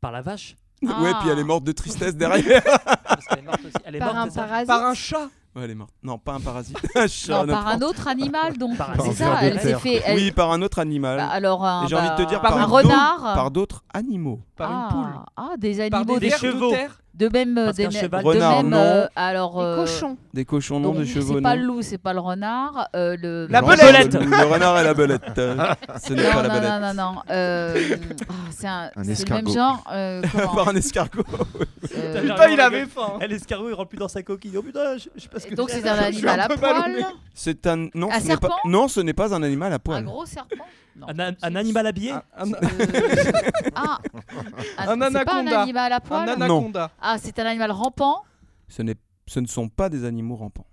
[SPEAKER 4] Par la vache
[SPEAKER 2] Ouais,
[SPEAKER 6] Ah.
[SPEAKER 2] puis elle est morte de tristesse derrière.
[SPEAKER 4] Parce qu'elle est morte aussi. Elle est
[SPEAKER 7] Par
[SPEAKER 4] morte,
[SPEAKER 7] un
[SPEAKER 4] c'est ça
[SPEAKER 7] parasite.
[SPEAKER 3] Par un chat
[SPEAKER 2] ouais, elle est morte. Non, pas un parasite. un chat.
[SPEAKER 6] Non, par
[SPEAKER 2] n'importe-
[SPEAKER 6] un autre animal, donc.
[SPEAKER 4] Par un
[SPEAKER 6] C'est
[SPEAKER 5] autre
[SPEAKER 6] ça,
[SPEAKER 5] animal.
[SPEAKER 6] elle s'est fait. elle-
[SPEAKER 2] Oui, par un autre animal.
[SPEAKER 6] bah, alors, un,
[SPEAKER 2] Et j'ai envie de te
[SPEAKER 6] bah,
[SPEAKER 2] dire
[SPEAKER 6] un
[SPEAKER 2] par d'autres-
[SPEAKER 6] renard.
[SPEAKER 2] Par d'autres animaux.
[SPEAKER 3] Par
[SPEAKER 6] ah,
[SPEAKER 3] une poule
[SPEAKER 6] Ah, des
[SPEAKER 3] Par
[SPEAKER 6] animaux.
[SPEAKER 3] des,
[SPEAKER 4] des
[SPEAKER 3] vers de
[SPEAKER 4] chevaux.
[SPEAKER 3] terre
[SPEAKER 6] De même. euh,
[SPEAKER 4] Parce
[SPEAKER 6] des
[SPEAKER 4] qu'un
[SPEAKER 6] ne-
[SPEAKER 4] cheval,
[SPEAKER 6] de
[SPEAKER 2] renard,
[SPEAKER 6] même,
[SPEAKER 2] non.
[SPEAKER 6] euh, alors.
[SPEAKER 7] Les
[SPEAKER 6] euh,
[SPEAKER 7] cochons.
[SPEAKER 2] Des cochons, non,
[SPEAKER 6] donc,
[SPEAKER 2] des chevaux,
[SPEAKER 6] C'est pas
[SPEAKER 2] non.
[SPEAKER 6] le loup, c'est pas le renard. euh, le...
[SPEAKER 3] La
[SPEAKER 5] belette.
[SPEAKER 2] Le, loup, le renard et la belette. Euh, Ce n'est
[SPEAKER 6] non,
[SPEAKER 2] pas la
[SPEAKER 6] non,
[SPEAKER 2] belette.
[SPEAKER 6] non, non, non. euh, ah, c'est un,
[SPEAKER 5] Un
[SPEAKER 6] c'est le même
[SPEAKER 5] escargot.
[SPEAKER 6] genre. euh, comment,
[SPEAKER 2] Par un escargot.
[SPEAKER 6] euh,
[SPEAKER 4] Putain,
[SPEAKER 3] Putain, il
[SPEAKER 4] la
[SPEAKER 3] avait
[SPEAKER 4] gueule.
[SPEAKER 3] faim hein.
[SPEAKER 4] Elle escargot, il rentre plus dans sa coquille. Oh putain, je, je sais pas ce que
[SPEAKER 6] donc
[SPEAKER 4] c'est.
[SPEAKER 6] c'est un animal à
[SPEAKER 3] peu mal
[SPEAKER 6] poil,
[SPEAKER 2] C'est un non,
[SPEAKER 6] Un
[SPEAKER 2] ce n'est pas...
[SPEAKER 6] serpent
[SPEAKER 2] non, ce n'est pas un animal à
[SPEAKER 6] un
[SPEAKER 2] poil.
[SPEAKER 6] gros serpent. Non,
[SPEAKER 4] Un, an-
[SPEAKER 6] c'est-
[SPEAKER 4] un animal habillé
[SPEAKER 3] Un- un-
[SPEAKER 6] euh, ah,
[SPEAKER 3] Un
[SPEAKER 6] C'est pas un
[SPEAKER 3] anaconda.
[SPEAKER 6] animal à
[SPEAKER 3] Un
[SPEAKER 6] poil.
[SPEAKER 3] anaconda
[SPEAKER 6] Ah, c'est un animal rampant
[SPEAKER 2] Ce n'est ce ne sont pas des animaux rampants.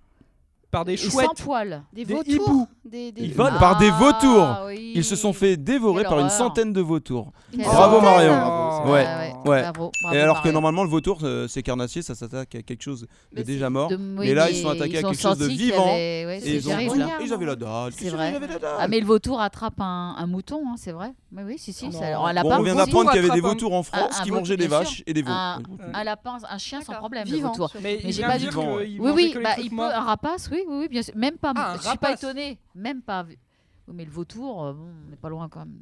[SPEAKER 3] par des
[SPEAKER 6] et sans
[SPEAKER 3] chouettes.
[SPEAKER 6] poil.
[SPEAKER 7] Des
[SPEAKER 3] Des
[SPEAKER 7] vautours.
[SPEAKER 3] hiboux.
[SPEAKER 7] Des, des...
[SPEAKER 4] Ils volent.
[SPEAKER 2] Par des vautours.
[SPEAKER 6] Ah, oui.
[SPEAKER 2] Ils se sont fait dévorer
[SPEAKER 6] Quelle
[SPEAKER 2] par une
[SPEAKER 6] horreur.
[SPEAKER 2] centaine de vautours.
[SPEAKER 6] Quelle
[SPEAKER 2] Bravo,
[SPEAKER 6] horreur.
[SPEAKER 2] Marion.
[SPEAKER 3] Bravo,
[SPEAKER 2] Ouais.
[SPEAKER 6] Ah
[SPEAKER 2] Ouais.
[SPEAKER 6] Bravo, bravo,
[SPEAKER 2] et alors que
[SPEAKER 6] Marion.
[SPEAKER 2] normalement le vautour, euh, c'est carnassier, ça s'attaque à quelque chose de
[SPEAKER 7] Mais
[SPEAKER 2] déjà mort.
[SPEAKER 6] De- oui,
[SPEAKER 2] mais là, ils sont attaqués à
[SPEAKER 6] ont
[SPEAKER 2] quelque chose de
[SPEAKER 6] senti qu'il y
[SPEAKER 2] vivant,
[SPEAKER 6] avait- ouais,
[SPEAKER 2] Et
[SPEAKER 6] c'est
[SPEAKER 2] ils, ont- Ah
[SPEAKER 6] terrible.
[SPEAKER 7] là.
[SPEAKER 2] ils avaient la dalle.
[SPEAKER 6] C'est
[SPEAKER 2] Qu'est-ce
[SPEAKER 6] vrai.
[SPEAKER 2] qu'ils avaient la dalle
[SPEAKER 6] Ah, mais le vautour attrape un, un mouton, hein, c'est vrai Oui, oui, si, si.
[SPEAKER 3] Non.
[SPEAKER 6] ça- alors, un
[SPEAKER 2] Bon,
[SPEAKER 6] lapin,
[SPEAKER 2] on vient
[SPEAKER 6] aussi.
[SPEAKER 2] d'apprendre qu'il y avait des
[SPEAKER 3] Vautour
[SPEAKER 2] vautours en France
[SPEAKER 6] Ah, un
[SPEAKER 2] qui
[SPEAKER 6] vautour,
[SPEAKER 2] mangeaient des
[SPEAKER 6] bien
[SPEAKER 2] vaches et des veaux.
[SPEAKER 6] Ah,
[SPEAKER 2] Oui.
[SPEAKER 6] un lapin, un chien sans
[SPEAKER 7] D'accord.
[SPEAKER 6] problème,
[SPEAKER 7] Vivant,
[SPEAKER 6] le vautour.
[SPEAKER 7] surtout.
[SPEAKER 3] Mais,
[SPEAKER 6] Mais
[SPEAKER 3] il
[SPEAKER 6] j'ai
[SPEAKER 3] vient
[SPEAKER 6] pas
[SPEAKER 3] dire
[SPEAKER 2] dit-
[SPEAKER 3] que il
[SPEAKER 6] Oui,
[SPEAKER 3] mangeait
[SPEAKER 6] oui,
[SPEAKER 3] que les
[SPEAKER 6] bah,
[SPEAKER 3] trucs
[SPEAKER 6] il peut,
[SPEAKER 3] morts.
[SPEAKER 6] un rapace, oui, oui, oui, bien sûr. Même pas,
[SPEAKER 3] Ah, un
[SPEAKER 6] je suis pas
[SPEAKER 3] rapace.
[SPEAKER 6] étonnée, même pas. Oui, Mais le vautour, euh, bon, on n'est pas loin quand même.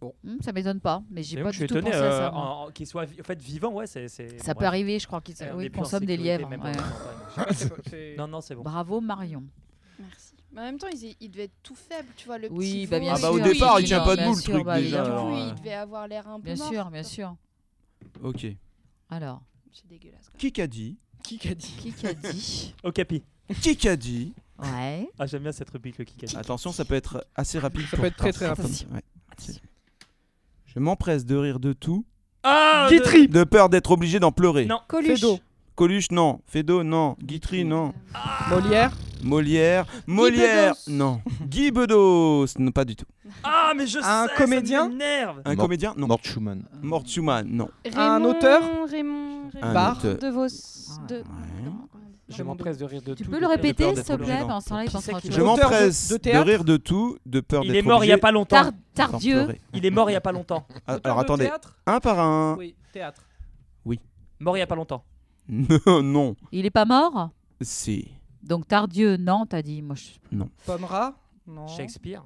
[SPEAKER 3] Bon.
[SPEAKER 6] Hmm, ça m'étonne pas, mais
[SPEAKER 4] Mais
[SPEAKER 6] j'ai
[SPEAKER 4] oui,
[SPEAKER 6] pas
[SPEAKER 4] je
[SPEAKER 6] du
[SPEAKER 4] suis
[SPEAKER 6] tout
[SPEAKER 4] étonné
[SPEAKER 6] pensé à ça.
[SPEAKER 4] euh,
[SPEAKER 6] moi.
[SPEAKER 4] en- en- qu'il soit vi- en fait vivant, ouais, c'est. c'est-
[SPEAKER 6] Ça peut
[SPEAKER 4] bref.
[SPEAKER 6] arriver, je crois qu'ils
[SPEAKER 4] On
[SPEAKER 6] oui,
[SPEAKER 4] est
[SPEAKER 6] ils
[SPEAKER 4] plus en
[SPEAKER 6] consomment des
[SPEAKER 4] sécurité,
[SPEAKER 6] lièvres.
[SPEAKER 4] même
[SPEAKER 6] ouais.
[SPEAKER 4] dans les montagnes.
[SPEAKER 3] C'est- c'est-
[SPEAKER 4] Non, non, c'est bon.
[SPEAKER 6] Bravo Marion.
[SPEAKER 7] Merci. Mais en même temps, ils, ils devaient être tout faibles, tu vois, le
[SPEAKER 6] Oui,
[SPEAKER 7] petit
[SPEAKER 6] bah,
[SPEAKER 7] veau
[SPEAKER 6] bien
[SPEAKER 7] et
[SPEAKER 2] Ah bah
[SPEAKER 7] tout.
[SPEAKER 2] au
[SPEAKER 6] sûr,
[SPEAKER 2] départ,
[SPEAKER 6] oui,
[SPEAKER 2] il tient pas
[SPEAKER 6] bien
[SPEAKER 2] debout le
[SPEAKER 6] sûr,
[SPEAKER 2] truc
[SPEAKER 6] bah,
[SPEAKER 2] déjà.
[SPEAKER 6] évidemment.
[SPEAKER 7] Du
[SPEAKER 2] alors,
[SPEAKER 7] coup,
[SPEAKER 2] euh,
[SPEAKER 7] il devait avoir l'air un peu
[SPEAKER 6] Bien
[SPEAKER 7] mort.
[SPEAKER 6] sûr, bien sûr. Ah.
[SPEAKER 2] Ok.
[SPEAKER 6] Alors,
[SPEAKER 7] C'est dégueulasse. quoi.
[SPEAKER 2] Qui qu'a dit
[SPEAKER 3] Qui qu'a dit
[SPEAKER 6] qui a dit
[SPEAKER 4] Au capi.
[SPEAKER 2] Qui qu'a dit
[SPEAKER 6] Ouais.
[SPEAKER 4] Ah, j'aime bien cette rubrique, le kick
[SPEAKER 2] Attention, ça peut être assez rapide.
[SPEAKER 3] Ça
[SPEAKER 2] pour-
[SPEAKER 3] peut être très, très rapide.
[SPEAKER 2] Attention, ouais. Je m'empresse de rire de tout,
[SPEAKER 4] Ah
[SPEAKER 3] Guitry
[SPEAKER 2] de peur d'être obligé d'en pleurer.
[SPEAKER 4] Non.
[SPEAKER 7] Coluche.
[SPEAKER 3] Fédo.
[SPEAKER 2] Coluche, non. Fédo, non. Guitry, non.
[SPEAKER 3] Molière
[SPEAKER 2] Molière. Molière,
[SPEAKER 7] Bedos.
[SPEAKER 2] non. Guy Bedos, non, pas du tout.
[SPEAKER 4] Ah, mais je sais
[SPEAKER 3] Un
[SPEAKER 4] ça
[SPEAKER 3] comédien
[SPEAKER 4] m'énerve.
[SPEAKER 2] Un
[SPEAKER 5] Mort-
[SPEAKER 2] comédien, non.
[SPEAKER 5] Mort Schumann.
[SPEAKER 2] Mort Schumann, non.
[SPEAKER 3] Un
[SPEAKER 7] euh, Raymond-
[SPEAKER 3] auteur
[SPEAKER 7] Raymond.
[SPEAKER 2] Un
[SPEAKER 3] Barre.
[SPEAKER 2] auteur.
[SPEAKER 7] De Vos. De...
[SPEAKER 4] Je m'empresse de rire de
[SPEAKER 6] Tu
[SPEAKER 4] tout.
[SPEAKER 6] peux le
[SPEAKER 4] de peur
[SPEAKER 6] répéter,
[SPEAKER 4] d'être
[SPEAKER 6] s'il te plaît
[SPEAKER 4] obligé d'en-
[SPEAKER 6] Pendant ce temps-là, il
[SPEAKER 4] Qui c'est
[SPEAKER 6] pensera
[SPEAKER 4] qui
[SPEAKER 6] à autre
[SPEAKER 2] Je
[SPEAKER 3] Auteur
[SPEAKER 6] chose.
[SPEAKER 3] m'en-
[SPEAKER 2] m'empresse
[SPEAKER 3] de-
[SPEAKER 2] de,
[SPEAKER 3] de théâtre
[SPEAKER 2] rire de tout, de peur
[SPEAKER 4] Il
[SPEAKER 2] d'être
[SPEAKER 4] est mort il y a
[SPEAKER 2] obligé
[SPEAKER 4] pas longtemps.
[SPEAKER 6] Tar- Tardieu.
[SPEAKER 2] d'en pleurer.
[SPEAKER 4] Il est mort il y a pas longtemps.
[SPEAKER 2] Ah,
[SPEAKER 3] Auteur
[SPEAKER 2] Alors
[SPEAKER 3] de
[SPEAKER 2] attendez,
[SPEAKER 3] Théâtre
[SPEAKER 2] un par un.
[SPEAKER 3] Oui, théâtre.
[SPEAKER 4] Mort il y a pas longtemps.
[SPEAKER 2] Non, non.
[SPEAKER 6] Il est pas mort
[SPEAKER 2] Si.
[SPEAKER 6] Donc Tardieu, non, t'as dit. Moi, je...
[SPEAKER 3] Pomera. Non.
[SPEAKER 4] Shakespeare.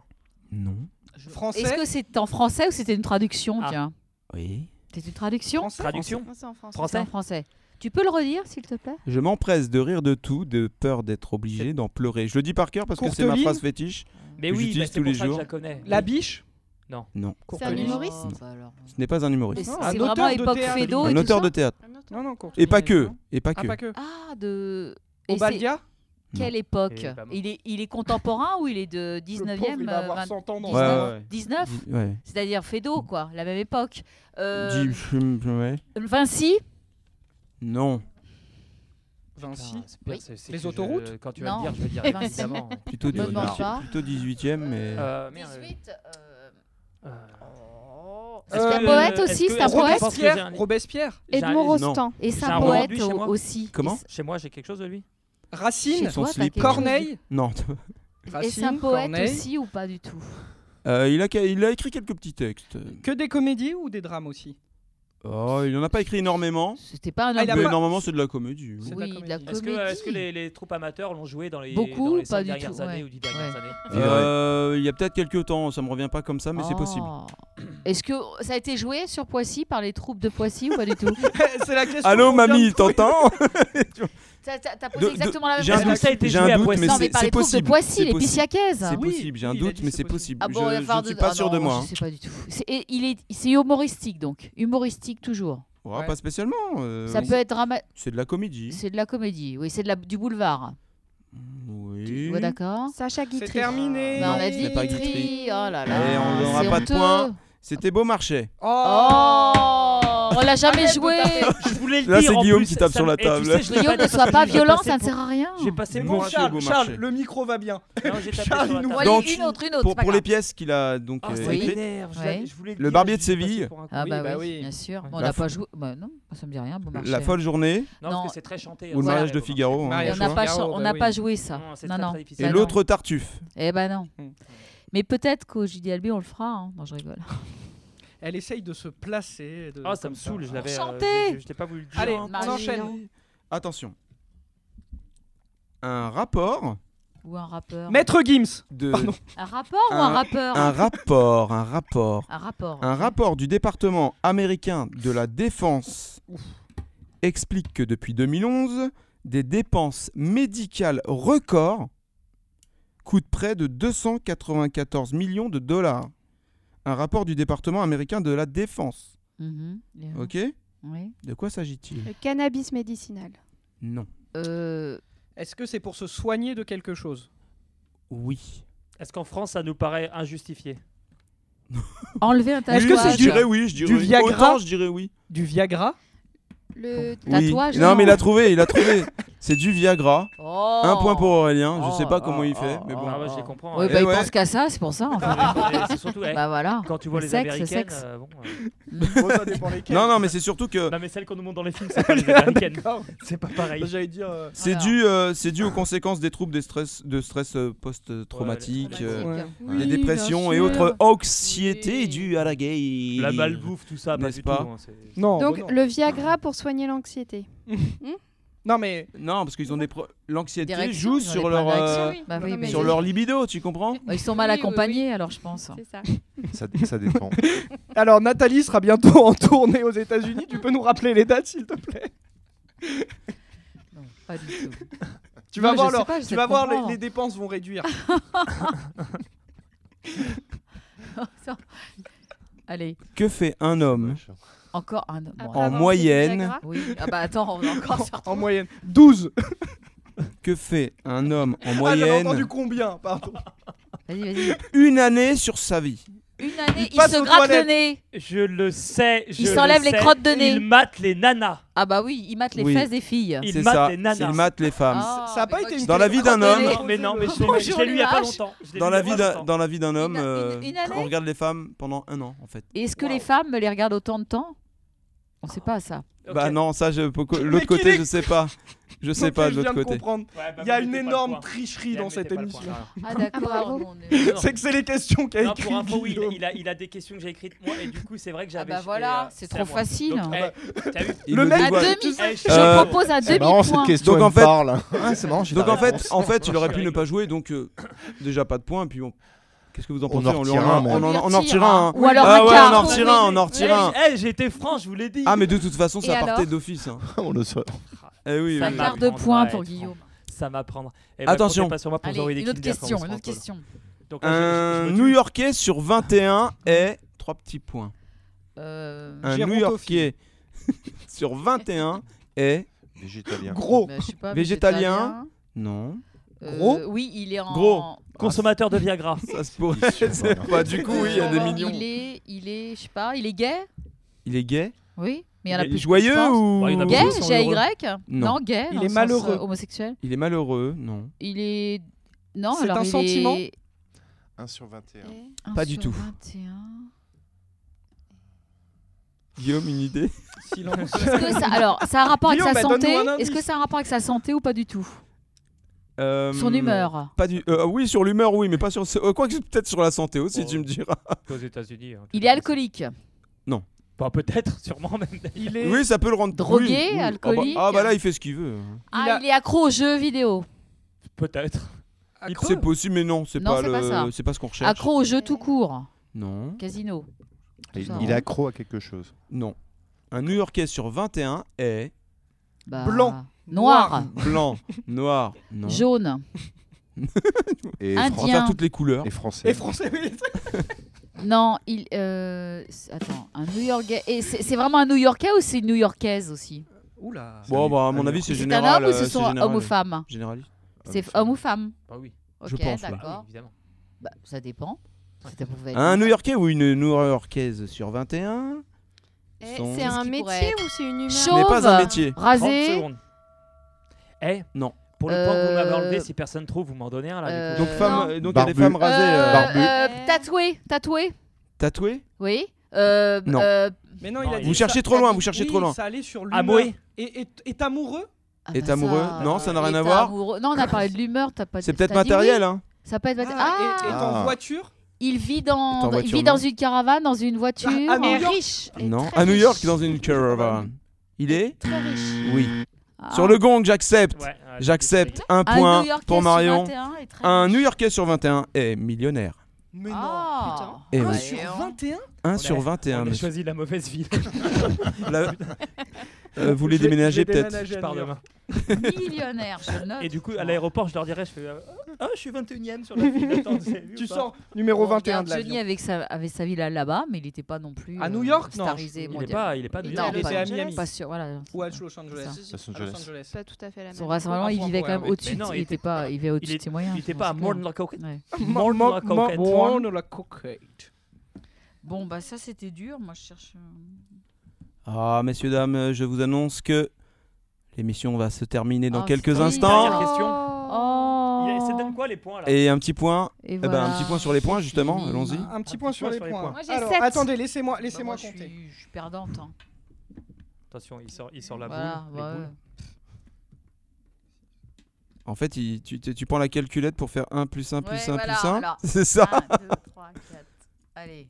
[SPEAKER 2] Non.
[SPEAKER 3] Je-
[SPEAKER 6] Est-ce
[SPEAKER 3] Français.
[SPEAKER 6] que c'est en français ou c'était une traduction
[SPEAKER 4] Ah.
[SPEAKER 6] Tiens,
[SPEAKER 2] Oui.
[SPEAKER 6] c'est une traduction
[SPEAKER 3] Français.
[SPEAKER 4] Traduction.
[SPEAKER 7] Français en français.
[SPEAKER 6] C'est
[SPEAKER 4] Français.
[SPEAKER 6] en français. Tu peux le redire, s'il te plaît
[SPEAKER 2] Je m'empresse de rire de tout, de peur d'être obligé d'en pleurer. Je le dis par cœur parce que c'est ma
[SPEAKER 3] Courteline
[SPEAKER 2] phrase fétiche.
[SPEAKER 4] Mais
[SPEAKER 2] Que
[SPEAKER 4] oui,
[SPEAKER 2] j'utilise
[SPEAKER 4] bah, c'est
[SPEAKER 2] tous
[SPEAKER 4] pour
[SPEAKER 2] les
[SPEAKER 4] ça que
[SPEAKER 2] jours.
[SPEAKER 4] je la connais.
[SPEAKER 3] La biche.
[SPEAKER 2] Non.
[SPEAKER 7] C'est un
[SPEAKER 4] Courteline.
[SPEAKER 7] humoriste
[SPEAKER 6] Oh, bah alors.
[SPEAKER 2] Ce n'est pas un
[SPEAKER 6] Mais
[SPEAKER 2] humoriste.
[SPEAKER 6] C'est
[SPEAKER 3] Non,
[SPEAKER 6] c'est
[SPEAKER 3] Ah, un
[SPEAKER 6] vraiment
[SPEAKER 3] auteur de
[SPEAKER 6] époque
[SPEAKER 3] théâtre.
[SPEAKER 6] Fédo et
[SPEAKER 2] Un
[SPEAKER 6] tout
[SPEAKER 2] auteur
[SPEAKER 6] ça
[SPEAKER 2] de théâtre.
[SPEAKER 3] Non, non, courte.
[SPEAKER 2] Et pas que. Et pas
[SPEAKER 3] Ah,
[SPEAKER 2] que.
[SPEAKER 3] pas que.
[SPEAKER 6] Ah, de. et c'est
[SPEAKER 3] Obadia
[SPEAKER 6] quelle époque
[SPEAKER 4] Il est pas mort.
[SPEAKER 6] il est, il est contemporain ou il est de
[SPEAKER 3] Le
[SPEAKER 6] 19e
[SPEAKER 3] pauvre, il va
[SPEAKER 6] euh,
[SPEAKER 3] avoir
[SPEAKER 6] 20
[SPEAKER 3] 100 ans dans
[SPEAKER 2] Ouais,
[SPEAKER 3] un
[SPEAKER 2] ouais,
[SPEAKER 3] an.
[SPEAKER 2] ouais. Mm.
[SPEAKER 6] 19
[SPEAKER 2] Dis- Ouais.
[SPEAKER 6] C'est-à-dire Fédo, quoi, la même époque. Euh,
[SPEAKER 2] Dis- hum, ouais.
[SPEAKER 6] Vinci
[SPEAKER 2] Non.
[SPEAKER 3] Vinci.
[SPEAKER 4] Putain, c'est pire,
[SPEAKER 6] Oui.
[SPEAKER 4] c'est- c'est
[SPEAKER 3] Les
[SPEAKER 4] que je-
[SPEAKER 3] autoroutes
[SPEAKER 4] Quand tu vas
[SPEAKER 6] Non.
[SPEAKER 4] le dire, je vais dire
[SPEAKER 6] Vinci.
[SPEAKER 4] évidemment.
[SPEAKER 2] Plutôt,
[SPEAKER 6] Me demande
[SPEAKER 2] dix-
[SPEAKER 6] pas.
[SPEAKER 2] plutôt 18e, mais.
[SPEAKER 4] Euh, merde, euh,
[SPEAKER 6] C'est
[SPEAKER 3] Euh,
[SPEAKER 6] un
[SPEAKER 3] le-
[SPEAKER 6] poète
[SPEAKER 4] est-ce
[SPEAKER 6] aussi,
[SPEAKER 4] que-
[SPEAKER 6] c'est un
[SPEAKER 4] est-ce que tu
[SPEAKER 6] poète
[SPEAKER 4] penses que j'ai un-
[SPEAKER 3] Robespierre. Robespierre.
[SPEAKER 4] j'ai un-
[SPEAKER 7] Edmond Rostand.
[SPEAKER 6] Et
[SPEAKER 4] J'ai
[SPEAKER 6] c'est
[SPEAKER 4] un
[SPEAKER 6] un
[SPEAKER 4] roman
[SPEAKER 6] poète
[SPEAKER 4] de lui chez
[SPEAKER 6] au-
[SPEAKER 4] moi.
[SPEAKER 6] aussi.
[SPEAKER 2] Comment
[SPEAKER 4] Chez moi, j'ai quelque chose de lui.
[SPEAKER 6] Chez
[SPEAKER 3] Racine.
[SPEAKER 2] Son
[SPEAKER 6] toi, t'as
[SPEAKER 2] slip.
[SPEAKER 6] quelque chose
[SPEAKER 3] Corneille.
[SPEAKER 2] Non.
[SPEAKER 6] Et c'est un
[SPEAKER 3] Racine,
[SPEAKER 6] poète
[SPEAKER 3] Corneille.
[SPEAKER 6] aussi ou pas du tout
[SPEAKER 2] Euh, il, a, ca- il a écrit quelques petits textes.
[SPEAKER 3] Que des comédies ou des drames aussi
[SPEAKER 2] Oh, il n'en a pas écrit énormément.
[SPEAKER 6] C'était pas un
[SPEAKER 3] Ah, il a
[SPEAKER 6] homme.
[SPEAKER 2] Mais
[SPEAKER 3] pas-
[SPEAKER 2] normalement, c'est de la comédie.
[SPEAKER 3] C'est de la
[SPEAKER 6] Oui, de la
[SPEAKER 3] comédie.
[SPEAKER 4] Est-ce que, euh, est-ce que
[SPEAKER 6] comédie.
[SPEAKER 4] les, les troupes amateurs l'ont joué dans les,
[SPEAKER 6] Beaucoup,
[SPEAKER 4] dans les
[SPEAKER 6] pas
[SPEAKER 4] cinq
[SPEAKER 6] du
[SPEAKER 4] dernières
[SPEAKER 6] tout,
[SPEAKER 4] années
[SPEAKER 6] ouais.
[SPEAKER 4] ou dix dernières
[SPEAKER 6] Ouais.
[SPEAKER 4] années
[SPEAKER 2] Euh, il y a peut-être quelques temps, ça me revient pas comme ça, mais c'est possible.
[SPEAKER 6] Oh. Est-ce que ça a été joué sur Poissy par les troupes de Poissy ou pas du tout
[SPEAKER 3] c'est la question.
[SPEAKER 2] Allô
[SPEAKER 3] qu'on vient de
[SPEAKER 2] mamie,
[SPEAKER 3] trouver.
[SPEAKER 2] t'entends
[SPEAKER 6] T'as t'as- t'as
[SPEAKER 2] De-
[SPEAKER 6] posé
[SPEAKER 2] de-
[SPEAKER 6] exactement la même
[SPEAKER 2] J'ai un
[SPEAKER 4] Est-ce
[SPEAKER 6] question.
[SPEAKER 4] que
[SPEAKER 2] doute,
[SPEAKER 4] ça a été
[SPEAKER 2] j'ai
[SPEAKER 4] joué
[SPEAKER 2] un
[SPEAKER 4] à
[SPEAKER 2] doute,
[SPEAKER 4] Poissy
[SPEAKER 2] mais
[SPEAKER 6] Non,
[SPEAKER 2] c'est
[SPEAKER 6] mais par les
[SPEAKER 2] c'est
[SPEAKER 6] troupes de
[SPEAKER 2] possible.
[SPEAKER 6] Poissy,
[SPEAKER 2] c'est
[SPEAKER 6] les
[SPEAKER 2] possible.
[SPEAKER 6] pissiacaises.
[SPEAKER 2] C'est
[SPEAKER 3] Oui,
[SPEAKER 2] possible, j'ai un
[SPEAKER 3] oui, il a
[SPEAKER 2] doute,
[SPEAKER 3] dit
[SPEAKER 2] mais
[SPEAKER 3] c'est
[SPEAKER 2] c'est possible.
[SPEAKER 3] possible.
[SPEAKER 6] Ah
[SPEAKER 2] Je-
[SPEAKER 6] bon, on va
[SPEAKER 2] je
[SPEAKER 6] voir
[SPEAKER 2] ne suis
[SPEAKER 6] de-
[SPEAKER 2] pas
[SPEAKER 6] ah
[SPEAKER 2] sûr de
[SPEAKER 6] non,
[SPEAKER 2] moi. hein.
[SPEAKER 6] Je sais pas du tout. C'est et il est, c'est humoristique donc, humoristique toujours.
[SPEAKER 2] hein.
[SPEAKER 3] Ouais.
[SPEAKER 2] Pas spécialement. euh,
[SPEAKER 6] ça
[SPEAKER 2] oui.
[SPEAKER 6] peut être drama-
[SPEAKER 2] C'est de la comédie.
[SPEAKER 6] c'est de la comédie, oui, c'est de la du boulevard.
[SPEAKER 2] Oui.
[SPEAKER 6] Ouais, d'accord.
[SPEAKER 7] Sacha
[SPEAKER 3] C'est
[SPEAKER 7] Guitry.
[SPEAKER 3] terminé.
[SPEAKER 6] Bah, on a
[SPEAKER 2] ce
[SPEAKER 6] dit
[SPEAKER 2] n'est pas
[SPEAKER 6] Guitry.
[SPEAKER 2] Guitry.
[SPEAKER 6] Oh là
[SPEAKER 2] Et
[SPEAKER 6] là.
[SPEAKER 2] on
[SPEAKER 6] c'est
[SPEAKER 2] donnera pas de
[SPEAKER 6] honteux.
[SPEAKER 2] points. C'était Beaumarchais.
[SPEAKER 6] Oh, on l'a jamais
[SPEAKER 3] Arrête de
[SPEAKER 6] joué.
[SPEAKER 4] Je voulais le
[SPEAKER 2] Là,
[SPEAKER 4] dire,
[SPEAKER 2] c'est
[SPEAKER 4] en
[SPEAKER 2] Guillaume
[SPEAKER 4] plus,
[SPEAKER 2] qui tape
[SPEAKER 4] ça
[SPEAKER 2] sur
[SPEAKER 4] me-
[SPEAKER 2] la
[SPEAKER 4] Eh, tu
[SPEAKER 2] table.
[SPEAKER 4] sais, je l'ai
[SPEAKER 6] Guillaume, ne
[SPEAKER 4] tapé
[SPEAKER 6] sois
[SPEAKER 4] parce
[SPEAKER 6] pas
[SPEAKER 4] que j'ai
[SPEAKER 6] violent,
[SPEAKER 4] passé
[SPEAKER 6] ça ne
[SPEAKER 4] pour-
[SPEAKER 6] sert à rien.
[SPEAKER 4] J'ai passé
[SPEAKER 2] Bon,
[SPEAKER 4] mon
[SPEAKER 3] Bon,
[SPEAKER 2] Monsieur
[SPEAKER 3] Charles,
[SPEAKER 2] Beaumarchais.
[SPEAKER 3] Charles, le micro va bien.
[SPEAKER 4] Non, j'ai tapé
[SPEAKER 3] Charles,
[SPEAKER 4] sur la
[SPEAKER 3] il nous
[SPEAKER 4] table.
[SPEAKER 6] Bon, allez,
[SPEAKER 2] Donc,
[SPEAKER 6] une autre, une autre.
[SPEAKER 2] Pour,
[SPEAKER 6] c'est pas
[SPEAKER 2] pour les
[SPEAKER 6] grave.
[SPEAKER 2] pièces qu'il a donc
[SPEAKER 4] Ah,
[SPEAKER 2] euh,
[SPEAKER 4] ça
[SPEAKER 6] oui.
[SPEAKER 2] écrites.
[SPEAKER 4] m'énerve, je
[SPEAKER 6] Ouais.
[SPEAKER 4] l'ai- je voulais
[SPEAKER 2] Le
[SPEAKER 4] dire,
[SPEAKER 2] barbier
[SPEAKER 4] j'ai
[SPEAKER 2] de
[SPEAKER 4] passé
[SPEAKER 2] Séville.
[SPEAKER 4] pour un con.
[SPEAKER 6] Ah
[SPEAKER 3] Oui,
[SPEAKER 6] bah,
[SPEAKER 3] bah
[SPEAKER 6] oui,
[SPEAKER 3] oui.
[SPEAKER 6] bien sûr.
[SPEAKER 4] Ouais.
[SPEAKER 6] Bon, on
[SPEAKER 2] La
[SPEAKER 6] n'a
[SPEAKER 2] fo-
[SPEAKER 6] pas joué. Bah, non, ça me dit rien. Beaumarchais.
[SPEAKER 2] La folle journée
[SPEAKER 4] Non,
[SPEAKER 6] Non.
[SPEAKER 4] parce que c'est très chanté.
[SPEAKER 2] ou le
[SPEAKER 4] hein,
[SPEAKER 2] mariage de
[SPEAKER 4] Beaumarchais.
[SPEAKER 2] Figaro. hein,
[SPEAKER 3] Mariage
[SPEAKER 6] on
[SPEAKER 2] je
[SPEAKER 6] n'a
[SPEAKER 2] crois.
[SPEAKER 6] pas,
[SPEAKER 3] Figaro,
[SPEAKER 6] chan- on
[SPEAKER 3] bah
[SPEAKER 6] n'a
[SPEAKER 3] oui.
[SPEAKER 6] pas joué ça.
[SPEAKER 4] Non, c'est
[SPEAKER 6] non,
[SPEAKER 4] très,
[SPEAKER 6] non.
[SPEAKER 4] très difficile.
[SPEAKER 2] Et
[SPEAKER 6] Bah,
[SPEAKER 2] l'autre Tartuffe.
[SPEAKER 6] Eh ben non.
[SPEAKER 3] Hmm.
[SPEAKER 6] Mais peut-être qu'au JDLB on le fera. hein. Non, je rigole.
[SPEAKER 3] Elle essaye de se placer. de-
[SPEAKER 4] Ah, ça
[SPEAKER 3] comme
[SPEAKER 4] me saoule, je l'avais. euh,
[SPEAKER 6] Chanté.
[SPEAKER 4] je- je- Je t'ai pas voulu le dire.
[SPEAKER 3] Allez,
[SPEAKER 4] hein.
[SPEAKER 3] on enchaîne.
[SPEAKER 2] Attention. Un rapport
[SPEAKER 6] Ou un rappeur.
[SPEAKER 3] Maître Gims.
[SPEAKER 2] de
[SPEAKER 3] Pardon.
[SPEAKER 6] Un rapport ou un
[SPEAKER 2] Un-
[SPEAKER 6] rappeur
[SPEAKER 2] un rapport, un rapport,
[SPEAKER 6] Un rapport.
[SPEAKER 2] un rapport du département américain de la défense explique que depuis 2011, des dépenses médicales records coûtent près de 294 millions de dollars. Un rapport du département américain de la défense.
[SPEAKER 6] Mhm. Bien.
[SPEAKER 2] OK
[SPEAKER 6] Oui.
[SPEAKER 2] De quoi s'agit-il
[SPEAKER 7] Le cannabis médicinal.
[SPEAKER 2] Non.
[SPEAKER 6] Euh,
[SPEAKER 3] Est-ce que c'est pour se soigner de quelque chose
[SPEAKER 2] Oui.
[SPEAKER 4] Est-ce qu'en France, ça nous paraît injustifié
[SPEAKER 6] enlever un tatouage.
[SPEAKER 3] Est-ce que c'est
[SPEAKER 2] Je dirais oui, je dirais
[SPEAKER 3] Du
[SPEAKER 2] oui.
[SPEAKER 3] Viagra
[SPEAKER 2] Autant je dirais oui.
[SPEAKER 3] Du Viagra
[SPEAKER 7] Le
[SPEAKER 2] Oui.
[SPEAKER 6] Tatouage,
[SPEAKER 2] Non,
[SPEAKER 6] non.
[SPEAKER 2] mais il a trouvé, il a trouvé. C'est du Viagra.
[SPEAKER 6] Oh.
[SPEAKER 2] Un point pour Aurélien. Je
[SPEAKER 6] Oh,
[SPEAKER 2] sais pas comment
[SPEAKER 6] oh,
[SPEAKER 2] il fait,
[SPEAKER 6] oh,
[SPEAKER 2] mais
[SPEAKER 6] oh.
[SPEAKER 2] bon.
[SPEAKER 4] Ah, ouais, je les comprends.
[SPEAKER 6] Oui,
[SPEAKER 4] hein.
[SPEAKER 2] Eh
[SPEAKER 6] bah, il
[SPEAKER 2] ouais.
[SPEAKER 6] pense qu'à ça, c'est pour ça. en fait.
[SPEAKER 4] Et C'est surtout. eh,
[SPEAKER 6] bah voilà.
[SPEAKER 4] Quand tu vois
[SPEAKER 6] Le
[SPEAKER 4] les
[SPEAKER 6] sexe, le
[SPEAKER 4] américaines.
[SPEAKER 6] sexe.
[SPEAKER 4] euh, bon, euh,
[SPEAKER 3] Oh, Ça dépend lesquels.
[SPEAKER 2] Non, non, mais c'est surtout que
[SPEAKER 4] Non, mais celles qu'on nous montre dans les films, c'est pas les américaines.
[SPEAKER 3] D'accord.
[SPEAKER 4] C'est pas pareil.
[SPEAKER 3] J'allais dire. euh,
[SPEAKER 2] c'est
[SPEAKER 6] Alors.
[SPEAKER 2] dû, euh, c'est dû aux conséquences des troubles des stress, de stress euh, post-traumatique,
[SPEAKER 4] Ouais,
[SPEAKER 2] euh,
[SPEAKER 3] ouais.
[SPEAKER 2] des
[SPEAKER 7] Oui,
[SPEAKER 2] dépressions
[SPEAKER 7] bien
[SPEAKER 2] et
[SPEAKER 7] sûr.
[SPEAKER 2] autres anxiétés
[SPEAKER 6] Oui.
[SPEAKER 2] dues à la gay.
[SPEAKER 4] La malbouffe, tout ça, pas
[SPEAKER 2] N'est-ce
[SPEAKER 4] du
[SPEAKER 2] pas
[SPEAKER 4] tout. hein, c'est-
[SPEAKER 3] Non,
[SPEAKER 7] Donc
[SPEAKER 3] bah non.
[SPEAKER 7] le Viagra pour soigner l'anxiété.
[SPEAKER 3] non mais
[SPEAKER 2] Non, parce qu'ils ont des pro-
[SPEAKER 6] Des
[SPEAKER 2] l'anxiété
[SPEAKER 6] réactions,
[SPEAKER 2] joue
[SPEAKER 6] ils ont
[SPEAKER 2] sur
[SPEAKER 6] des
[SPEAKER 2] leur,
[SPEAKER 6] points de
[SPEAKER 2] euh,
[SPEAKER 6] réaction. Bah oui,
[SPEAKER 7] Non,
[SPEAKER 6] mais-
[SPEAKER 7] mais-
[SPEAKER 2] sur leur libido, tu comprends
[SPEAKER 6] Ils sont mal
[SPEAKER 7] Oui, oui,
[SPEAKER 6] accompagnés, alors je pense.
[SPEAKER 7] C'est ça.
[SPEAKER 5] Ça, ça dépend.
[SPEAKER 3] alors Nathalie sera bientôt en tournée aux États-Unis. tu peux nous rappeler les dates s'il te plaît
[SPEAKER 6] Non, pas du tout.
[SPEAKER 3] Tu vas
[SPEAKER 6] Non,
[SPEAKER 3] voir
[SPEAKER 6] je sais
[SPEAKER 3] leur-
[SPEAKER 6] pas,
[SPEAKER 3] tu
[SPEAKER 6] j'essaie
[SPEAKER 3] vas
[SPEAKER 6] de
[SPEAKER 3] voir les,
[SPEAKER 6] comprendre.
[SPEAKER 3] les dépenses vont réduire.
[SPEAKER 6] Allez,
[SPEAKER 2] Que fait un homme
[SPEAKER 5] Wesh.
[SPEAKER 6] encore un. bon,
[SPEAKER 7] Après
[SPEAKER 2] En
[SPEAKER 7] avoir fait du
[SPEAKER 2] moyenne.
[SPEAKER 7] Viagra,
[SPEAKER 6] Oui, ah bah attends, on est encore sur.
[SPEAKER 3] en moyenne 12.
[SPEAKER 2] Que fait un homme en
[SPEAKER 3] Ah, j'avais entendu
[SPEAKER 2] moyenne
[SPEAKER 3] combien Pardon.
[SPEAKER 6] Vas-y, vas-y.
[SPEAKER 2] une année sur sa vie
[SPEAKER 6] Une année, il,
[SPEAKER 3] passe
[SPEAKER 6] se
[SPEAKER 3] aux
[SPEAKER 6] gratte
[SPEAKER 3] toilettes.
[SPEAKER 6] le nez.
[SPEAKER 4] Je le sais. Je
[SPEAKER 6] Il
[SPEAKER 4] le
[SPEAKER 6] s'enlève les
[SPEAKER 4] sais.
[SPEAKER 6] crottes de nez.
[SPEAKER 4] Il mate les nanas.
[SPEAKER 6] Ah bah oui, il mate les
[SPEAKER 2] Oui.
[SPEAKER 6] fesses des filles.
[SPEAKER 4] Il
[SPEAKER 2] C'est
[SPEAKER 4] mate
[SPEAKER 2] ça,
[SPEAKER 4] les nanas.
[SPEAKER 2] c'est le mat les femmes.
[SPEAKER 6] Ah,
[SPEAKER 3] Ça a pas
[SPEAKER 6] mais
[SPEAKER 3] été
[SPEAKER 6] moi,
[SPEAKER 3] une
[SPEAKER 6] je
[SPEAKER 2] Dans la
[SPEAKER 6] trouve
[SPEAKER 2] vie d'un
[SPEAKER 6] ça
[SPEAKER 2] homme.
[SPEAKER 6] trop
[SPEAKER 4] Non, mais non, mais je l'ai-
[SPEAKER 6] Bonjour,
[SPEAKER 4] je l'ai lu il y a pas
[SPEAKER 6] l'image.
[SPEAKER 4] longtemps. Je l'ai
[SPEAKER 2] Dans
[SPEAKER 4] lu
[SPEAKER 2] la,
[SPEAKER 4] il y
[SPEAKER 2] vie
[SPEAKER 4] a pas
[SPEAKER 2] d'un,
[SPEAKER 4] longtemps.
[SPEAKER 2] dans la vie d'un homme,
[SPEAKER 6] Une- une-
[SPEAKER 2] euh,
[SPEAKER 6] une année
[SPEAKER 2] on regarde les femmes pendant un an en fait.
[SPEAKER 6] Et Est-ce que
[SPEAKER 4] Waouh.
[SPEAKER 6] les femmes les regardent autant de temps On sait pas ça.
[SPEAKER 2] Bah
[SPEAKER 3] Ok.
[SPEAKER 2] non, ça, je peux co-
[SPEAKER 3] Mais
[SPEAKER 2] l'autre
[SPEAKER 3] qu'il
[SPEAKER 2] côté,
[SPEAKER 3] est-
[SPEAKER 2] je sais pas. Je sais
[SPEAKER 3] Ok,
[SPEAKER 2] pas de
[SPEAKER 3] euh, je
[SPEAKER 2] l'autre
[SPEAKER 3] viens de
[SPEAKER 2] côté.
[SPEAKER 3] comprendre. Il y
[SPEAKER 4] bah,
[SPEAKER 3] a une énorme tricherie dans cette émission.
[SPEAKER 6] Ah
[SPEAKER 7] bravo.
[SPEAKER 6] d'accord. nous, on est-
[SPEAKER 3] C'est que c'est les questions qu'a
[SPEAKER 4] Non,
[SPEAKER 3] écrit
[SPEAKER 4] pour info, oui, il,
[SPEAKER 3] Guillaume.
[SPEAKER 4] il a, il a des questions que j'ai écrites moi, et du coup, c'est vrai que
[SPEAKER 6] Ah
[SPEAKER 4] j'avais.
[SPEAKER 6] bah
[SPEAKER 4] et,
[SPEAKER 6] voilà,
[SPEAKER 4] euh,
[SPEAKER 6] c'est
[SPEAKER 4] à
[SPEAKER 6] trop
[SPEAKER 4] moi.
[SPEAKER 6] facile.
[SPEAKER 4] Donc, eh, T'as vu
[SPEAKER 2] Il
[SPEAKER 3] Le
[SPEAKER 2] me
[SPEAKER 3] mec-
[SPEAKER 6] À
[SPEAKER 2] dévoile-
[SPEAKER 6] demi,
[SPEAKER 4] Eh,
[SPEAKER 6] je
[SPEAKER 2] Euh,
[SPEAKER 6] propose à
[SPEAKER 5] C'est
[SPEAKER 6] demi
[SPEAKER 5] marrant cette
[SPEAKER 6] point.
[SPEAKER 5] question.
[SPEAKER 2] Donc,
[SPEAKER 5] elle
[SPEAKER 2] en
[SPEAKER 5] me
[SPEAKER 2] fait-
[SPEAKER 5] parle. Ouais, Ah, c'est marrant, j'ai
[SPEAKER 2] Donc
[SPEAKER 5] la
[SPEAKER 2] en fait,
[SPEAKER 5] réponse.
[SPEAKER 2] en fait, il aurait pu
[SPEAKER 4] rigolo.
[SPEAKER 2] ne pas jouer, donc euh, déjà pas de points. Puis bon, qu'est-ce que vous en
[SPEAKER 5] On en hein.
[SPEAKER 2] pensez lui en-
[SPEAKER 5] retirera un,
[SPEAKER 2] on,
[SPEAKER 5] mais-
[SPEAKER 2] en- on en
[SPEAKER 6] lui hein.
[SPEAKER 2] retirera un.
[SPEAKER 6] Ou alors
[SPEAKER 2] Ah
[SPEAKER 6] un
[SPEAKER 2] ouais, on en
[SPEAKER 6] quart.
[SPEAKER 2] retire un, on en retire un.
[SPEAKER 4] Eh, j'ai été franc, je vous l'ai dit.
[SPEAKER 2] Ah mais de toute façon, ça
[SPEAKER 7] Et
[SPEAKER 2] partait
[SPEAKER 7] alors
[SPEAKER 2] d'office. hein.
[SPEAKER 5] On le sait.
[SPEAKER 2] Eh oui,
[SPEAKER 4] Ça
[SPEAKER 2] oui,
[SPEAKER 4] part
[SPEAKER 2] oui.
[SPEAKER 6] Quart de point
[SPEAKER 4] Ouais,
[SPEAKER 6] pour
[SPEAKER 4] franc.
[SPEAKER 6] Guillaume.
[SPEAKER 4] Ça m'apprendra. Eh
[SPEAKER 2] Attention.
[SPEAKER 4] comptez Pas sur moi pour vous envoyer
[SPEAKER 6] Allez,
[SPEAKER 4] des
[SPEAKER 6] une autre
[SPEAKER 4] Kinder
[SPEAKER 6] question,
[SPEAKER 4] quand
[SPEAKER 6] une
[SPEAKER 4] vous
[SPEAKER 6] autre
[SPEAKER 4] serez en
[SPEAKER 6] question.
[SPEAKER 4] polo. Donc, là, je- je- je
[SPEAKER 2] Un
[SPEAKER 4] veux
[SPEAKER 2] Euh, New
[SPEAKER 4] tuer.
[SPEAKER 2] Yorkais sur 21 est trois petits points.
[SPEAKER 6] Euh,
[SPEAKER 2] Un
[SPEAKER 3] Gérontophile.
[SPEAKER 2] New Yorkais sur 21 est
[SPEAKER 5] Végétalien.
[SPEAKER 2] gros.
[SPEAKER 6] bah, je sais pas,
[SPEAKER 2] Oh, Végétalien. Non,
[SPEAKER 6] végétalien.
[SPEAKER 2] Gros.
[SPEAKER 6] Euh, Oui, il est en.
[SPEAKER 2] Gros.
[SPEAKER 4] Consommateur de Viagra.
[SPEAKER 2] ça se pourrait.
[SPEAKER 5] Il se
[SPEAKER 2] c'est
[SPEAKER 5] voit.
[SPEAKER 2] pas- du coup, oui, il y a des millions.
[SPEAKER 6] Il est, il est, je sais pas, il est gay.
[SPEAKER 2] Il est gay
[SPEAKER 6] Oui, mais il y en a
[SPEAKER 2] Il
[SPEAKER 6] plus.
[SPEAKER 2] est joyeux
[SPEAKER 6] je pense.
[SPEAKER 3] Bah,
[SPEAKER 2] ou
[SPEAKER 4] Ouais, il y en a
[SPEAKER 6] Gay,
[SPEAKER 4] Ils sont
[SPEAKER 6] G-A-Y
[SPEAKER 2] Non.
[SPEAKER 6] Non, gay.
[SPEAKER 3] Il
[SPEAKER 6] dans
[SPEAKER 3] est
[SPEAKER 6] le sens,
[SPEAKER 3] malheureux.
[SPEAKER 6] euh, homosexuel.
[SPEAKER 2] Il est malheureux Non.
[SPEAKER 6] Il est. Non,
[SPEAKER 3] C'est
[SPEAKER 6] alors
[SPEAKER 3] un
[SPEAKER 6] il
[SPEAKER 3] sentiment
[SPEAKER 6] est
[SPEAKER 5] 1 sur 21.
[SPEAKER 6] un
[SPEAKER 2] Pas du
[SPEAKER 6] sur
[SPEAKER 2] tout.
[SPEAKER 6] 21.
[SPEAKER 2] Guillaume, une idée
[SPEAKER 3] Silence.
[SPEAKER 6] Est-ce que ça- alors, ça a un rapport avec
[SPEAKER 3] Guillaume,
[SPEAKER 6] sa
[SPEAKER 3] bah, donne-nous
[SPEAKER 6] santé
[SPEAKER 3] un indice.
[SPEAKER 6] Est-ce que ça a un rapport avec sa santé ou pas du tout
[SPEAKER 2] Euh,
[SPEAKER 6] Son humeur
[SPEAKER 2] Pas du. euh, oui, sur l'humeur, oui, mais pas sur. euh, quoi que peut-être sur la santé aussi,
[SPEAKER 4] Oh.
[SPEAKER 2] tu me diras.
[SPEAKER 4] Aux États-Unis. hein, tu
[SPEAKER 6] Il est
[SPEAKER 4] vois,
[SPEAKER 6] alcoolique.
[SPEAKER 4] c'est- Bah, peut-être, sûrement même. d'ailleurs.
[SPEAKER 3] Il est.
[SPEAKER 2] Oui, ça peut le rendre
[SPEAKER 6] Drogué,
[SPEAKER 2] oui, oui. Ah bah-
[SPEAKER 6] alcoolique.
[SPEAKER 2] Ah bah, là, il fait ce qu'il veut.
[SPEAKER 6] Ah,
[SPEAKER 3] a-
[SPEAKER 6] il est accro aux jeux vidéo.
[SPEAKER 4] Peut-être. Il
[SPEAKER 2] C'est possible, mais non, c'est
[SPEAKER 6] Non,
[SPEAKER 2] pas
[SPEAKER 6] c'est pas ça.
[SPEAKER 2] le. C'est pas ce qu'on recherche.
[SPEAKER 6] Accro aux jeux tout court.
[SPEAKER 2] Non,
[SPEAKER 6] Casino.
[SPEAKER 5] Il,
[SPEAKER 6] Ça,
[SPEAKER 5] il est
[SPEAKER 6] hein.
[SPEAKER 5] accro à quelque chose.
[SPEAKER 2] non. Un New-Yorkais sur 21 est
[SPEAKER 6] Bah,
[SPEAKER 3] Blanc.
[SPEAKER 6] Noir.
[SPEAKER 2] blanc, noir, non.
[SPEAKER 6] Jaune.
[SPEAKER 5] Et
[SPEAKER 6] Indien.
[SPEAKER 2] On va faire toutes les couleurs.
[SPEAKER 5] Et français.
[SPEAKER 3] Et français, oui.
[SPEAKER 6] Non, il. euh, c'est- attends, un New Yorkais. Et c'est c'est vraiment un New Yorkais ou c'est une New Yorkaise aussi
[SPEAKER 3] Oula.
[SPEAKER 2] Bon, bah, à
[SPEAKER 5] Un
[SPEAKER 2] mon avis,
[SPEAKER 5] New-
[SPEAKER 2] c'est
[SPEAKER 6] C'est
[SPEAKER 2] général.
[SPEAKER 6] un homme ou
[SPEAKER 2] euh,
[SPEAKER 6] ce
[SPEAKER 2] c'est
[SPEAKER 6] sont
[SPEAKER 2] général,
[SPEAKER 6] homme ou
[SPEAKER 2] euh,
[SPEAKER 6] femme
[SPEAKER 2] Généraliste.
[SPEAKER 6] C'est homme ou femme
[SPEAKER 4] Bah oui.
[SPEAKER 6] Ok,
[SPEAKER 2] Je pense, ouais.
[SPEAKER 4] Bah oui,
[SPEAKER 6] d'accord.
[SPEAKER 4] évidemment.
[SPEAKER 6] Bah, ça dépend. C'était pour vous
[SPEAKER 2] Un New-Yorkais ou une New-Yorkaise sur 21
[SPEAKER 7] Eh,
[SPEAKER 2] Son-
[SPEAKER 7] C'est un
[SPEAKER 6] Qu'est-ce qui
[SPEAKER 7] métier
[SPEAKER 6] pourrait
[SPEAKER 7] ou c'est une humeur
[SPEAKER 6] Chaud.
[SPEAKER 2] n'est
[SPEAKER 6] Chauve.
[SPEAKER 2] pas un métier.
[SPEAKER 4] 30
[SPEAKER 6] rasé.
[SPEAKER 4] secondes. Eh
[SPEAKER 2] Non.
[SPEAKER 4] Pour le point que vous m'avez
[SPEAKER 6] Euh,
[SPEAKER 4] enlevé, si personne trouve, vous m'en donnez un là. du coup.
[SPEAKER 2] Donc, femme,
[SPEAKER 7] Non.
[SPEAKER 2] euh, donc il y a des
[SPEAKER 5] Barbu.
[SPEAKER 2] femmes rasées. euh,
[SPEAKER 5] Barbu.
[SPEAKER 6] euh, tatoué, tatoué.
[SPEAKER 2] Tatouées
[SPEAKER 6] Oui. Euh,
[SPEAKER 2] Non.
[SPEAKER 6] euh,
[SPEAKER 3] Mais non,
[SPEAKER 4] Non,
[SPEAKER 3] il a
[SPEAKER 4] il
[SPEAKER 3] dit
[SPEAKER 2] Vous
[SPEAKER 4] Et
[SPEAKER 3] ça-
[SPEAKER 2] cherchez trop loin,
[SPEAKER 3] Oui,
[SPEAKER 2] vous cherchez trop loin.
[SPEAKER 3] Ça allait sur lui.
[SPEAKER 4] Amoué.
[SPEAKER 3] Et et- est amoureux
[SPEAKER 6] ah
[SPEAKER 2] Et
[SPEAKER 6] bah
[SPEAKER 2] t'es amoureux
[SPEAKER 6] ça,
[SPEAKER 2] Non, ça n'a
[SPEAKER 6] euh,
[SPEAKER 2] rien
[SPEAKER 6] et
[SPEAKER 2] à
[SPEAKER 6] t'es
[SPEAKER 2] voir
[SPEAKER 6] amoureux. Non, on a parlé de l'humeur. t'as pas-
[SPEAKER 2] C'est
[SPEAKER 6] t'as
[SPEAKER 2] peut-être
[SPEAKER 6] dit oui.
[SPEAKER 2] matériel, hein.
[SPEAKER 6] Ça peut être matériel.
[SPEAKER 3] Ah, et- et en
[SPEAKER 5] Ah.
[SPEAKER 3] voiture
[SPEAKER 6] Il vit dans,
[SPEAKER 2] Est en
[SPEAKER 6] dans- il
[SPEAKER 2] voiture,
[SPEAKER 6] vit dans
[SPEAKER 2] non
[SPEAKER 6] une caravane, dans une voiture.
[SPEAKER 3] Ah, à New
[SPEAKER 7] Mais
[SPEAKER 3] York.
[SPEAKER 7] riche. et
[SPEAKER 2] Non,
[SPEAKER 7] très
[SPEAKER 2] à New
[SPEAKER 7] riche.
[SPEAKER 2] York dans une caravan. Il est
[SPEAKER 7] Très riche.
[SPEAKER 2] Oui.
[SPEAKER 6] Ah.
[SPEAKER 2] Sur le gong, j'accepte.
[SPEAKER 4] Ouais, ouais,
[SPEAKER 2] J'accepte
[SPEAKER 4] c'est-
[SPEAKER 2] un
[SPEAKER 6] Un
[SPEAKER 2] point
[SPEAKER 6] New-Yorkais
[SPEAKER 2] pour
[SPEAKER 6] sur
[SPEAKER 2] Marion.
[SPEAKER 6] 21 est très
[SPEAKER 2] Un
[SPEAKER 6] riche.
[SPEAKER 2] New Yorkais sur 21 est millionnaire.
[SPEAKER 3] Mais
[SPEAKER 6] Ah.
[SPEAKER 2] Eh
[SPEAKER 3] non.
[SPEAKER 2] oui.
[SPEAKER 3] 1 sur 21
[SPEAKER 2] 1
[SPEAKER 4] On
[SPEAKER 2] sur
[SPEAKER 4] a-
[SPEAKER 2] 21.
[SPEAKER 4] On a
[SPEAKER 2] monsieur.
[SPEAKER 4] choisi la mauvaise ville.
[SPEAKER 2] La- Euh, vous voulez
[SPEAKER 3] Je vais-
[SPEAKER 2] déménager
[SPEAKER 3] je vais
[SPEAKER 2] peut-être
[SPEAKER 3] déménager à
[SPEAKER 4] Je pars
[SPEAKER 3] New York.
[SPEAKER 4] demain.
[SPEAKER 6] millionnaire, je le note.
[SPEAKER 4] Et du coup, à l'aéroport, je leur dirais, je fais. euh, Ah, je suis 21ème sur la ville. Attends, vous avez vu
[SPEAKER 3] Tu
[SPEAKER 4] ou pas
[SPEAKER 3] sors numéro
[SPEAKER 6] On
[SPEAKER 3] 21
[SPEAKER 6] Oh, regarde
[SPEAKER 3] de la
[SPEAKER 6] Johnny avec sa, avait sa villa là-bas, mais il n'était pas non plus
[SPEAKER 3] À
[SPEAKER 6] euh,
[SPEAKER 3] New York, non,
[SPEAKER 6] starisé
[SPEAKER 4] Il est
[SPEAKER 6] mondial.
[SPEAKER 4] pas, il est pas de
[SPEAKER 6] Non,
[SPEAKER 4] New York.
[SPEAKER 3] Il
[SPEAKER 6] pas
[SPEAKER 3] était à
[SPEAKER 6] du tout,
[SPEAKER 3] Miami.
[SPEAKER 6] pas sûr, voilà.
[SPEAKER 3] Ou à
[SPEAKER 7] C'est
[SPEAKER 3] Los Angeles.
[SPEAKER 5] Los
[SPEAKER 3] À Los
[SPEAKER 5] Angeles.
[SPEAKER 3] Angeles.
[SPEAKER 7] pas tout à fait la même.
[SPEAKER 6] Son rassemblement,
[SPEAKER 3] Ah,
[SPEAKER 6] il
[SPEAKER 3] point,
[SPEAKER 6] vivait
[SPEAKER 3] point,
[SPEAKER 6] quand même
[SPEAKER 3] ouais.
[SPEAKER 6] au-dessus.
[SPEAKER 4] Mais non,
[SPEAKER 6] de-
[SPEAKER 4] il
[SPEAKER 6] Il
[SPEAKER 4] était-
[SPEAKER 6] était pas, il vivait au-dessus de ses moyens.
[SPEAKER 4] Il
[SPEAKER 6] je
[SPEAKER 4] était
[SPEAKER 6] pense,
[SPEAKER 4] pas à
[SPEAKER 6] quand
[SPEAKER 4] Morne
[SPEAKER 6] même.
[SPEAKER 4] la Coquette.
[SPEAKER 6] Ouais.
[SPEAKER 4] Mort-
[SPEAKER 3] Mort-
[SPEAKER 4] la
[SPEAKER 3] mort-
[SPEAKER 4] conquête.
[SPEAKER 3] mort de la coquette.
[SPEAKER 6] Bon, bah ça c'était dur. Moi, je cherche. euh,
[SPEAKER 2] Ah, messieurs, dames, euh, je vous annonce que l'émission va se terminer dans
[SPEAKER 6] Ah,
[SPEAKER 2] quelques
[SPEAKER 6] c'est
[SPEAKER 2] instants.
[SPEAKER 4] Dernière question.
[SPEAKER 6] Oh.
[SPEAKER 4] Il- Ça donne quoi les points là
[SPEAKER 2] Et un petit point.
[SPEAKER 6] Et
[SPEAKER 2] eh ben,
[SPEAKER 6] voilà.
[SPEAKER 2] un petit point sur les points, justement.
[SPEAKER 6] Fini.
[SPEAKER 2] Allons-y.
[SPEAKER 3] Un petit point sur les points.
[SPEAKER 7] Moi, j'ai
[SPEAKER 3] Alors,
[SPEAKER 7] sept.
[SPEAKER 3] attendez, laissez-moi
[SPEAKER 6] Bah,
[SPEAKER 3] laissez-moi
[SPEAKER 6] moi, je
[SPEAKER 3] compter.
[SPEAKER 6] suis- Je suis perdante. hein.
[SPEAKER 4] Attention, il sort, il sort
[SPEAKER 2] Ah
[SPEAKER 4] la boule.
[SPEAKER 6] Voilà,
[SPEAKER 4] les
[SPEAKER 6] bah
[SPEAKER 4] boules.
[SPEAKER 6] ouais.
[SPEAKER 2] En fait, il- tu, tu- tu prends la calculette pour faire 1 plus 1 plus 1
[SPEAKER 6] Ouais,
[SPEAKER 2] plus 1.
[SPEAKER 6] voilà, voilà. Ah.
[SPEAKER 2] C'est ça
[SPEAKER 6] 1, 2, 3, 4. Allez.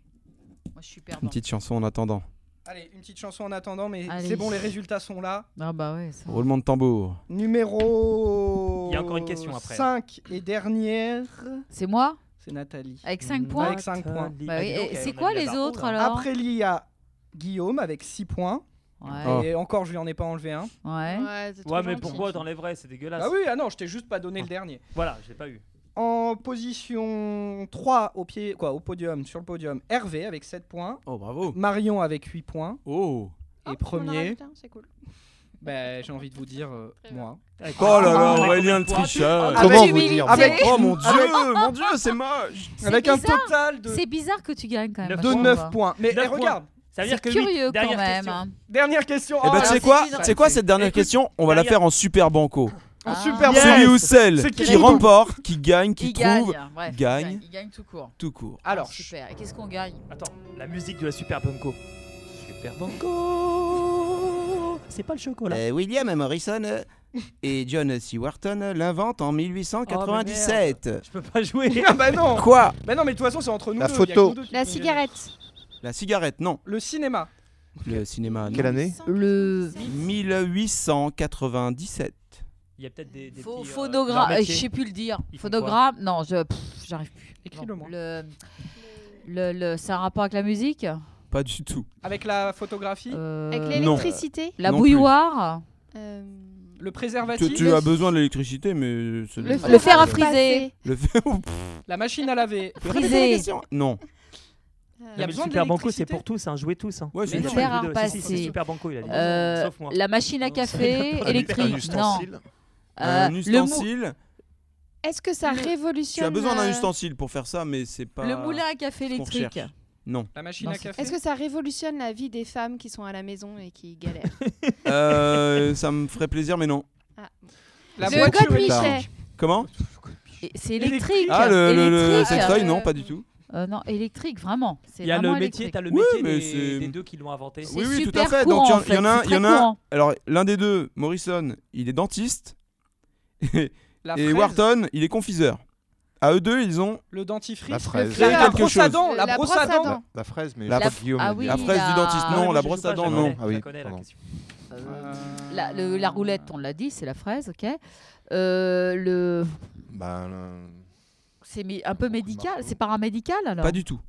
[SPEAKER 6] Moi, je suis
[SPEAKER 2] Une
[SPEAKER 6] perdante.
[SPEAKER 2] petite chanson en attendant.
[SPEAKER 3] Allez, une petite chanson en attendant, mais
[SPEAKER 6] Allez.
[SPEAKER 3] c'est bon, les résultats sont là.
[SPEAKER 6] Ah, bah ouais. Ça...
[SPEAKER 2] Roulement de tambour.
[SPEAKER 3] Numéro.
[SPEAKER 4] Il y a encore une question après.
[SPEAKER 3] 5 et dernière,
[SPEAKER 6] C'est moi
[SPEAKER 3] c'est Nathalie.
[SPEAKER 6] Avec 5 points
[SPEAKER 3] Avec cinq points.
[SPEAKER 6] Bah oui,
[SPEAKER 4] Ah, dis donc,
[SPEAKER 6] et
[SPEAKER 4] eh,
[SPEAKER 6] c'est
[SPEAKER 4] on a
[SPEAKER 6] quoi
[SPEAKER 4] mis la
[SPEAKER 6] les
[SPEAKER 4] barre
[SPEAKER 6] autres,
[SPEAKER 4] rouge, hein.
[SPEAKER 6] alors
[SPEAKER 3] Après, il y a Guillaume avec 6 points.
[SPEAKER 6] Ouais.
[SPEAKER 2] Oh.
[SPEAKER 3] Et encore, je lui en ai pas enlevé un.
[SPEAKER 6] Ouais.
[SPEAKER 7] Ouais, c'est trop
[SPEAKER 4] Ouais, mais
[SPEAKER 7] gentil.
[SPEAKER 4] pourquoi t'enlèverais C'est dégueulasse.
[SPEAKER 3] Ah oui, ah non, je t'ai juste pas donné le dernier.
[SPEAKER 4] Voilà, je l'ai pas eu.
[SPEAKER 3] En position 3 au pied, quoi, au podium, sur le podium, Hervé avec 7 points,
[SPEAKER 2] Oh, bravo.
[SPEAKER 3] Marion avec 8 points
[SPEAKER 2] Oh.
[SPEAKER 7] Ah, on
[SPEAKER 3] et
[SPEAKER 7] en a
[SPEAKER 3] premier.
[SPEAKER 7] rajouté un, C'est cool.
[SPEAKER 3] Ben, j'ai envie de vous dire euh,
[SPEAKER 7] Très bien.
[SPEAKER 3] moi. Ah, bah,
[SPEAKER 2] Oh là là,
[SPEAKER 4] Ah,
[SPEAKER 2] Aurélien le tricheur.
[SPEAKER 3] Avec-
[SPEAKER 5] Comment vous dire
[SPEAKER 3] avec-
[SPEAKER 5] moi
[SPEAKER 2] Oh mon dieu, mon dieu, c'est moche.
[SPEAKER 6] C'est
[SPEAKER 3] Avec un
[SPEAKER 6] bizarre.
[SPEAKER 3] total de,
[SPEAKER 6] C'est bizarre que tu gagnes quand même.
[SPEAKER 4] Neuf
[SPEAKER 3] de
[SPEAKER 6] parce qu'on
[SPEAKER 3] 9
[SPEAKER 6] voit.
[SPEAKER 3] points. Mais
[SPEAKER 4] Neuf
[SPEAKER 3] eh, regarde,
[SPEAKER 4] Ça veut dire
[SPEAKER 6] C'est
[SPEAKER 4] que
[SPEAKER 6] curieux
[SPEAKER 4] huit. Dernière
[SPEAKER 6] quand même.
[SPEAKER 4] question.
[SPEAKER 6] hein.
[SPEAKER 3] dernière question.
[SPEAKER 2] Eh
[SPEAKER 3] Oh,
[SPEAKER 2] ben,
[SPEAKER 6] alors,
[SPEAKER 2] tu sais
[SPEAKER 3] là,
[SPEAKER 6] c'est
[SPEAKER 2] quoi
[SPEAKER 6] une-
[SPEAKER 2] C'est quoi cette dernière
[SPEAKER 4] Écoute,
[SPEAKER 2] question On va la
[SPEAKER 4] derrière-
[SPEAKER 2] faire en super banco.
[SPEAKER 3] en
[SPEAKER 6] Ah.
[SPEAKER 3] super
[SPEAKER 4] Yes.
[SPEAKER 2] Celui ou celle
[SPEAKER 3] C'est
[SPEAKER 2] qui,
[SPEAKER 3] qui
[SPEAKER 2] remporte, qui gagne, qui
[SPEAKER 6] Il
[SPEAKER 2] trouve
[SPEAKER 6] gagne. Bref, il
[SPEAKER 2] gagne.
[SPEAKER 6] gagne. Il gagne tout court. Ah,
[SPEAKER 2] tout court.
[SPEAKER 3] Alors,
[SPEAKER 6] hein. super. Et qu'est-ce qu'on gagne
[SPEAKER 4] Attends, la musique de la Super Banco. Super Banco. c'est pas le chocolat.
[SPEAKER 6] Eh.
[SPEAKER 2] Euh, William Morrison euh, et John Seawarton l'inventent en 1897.
[SPEAKER 4] Je peux pas jouer.
[SPEAKER 3] Ah bah non
[SPEAKER 2] Quoi
[SPEAKER 3] Bah non, mais de toute façon, c'est entre nous.
[SPEAKER 5] La
[SPEAKER 3] deux,
[SPEAKER 5] photo.
[SPEAKER 3] y a que nous deux qui-
[SPEAKER 7] La cigarette.
[SPEAKER 2] La cigarette, non.
[SPEAKER 3] Le cinéma.
[SPEAKER 2] Le cinéma, non.
[SPEAKER 5] Quelle année
[SPEAKER 6] Le
[SPEAKER 2] 1897.
[SPEAKER 4] Il y a peut-être des. des
[SPEAKER 6] Pho-
[SPEAKER 4] petits, euh,
[SPEAKER 6] photogra-
[SPEAKER 4] gens
[SPEAKER 6] euh, je
[SPEAKER 4] métiers.
[SPEAKER 6] sais plus le dire.
[SPEAKER 4] Ils font
[SPEAKER 6] Photogramme, non, je pff, j'arrive plus.
[SPEAKER 3] Écris-le
[SPEAKER 6] Bon,
[SPEAKER 3] moi.
[SPEAKER 6] le, le, le- c'est un rapport avec la musique
[SPEAKER 2] Pas du tout.
[SPEAKER 3] Avec la photographie,
[SPEAKER 6] Euh,
[SPEAKER 7] Avec
[SPEAKER 2] non.
[SPEAKER 7] l'électricité.
[SPEAKER 6] La
[SPEAKER 2] Non plus.
[SPEAKER 6] bouilloire
[SPEAKER 7] euh,
[SPEAKER 3] le
[SPEAKER 2] Tu,
[SPEAKER 3] préservatif,
[SPEAKER 2] tu as besoin de l'électricité, mais. euh, c'est-
[SPEAKER 7] Le,
[SPEAKER 6] Le fer à
[SPEAKER 7] repasser,
[SPEAKER 6] friser.
[SPEAKER 2] Le fer.
[SPEAKER 3] la machine à laver.
[SPEAKER 6] Friser.
[SPEAKER 2] Non.
[SPEAKER 7] euh,
[SPEAKER 3] Il y a
[SPEAKER 4] Mais le
[SPEAKER 3] besoin
[SPEAKER 4] Super Banco, c'est
[SPEAKER 3] d'électricité.
[SPEAKER 4] pour tous, hein. jouez tous. Hein.
[SPEAKER 2] Ouais, c'est
[SPEAKER 4] Mais
[SPEAKER 2] sûr.
[SPEAKER 4] non,
[SPEAKER 6] Faire
[SPEAKER 4] je vous dis,
[SPEAKER 6] à
[SPEAKER 4] si, si,
[SPEAKER 6] repasser.
[SPEAKER 4] c'est Super Banco, il a dit.
[SPEAKER 6] Euh,
[SPEAKER 4] Sauf moi.
[SPEAKER 6] la machine à café électrique, non. Euh,
[SPEAKER 2] un
[SPEAKER 6] le, mou-
[SPEAKER 2] ustensile.
[SPEAKER 7] Est-ce que ça
[SPEAKER 6] Le-
[SPEAKER 7] révolutionne
[SPEAKER 2] Tu as besoin d'un
[SPEAKER 7] euh,
[SPEAKER 2] ustensile pour faire ça, mais c'est pas.
[SPEAKER 6] le moulin à café
[SPEAKER 2] ce qu'on
[SPEAKER 6] électrique.
[SPEAKER 2] recherche. Non.
[SPEAKER 3] La machine
[SPEAKER 6] Non,
[SPEAKER 3] à
[SPEAKER 6] c'est-
[SPEAKER 3] café.
[SPEAKER 7] Est-ce que ça révolutionne la vie des femmes qui sont à la maison et qui galèrent
[SPEAKER 2] Euh, ça me ferait plaisir, mais non.
[SPEAKER 3] La
[SPEAKER 7] Le
[SPEAKER 3] voiture
[SPEAKER 7] God
[SPEAKER 3] électrique.
[SPEAKER 7] Michel.
[SPEAKER 2] Comment
[SPEAKER 6] Et C'est électrique.
[SPEAKER 2] Ah, le, le, le
[SPEAKER 6] électrique.
[SPEAKER 2] sextoy,
[SPEAKER 7] euh,
[SPEAKER 2] non, pas du tout.
[SPEAKER 6] Euh, non, électrique, vraiment. C'est
[SPEAKER 4] Il y a le
[SPEAKER 6] vraiment
[SPEAKER 4] métier,
[SPEAKER 6] électrique.
[SPEAKER 4] t'as le
[SPEAKER 2] Oui,
[SPEAKER 4] métier
[SPEAKER 2] mais
[SPEAKER 4] des,
[SPEAKER 2] c'est-
[SPEAKER 4] des deux qui l'ont inventé.
[SPEAKER 6] C'est
[SPEAKER 2] Oui, oui, tout
[SPEAKER 6] super
[SPEAKER 2] à fait. Donc,
[SPEAKER 6] courant,
[SPEAKER 2] il y en-
[SPEAKER 6] en fait.
[SPEAKER 2] il y en a un-
[SPEAKER 6] C'est
[SPEAKER 2] il y en a
[SPEAKER 6] très
[SPEAKER 2] un-
[SPEAKER 6] courant.
[SPEAKER 2] Alors, l'un des deux, Morrison, il est dentiste.
[SPEAKER 3] La
[SPEAKER 2] et
[SPEAKER 3] fraise.
[SPEAKER 2] Wharton, il est confiseur. À eux deux, ils ont
[SPEAKER 3] Le
[SPEAKER 5] La
[SPEAKER 3] dentifrice.
[SPEAKER 5] fraise.
[SPEAKER 3] La,
[SPEAKER 2] Créer
[SPEAKER 3] la
[SPEAKER 2] quelque
[SPEAKER 3] brosse à
[SPEAKER 2] chose.
[SPEAKER 3] dents. La, brosse à dents.
[SPEAKER 5] La, la fraise, mais
[SPEAKER 2] La
[SPEAKER 5] je crois
[SPEAKER 6] fra-
[SPEAKER 5] que Guillaume
[SPEAKER 6] ah
[SPEAKER 5] a
[SPEAKER 6] oui,
[SPEAKER 5] dit.
[SPEAKER 2] la fraise du dentiste,
[SPEAKER 4] Ah,
[SPEAKER 2] non,
[SPEAKER 4] mais
[SPEAKER 2] la
[SPEAKER 4] je
[SPEAKER 2] brosse
[SPEAKER 4] joue
[SPEAKER 2] à
[SPEAKER 4] pas,
[SPEAKER 2] dents,
[SPEAKER 4] je
[SPEAKER 2] non.
[SPEAKER 4] connais,
[SPEAKER 5] Ah oui,
[SPEAKER 4] je connais la
[SPEAKER 5] pardon.
[SPEAKER 4] question.
[SPEAKER 2] Euh,
[SPEAKER 6] Euh,
[SPEAKER 3] Euh.
[SPEAKER 6] La, le- la roulette, on l'a dit, c'est la fraise, ok. Euh, le,
[SPEAKER 5] Bah, le-
[SPEAKER 6] c'est mé- un peu
[SPEAKER 5] Beaucoup de
[SPEAKER 6] médical,
[SPEAKER 5] marteaux.
[SPEAKER 6] c'est paramédical alors.
[SPEAKER 2] Pas du tout.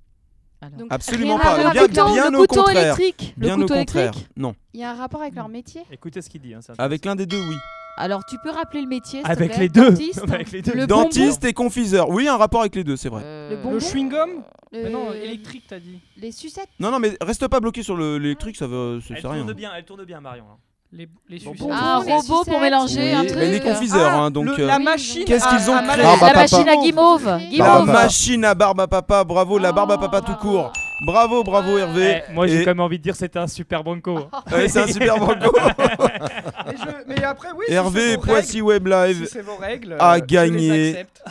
[SPEAKER 6] Alors.
[SPEAKER 7] Donc,
[SPEAKER 2] Absolument
[SPEAKER 7] rien à
[SPEAKER 2] pas.
[SPEAKER 7] voir
[SPEAKER 2] Bien,
[SPEAKER 7] avec leur-
[SPEAKER 2] bien
[SPEAKER 6] le
[SPEAKER 2] au
[SPEAKER 6] couteau
[SPEAKER 2] contraire.
[SPEAKER 6] électrique.
[SPEAKER 2] Bien
[SPEAKER 6] le
[SPEAKER 2] au
[SPEAKER 6] couteau
[SPEAKER 2] contraire.
[SPEAKER 6] électrique.
[SPEAKER 2] Non.
[SPEAKER 7] Il y a un rapport avec leur métier
[SPEAKER 4] Écoutez ce qu'il dit. hein, c'est
[SPEAKER 2] Avec l'un des deux, oui.
[SPEAKER 6] Alors tu peux rappeler le métier s'il te
[SPEAKER 4] Avec
[SPEAKER 6] plaît,
[SPEAKER 4] les deux.
[SPEAKER 6] dentiste
[SPEAKER 4] Avec les deux.
[SPEAKER 6] Le
[SPEAKER 2] Dentiste et confiseur. Oui, un rapport avec les deux, c'est vrai.
[SPEAKER 6] Euh,
[SPEAKER 7] Le bonbon.
[SPEAKER 3] Le chewing-gum.
[SPEAKER 7] Le-
[SPEAKER 3] Mais non, électrique, t'as dit.
[SPEAKER 7] Les sucettes
[SPEAKER 2] Non, non, mais reste pas bloqué sur le- l'électrique, ça veut, ça
[SPEAKER 4] Elle
[SPEAKER 2] sert à rien.
[SPEAKER 4] tourne bien, elle tourne bien, Marion. hein.
[SPEAKER 3] Les, les
[SPEAKER 4] Bon,
[SPEAKER 3] sucettes.
[SPEAKER 4] bon.
[SPEAKER 6] Ah, Un
[SPEAKER 7] Les
[SPEAKER 6] robot pour
[SPEAKER 7] sucettes.
[SPEAKER 6] mélanger
[SPEAKER 2] Oui,
[SPEAKER 6] un
[SPEAKER 2] mais
[SPEAKER 6] truc.
[SPEAKER 2] les bah, confiseurs,
[SPEAKER 3] Ah,
[SPEAKER 2] hein, donc.
[SPEAKER 3] le-
[SPEAKER 2] euh,
[SPEAKER 3] la
[SPEAKER 7] Oui,
[SPEAKER 3] machine.
[SPEAKER 2] qu'est-ce qu'ils
[SPEAKER 3] à-
[SPEAKER 2] ont
[SPEAKER 3] à
[SPEAKER 2] créé
[SPEAKER 6] la
[SPEAKER 3] Malaise.
[SPEAKER 5] Barbe à
[SPEAKER 6] machine à
[SPEAKER 5] papa.
[SPEAKER 6] guimauve.
[SPEAKER 7] Barbe à
[SPEAKER 2] la
[SPEAKER 6] guimauve.
[SPEAKER 5] papa.
[SPEAKER 2] machine à barbe à papa, bravo, Oh, la barbe à papa
[SPEAKER 7] Oh. Ah.
[SPEAKER 2] tout court. Bravo, bravo, Hervé.
[SPEAKER 4] Eh, moi, j'ai
[SPEAKER 2] et-
[SPEAKER 4] quand même envie de dire c'était un hein. super banco.
[SPEAKER 2] Ouais, c'est un super banco.
[SPEAKER 3] Mais, je- mais après, oui. si
[SPEAKER 2] Ah. Hervé
[SPEAKER 3] c'est
[SPEAKER 2] et
[SPEAKER 3] vos
[SPEAKER 2] Poissy Web
[SPEAKER 3] règles- si
[SPEAKER 2] Live,
[SPEAKER 3] c'est vos règles.
[SPEAKER 2] a
[SPEAKER 3] euh, je les
[SPEAKER 2] gagné.
[SPEAKER 3] accepte.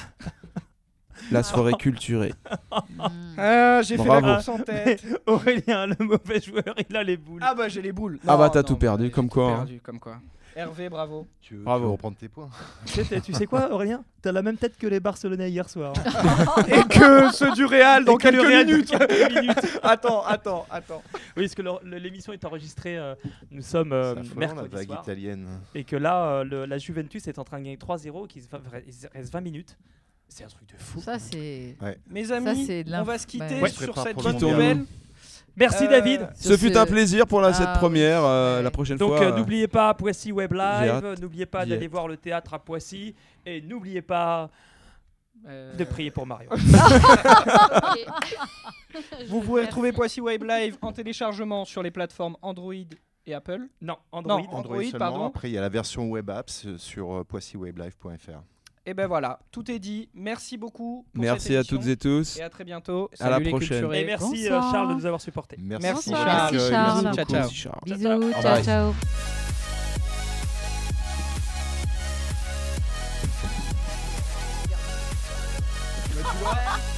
[SPEAKER 2] la soirée culturée.
[SPEAKER 6] Mm.
[SPEAKER 3] Ah, j'ai fait la
[SPEAKER 2] Bravo.
[SPEAKER 3] course en tête.
[SPEAKER 4] Aurélien, le mauvais joueur, il a les boules.
[SPEAKER 3] Ah bah j'ai les boules.
[SPEAKER 2] Ah
[SPEAKER 3] Non,
[SPEAKER 2] bah, t'as
[SPEAKER 3] non,
[SPEAKER 2] tout perdu,
[SPEAKER 3] j'ai
[SPEAKER 2] comme
[SPEAKER 3] tout
[SPEAKER 2] quoi, hein.
[SPEAKER 3] Perdu comme quoi. Hervé, bravo.
[SPEAKER 5] Tu veux,
[SPEAKER 2] Bravo.
[SPEAKER 5] tu veux reprendre tes points
[SPEAKER 4] Tu sais- tu sais quoi, Aurélien T'as la même tête que les Barcelonais hier soir. hein.
[SPEAKER 3] Et que ceux du Real dans
[SPEAKER 4] Et que le
[SPEAKER 3] quelques
[SPEAKER 4] Real dans
[SPEAKER 3] minutes.
[SPEAKER 4] quelques minutes.
[SPEAKER 3] attends, attends, attends.
[SPEAKER 4] Oui, parce que le- le- l'émission est enregistrée. euh, nous sommes euh,
[SPEAKER 5] C'est affolant, la
[SPEAKER 4] mercredi
[SPEAKER 5] vague
[SPEAKER 4] soir.
[SPEAKER 5] italienne.
[SPEAKER 4] Et que là, euh, le- la Juventus est en train de gagner 3-0, qu'il se va- il reste 20 minutes. C'est un truc de fou.
[SPEAKER 6] Ça c'est.
[SPEAKER 3] Mes
[SPEAKER 6] Ça,
[SPEAKER 3] amis,
[SPEAKER 6] c'est de
[SPEAKER 3] on
[SPEAKER 6] l'inf- bah,
[SPEAKER 3] va se quitter
[SPEAKER 6] Ouais.
[SPEAKER 3] sur
[SPEAKER 5] Prépare
[SPEAKER 3] cette
[SPEAKER 5] pour
[SPEAKER 3] bonne
[SPEAKER 5] le
[SPEAKER 2] mondial.
[SPEAKER 3] nouvelle.
[SPEAKER 4] Merci
[SPEAKER 3] Euh,
[SPEAKER 4] David.
[SPEAKER 2] Ce
[SPEAKER 6] Sur
[SPEAKER 2] fut
[SPEAKER 6] ce-
[SPEAKER 2] un plaisir pour la,
[SPEAKER 6] Ah
[SPEAKER 2] cette
[SPEAKER 6] oui.
[SPEAKER 2] première. euh,
[SPEAKER 6] Ouais.
[SPEAKER 2] La prochaine
[SPEAKER 4] Donc
[SPEAKER 2] fois.
[SPEAKER 4] euh,
[SPEAKER 2] euh,
[SPEAKER 4] n'oubliez pas Poissy Web
[SPEAKER 2] j'ai hâte.
[SPEAKER 4] Live, n'oubliez pas
[SPEAKER 2] J'ai
[SPEAKER 4] d'aller
[SPEAKER 2] hâte.
[SPEAKER 4] voir le théâtre à Poissy et n'oubliez pas
[SPEAKER 3] Euh,
[SPEAKER 4] de prier pour Mario.
[SPEAKER 3] Vous pouvez retrouver Poissy Wave Live en téléchargement sur les plateformes Android et Apple.
[SPEAKER 4] Non, Android.
[SPEAKER 3] Non,
[SPEAKER 5] Android,
[SPEAKER 3] Android,
[SPEAKER 5] seulement.
[SPEAKER 3] pardon.
[SPEAKER 5] Après, il y a la version web apps euh, sur euh, poissywebelive.fr.
[SPEAKER 3] Et ben voilà, tout est dit. Merci beaucoup. pour
[SPEAKER 2] Merci
[SPEAKER 3] cette
[SPEAKER 2] à
[SPEAKER 3] émission.
[SPEAKER 2] toutes et tous.
[SPEAKER 3] Et à très bientôt.
[SPEAKER 2] À la
[SPEAKER 3] Salut les
[SPEAKER 2] prochaine.
[SPEAKER 3] culturés.
[SPEAKER 4] Et merci euh,
[SPEAKER 6] Bonsoir.
[SPEAKER 4] Charles de nous avoir supportés.
[SPEAKER 5] Merci,
[SPEAKER 6] Bonsoir,
[SPEAKER 5] Charles.
[SPEAKER 6] merci,
[SPEAKER 5] Euh,
[SPEAKER 6] Charles.
[SPEAKER 5] beaucoup.
[SPEAKER 3] Ciao, ciao.
[SPEAKER 2] Merci, Charles.
[SPEAKER 6] Bisous,
[SPEAKER 5] Bye
[SPEAKER 6] ciao
[SPEAKER 5] bye.
[SPEAKER 6] ciao.
[SPEAKER 3] Mais tu vois,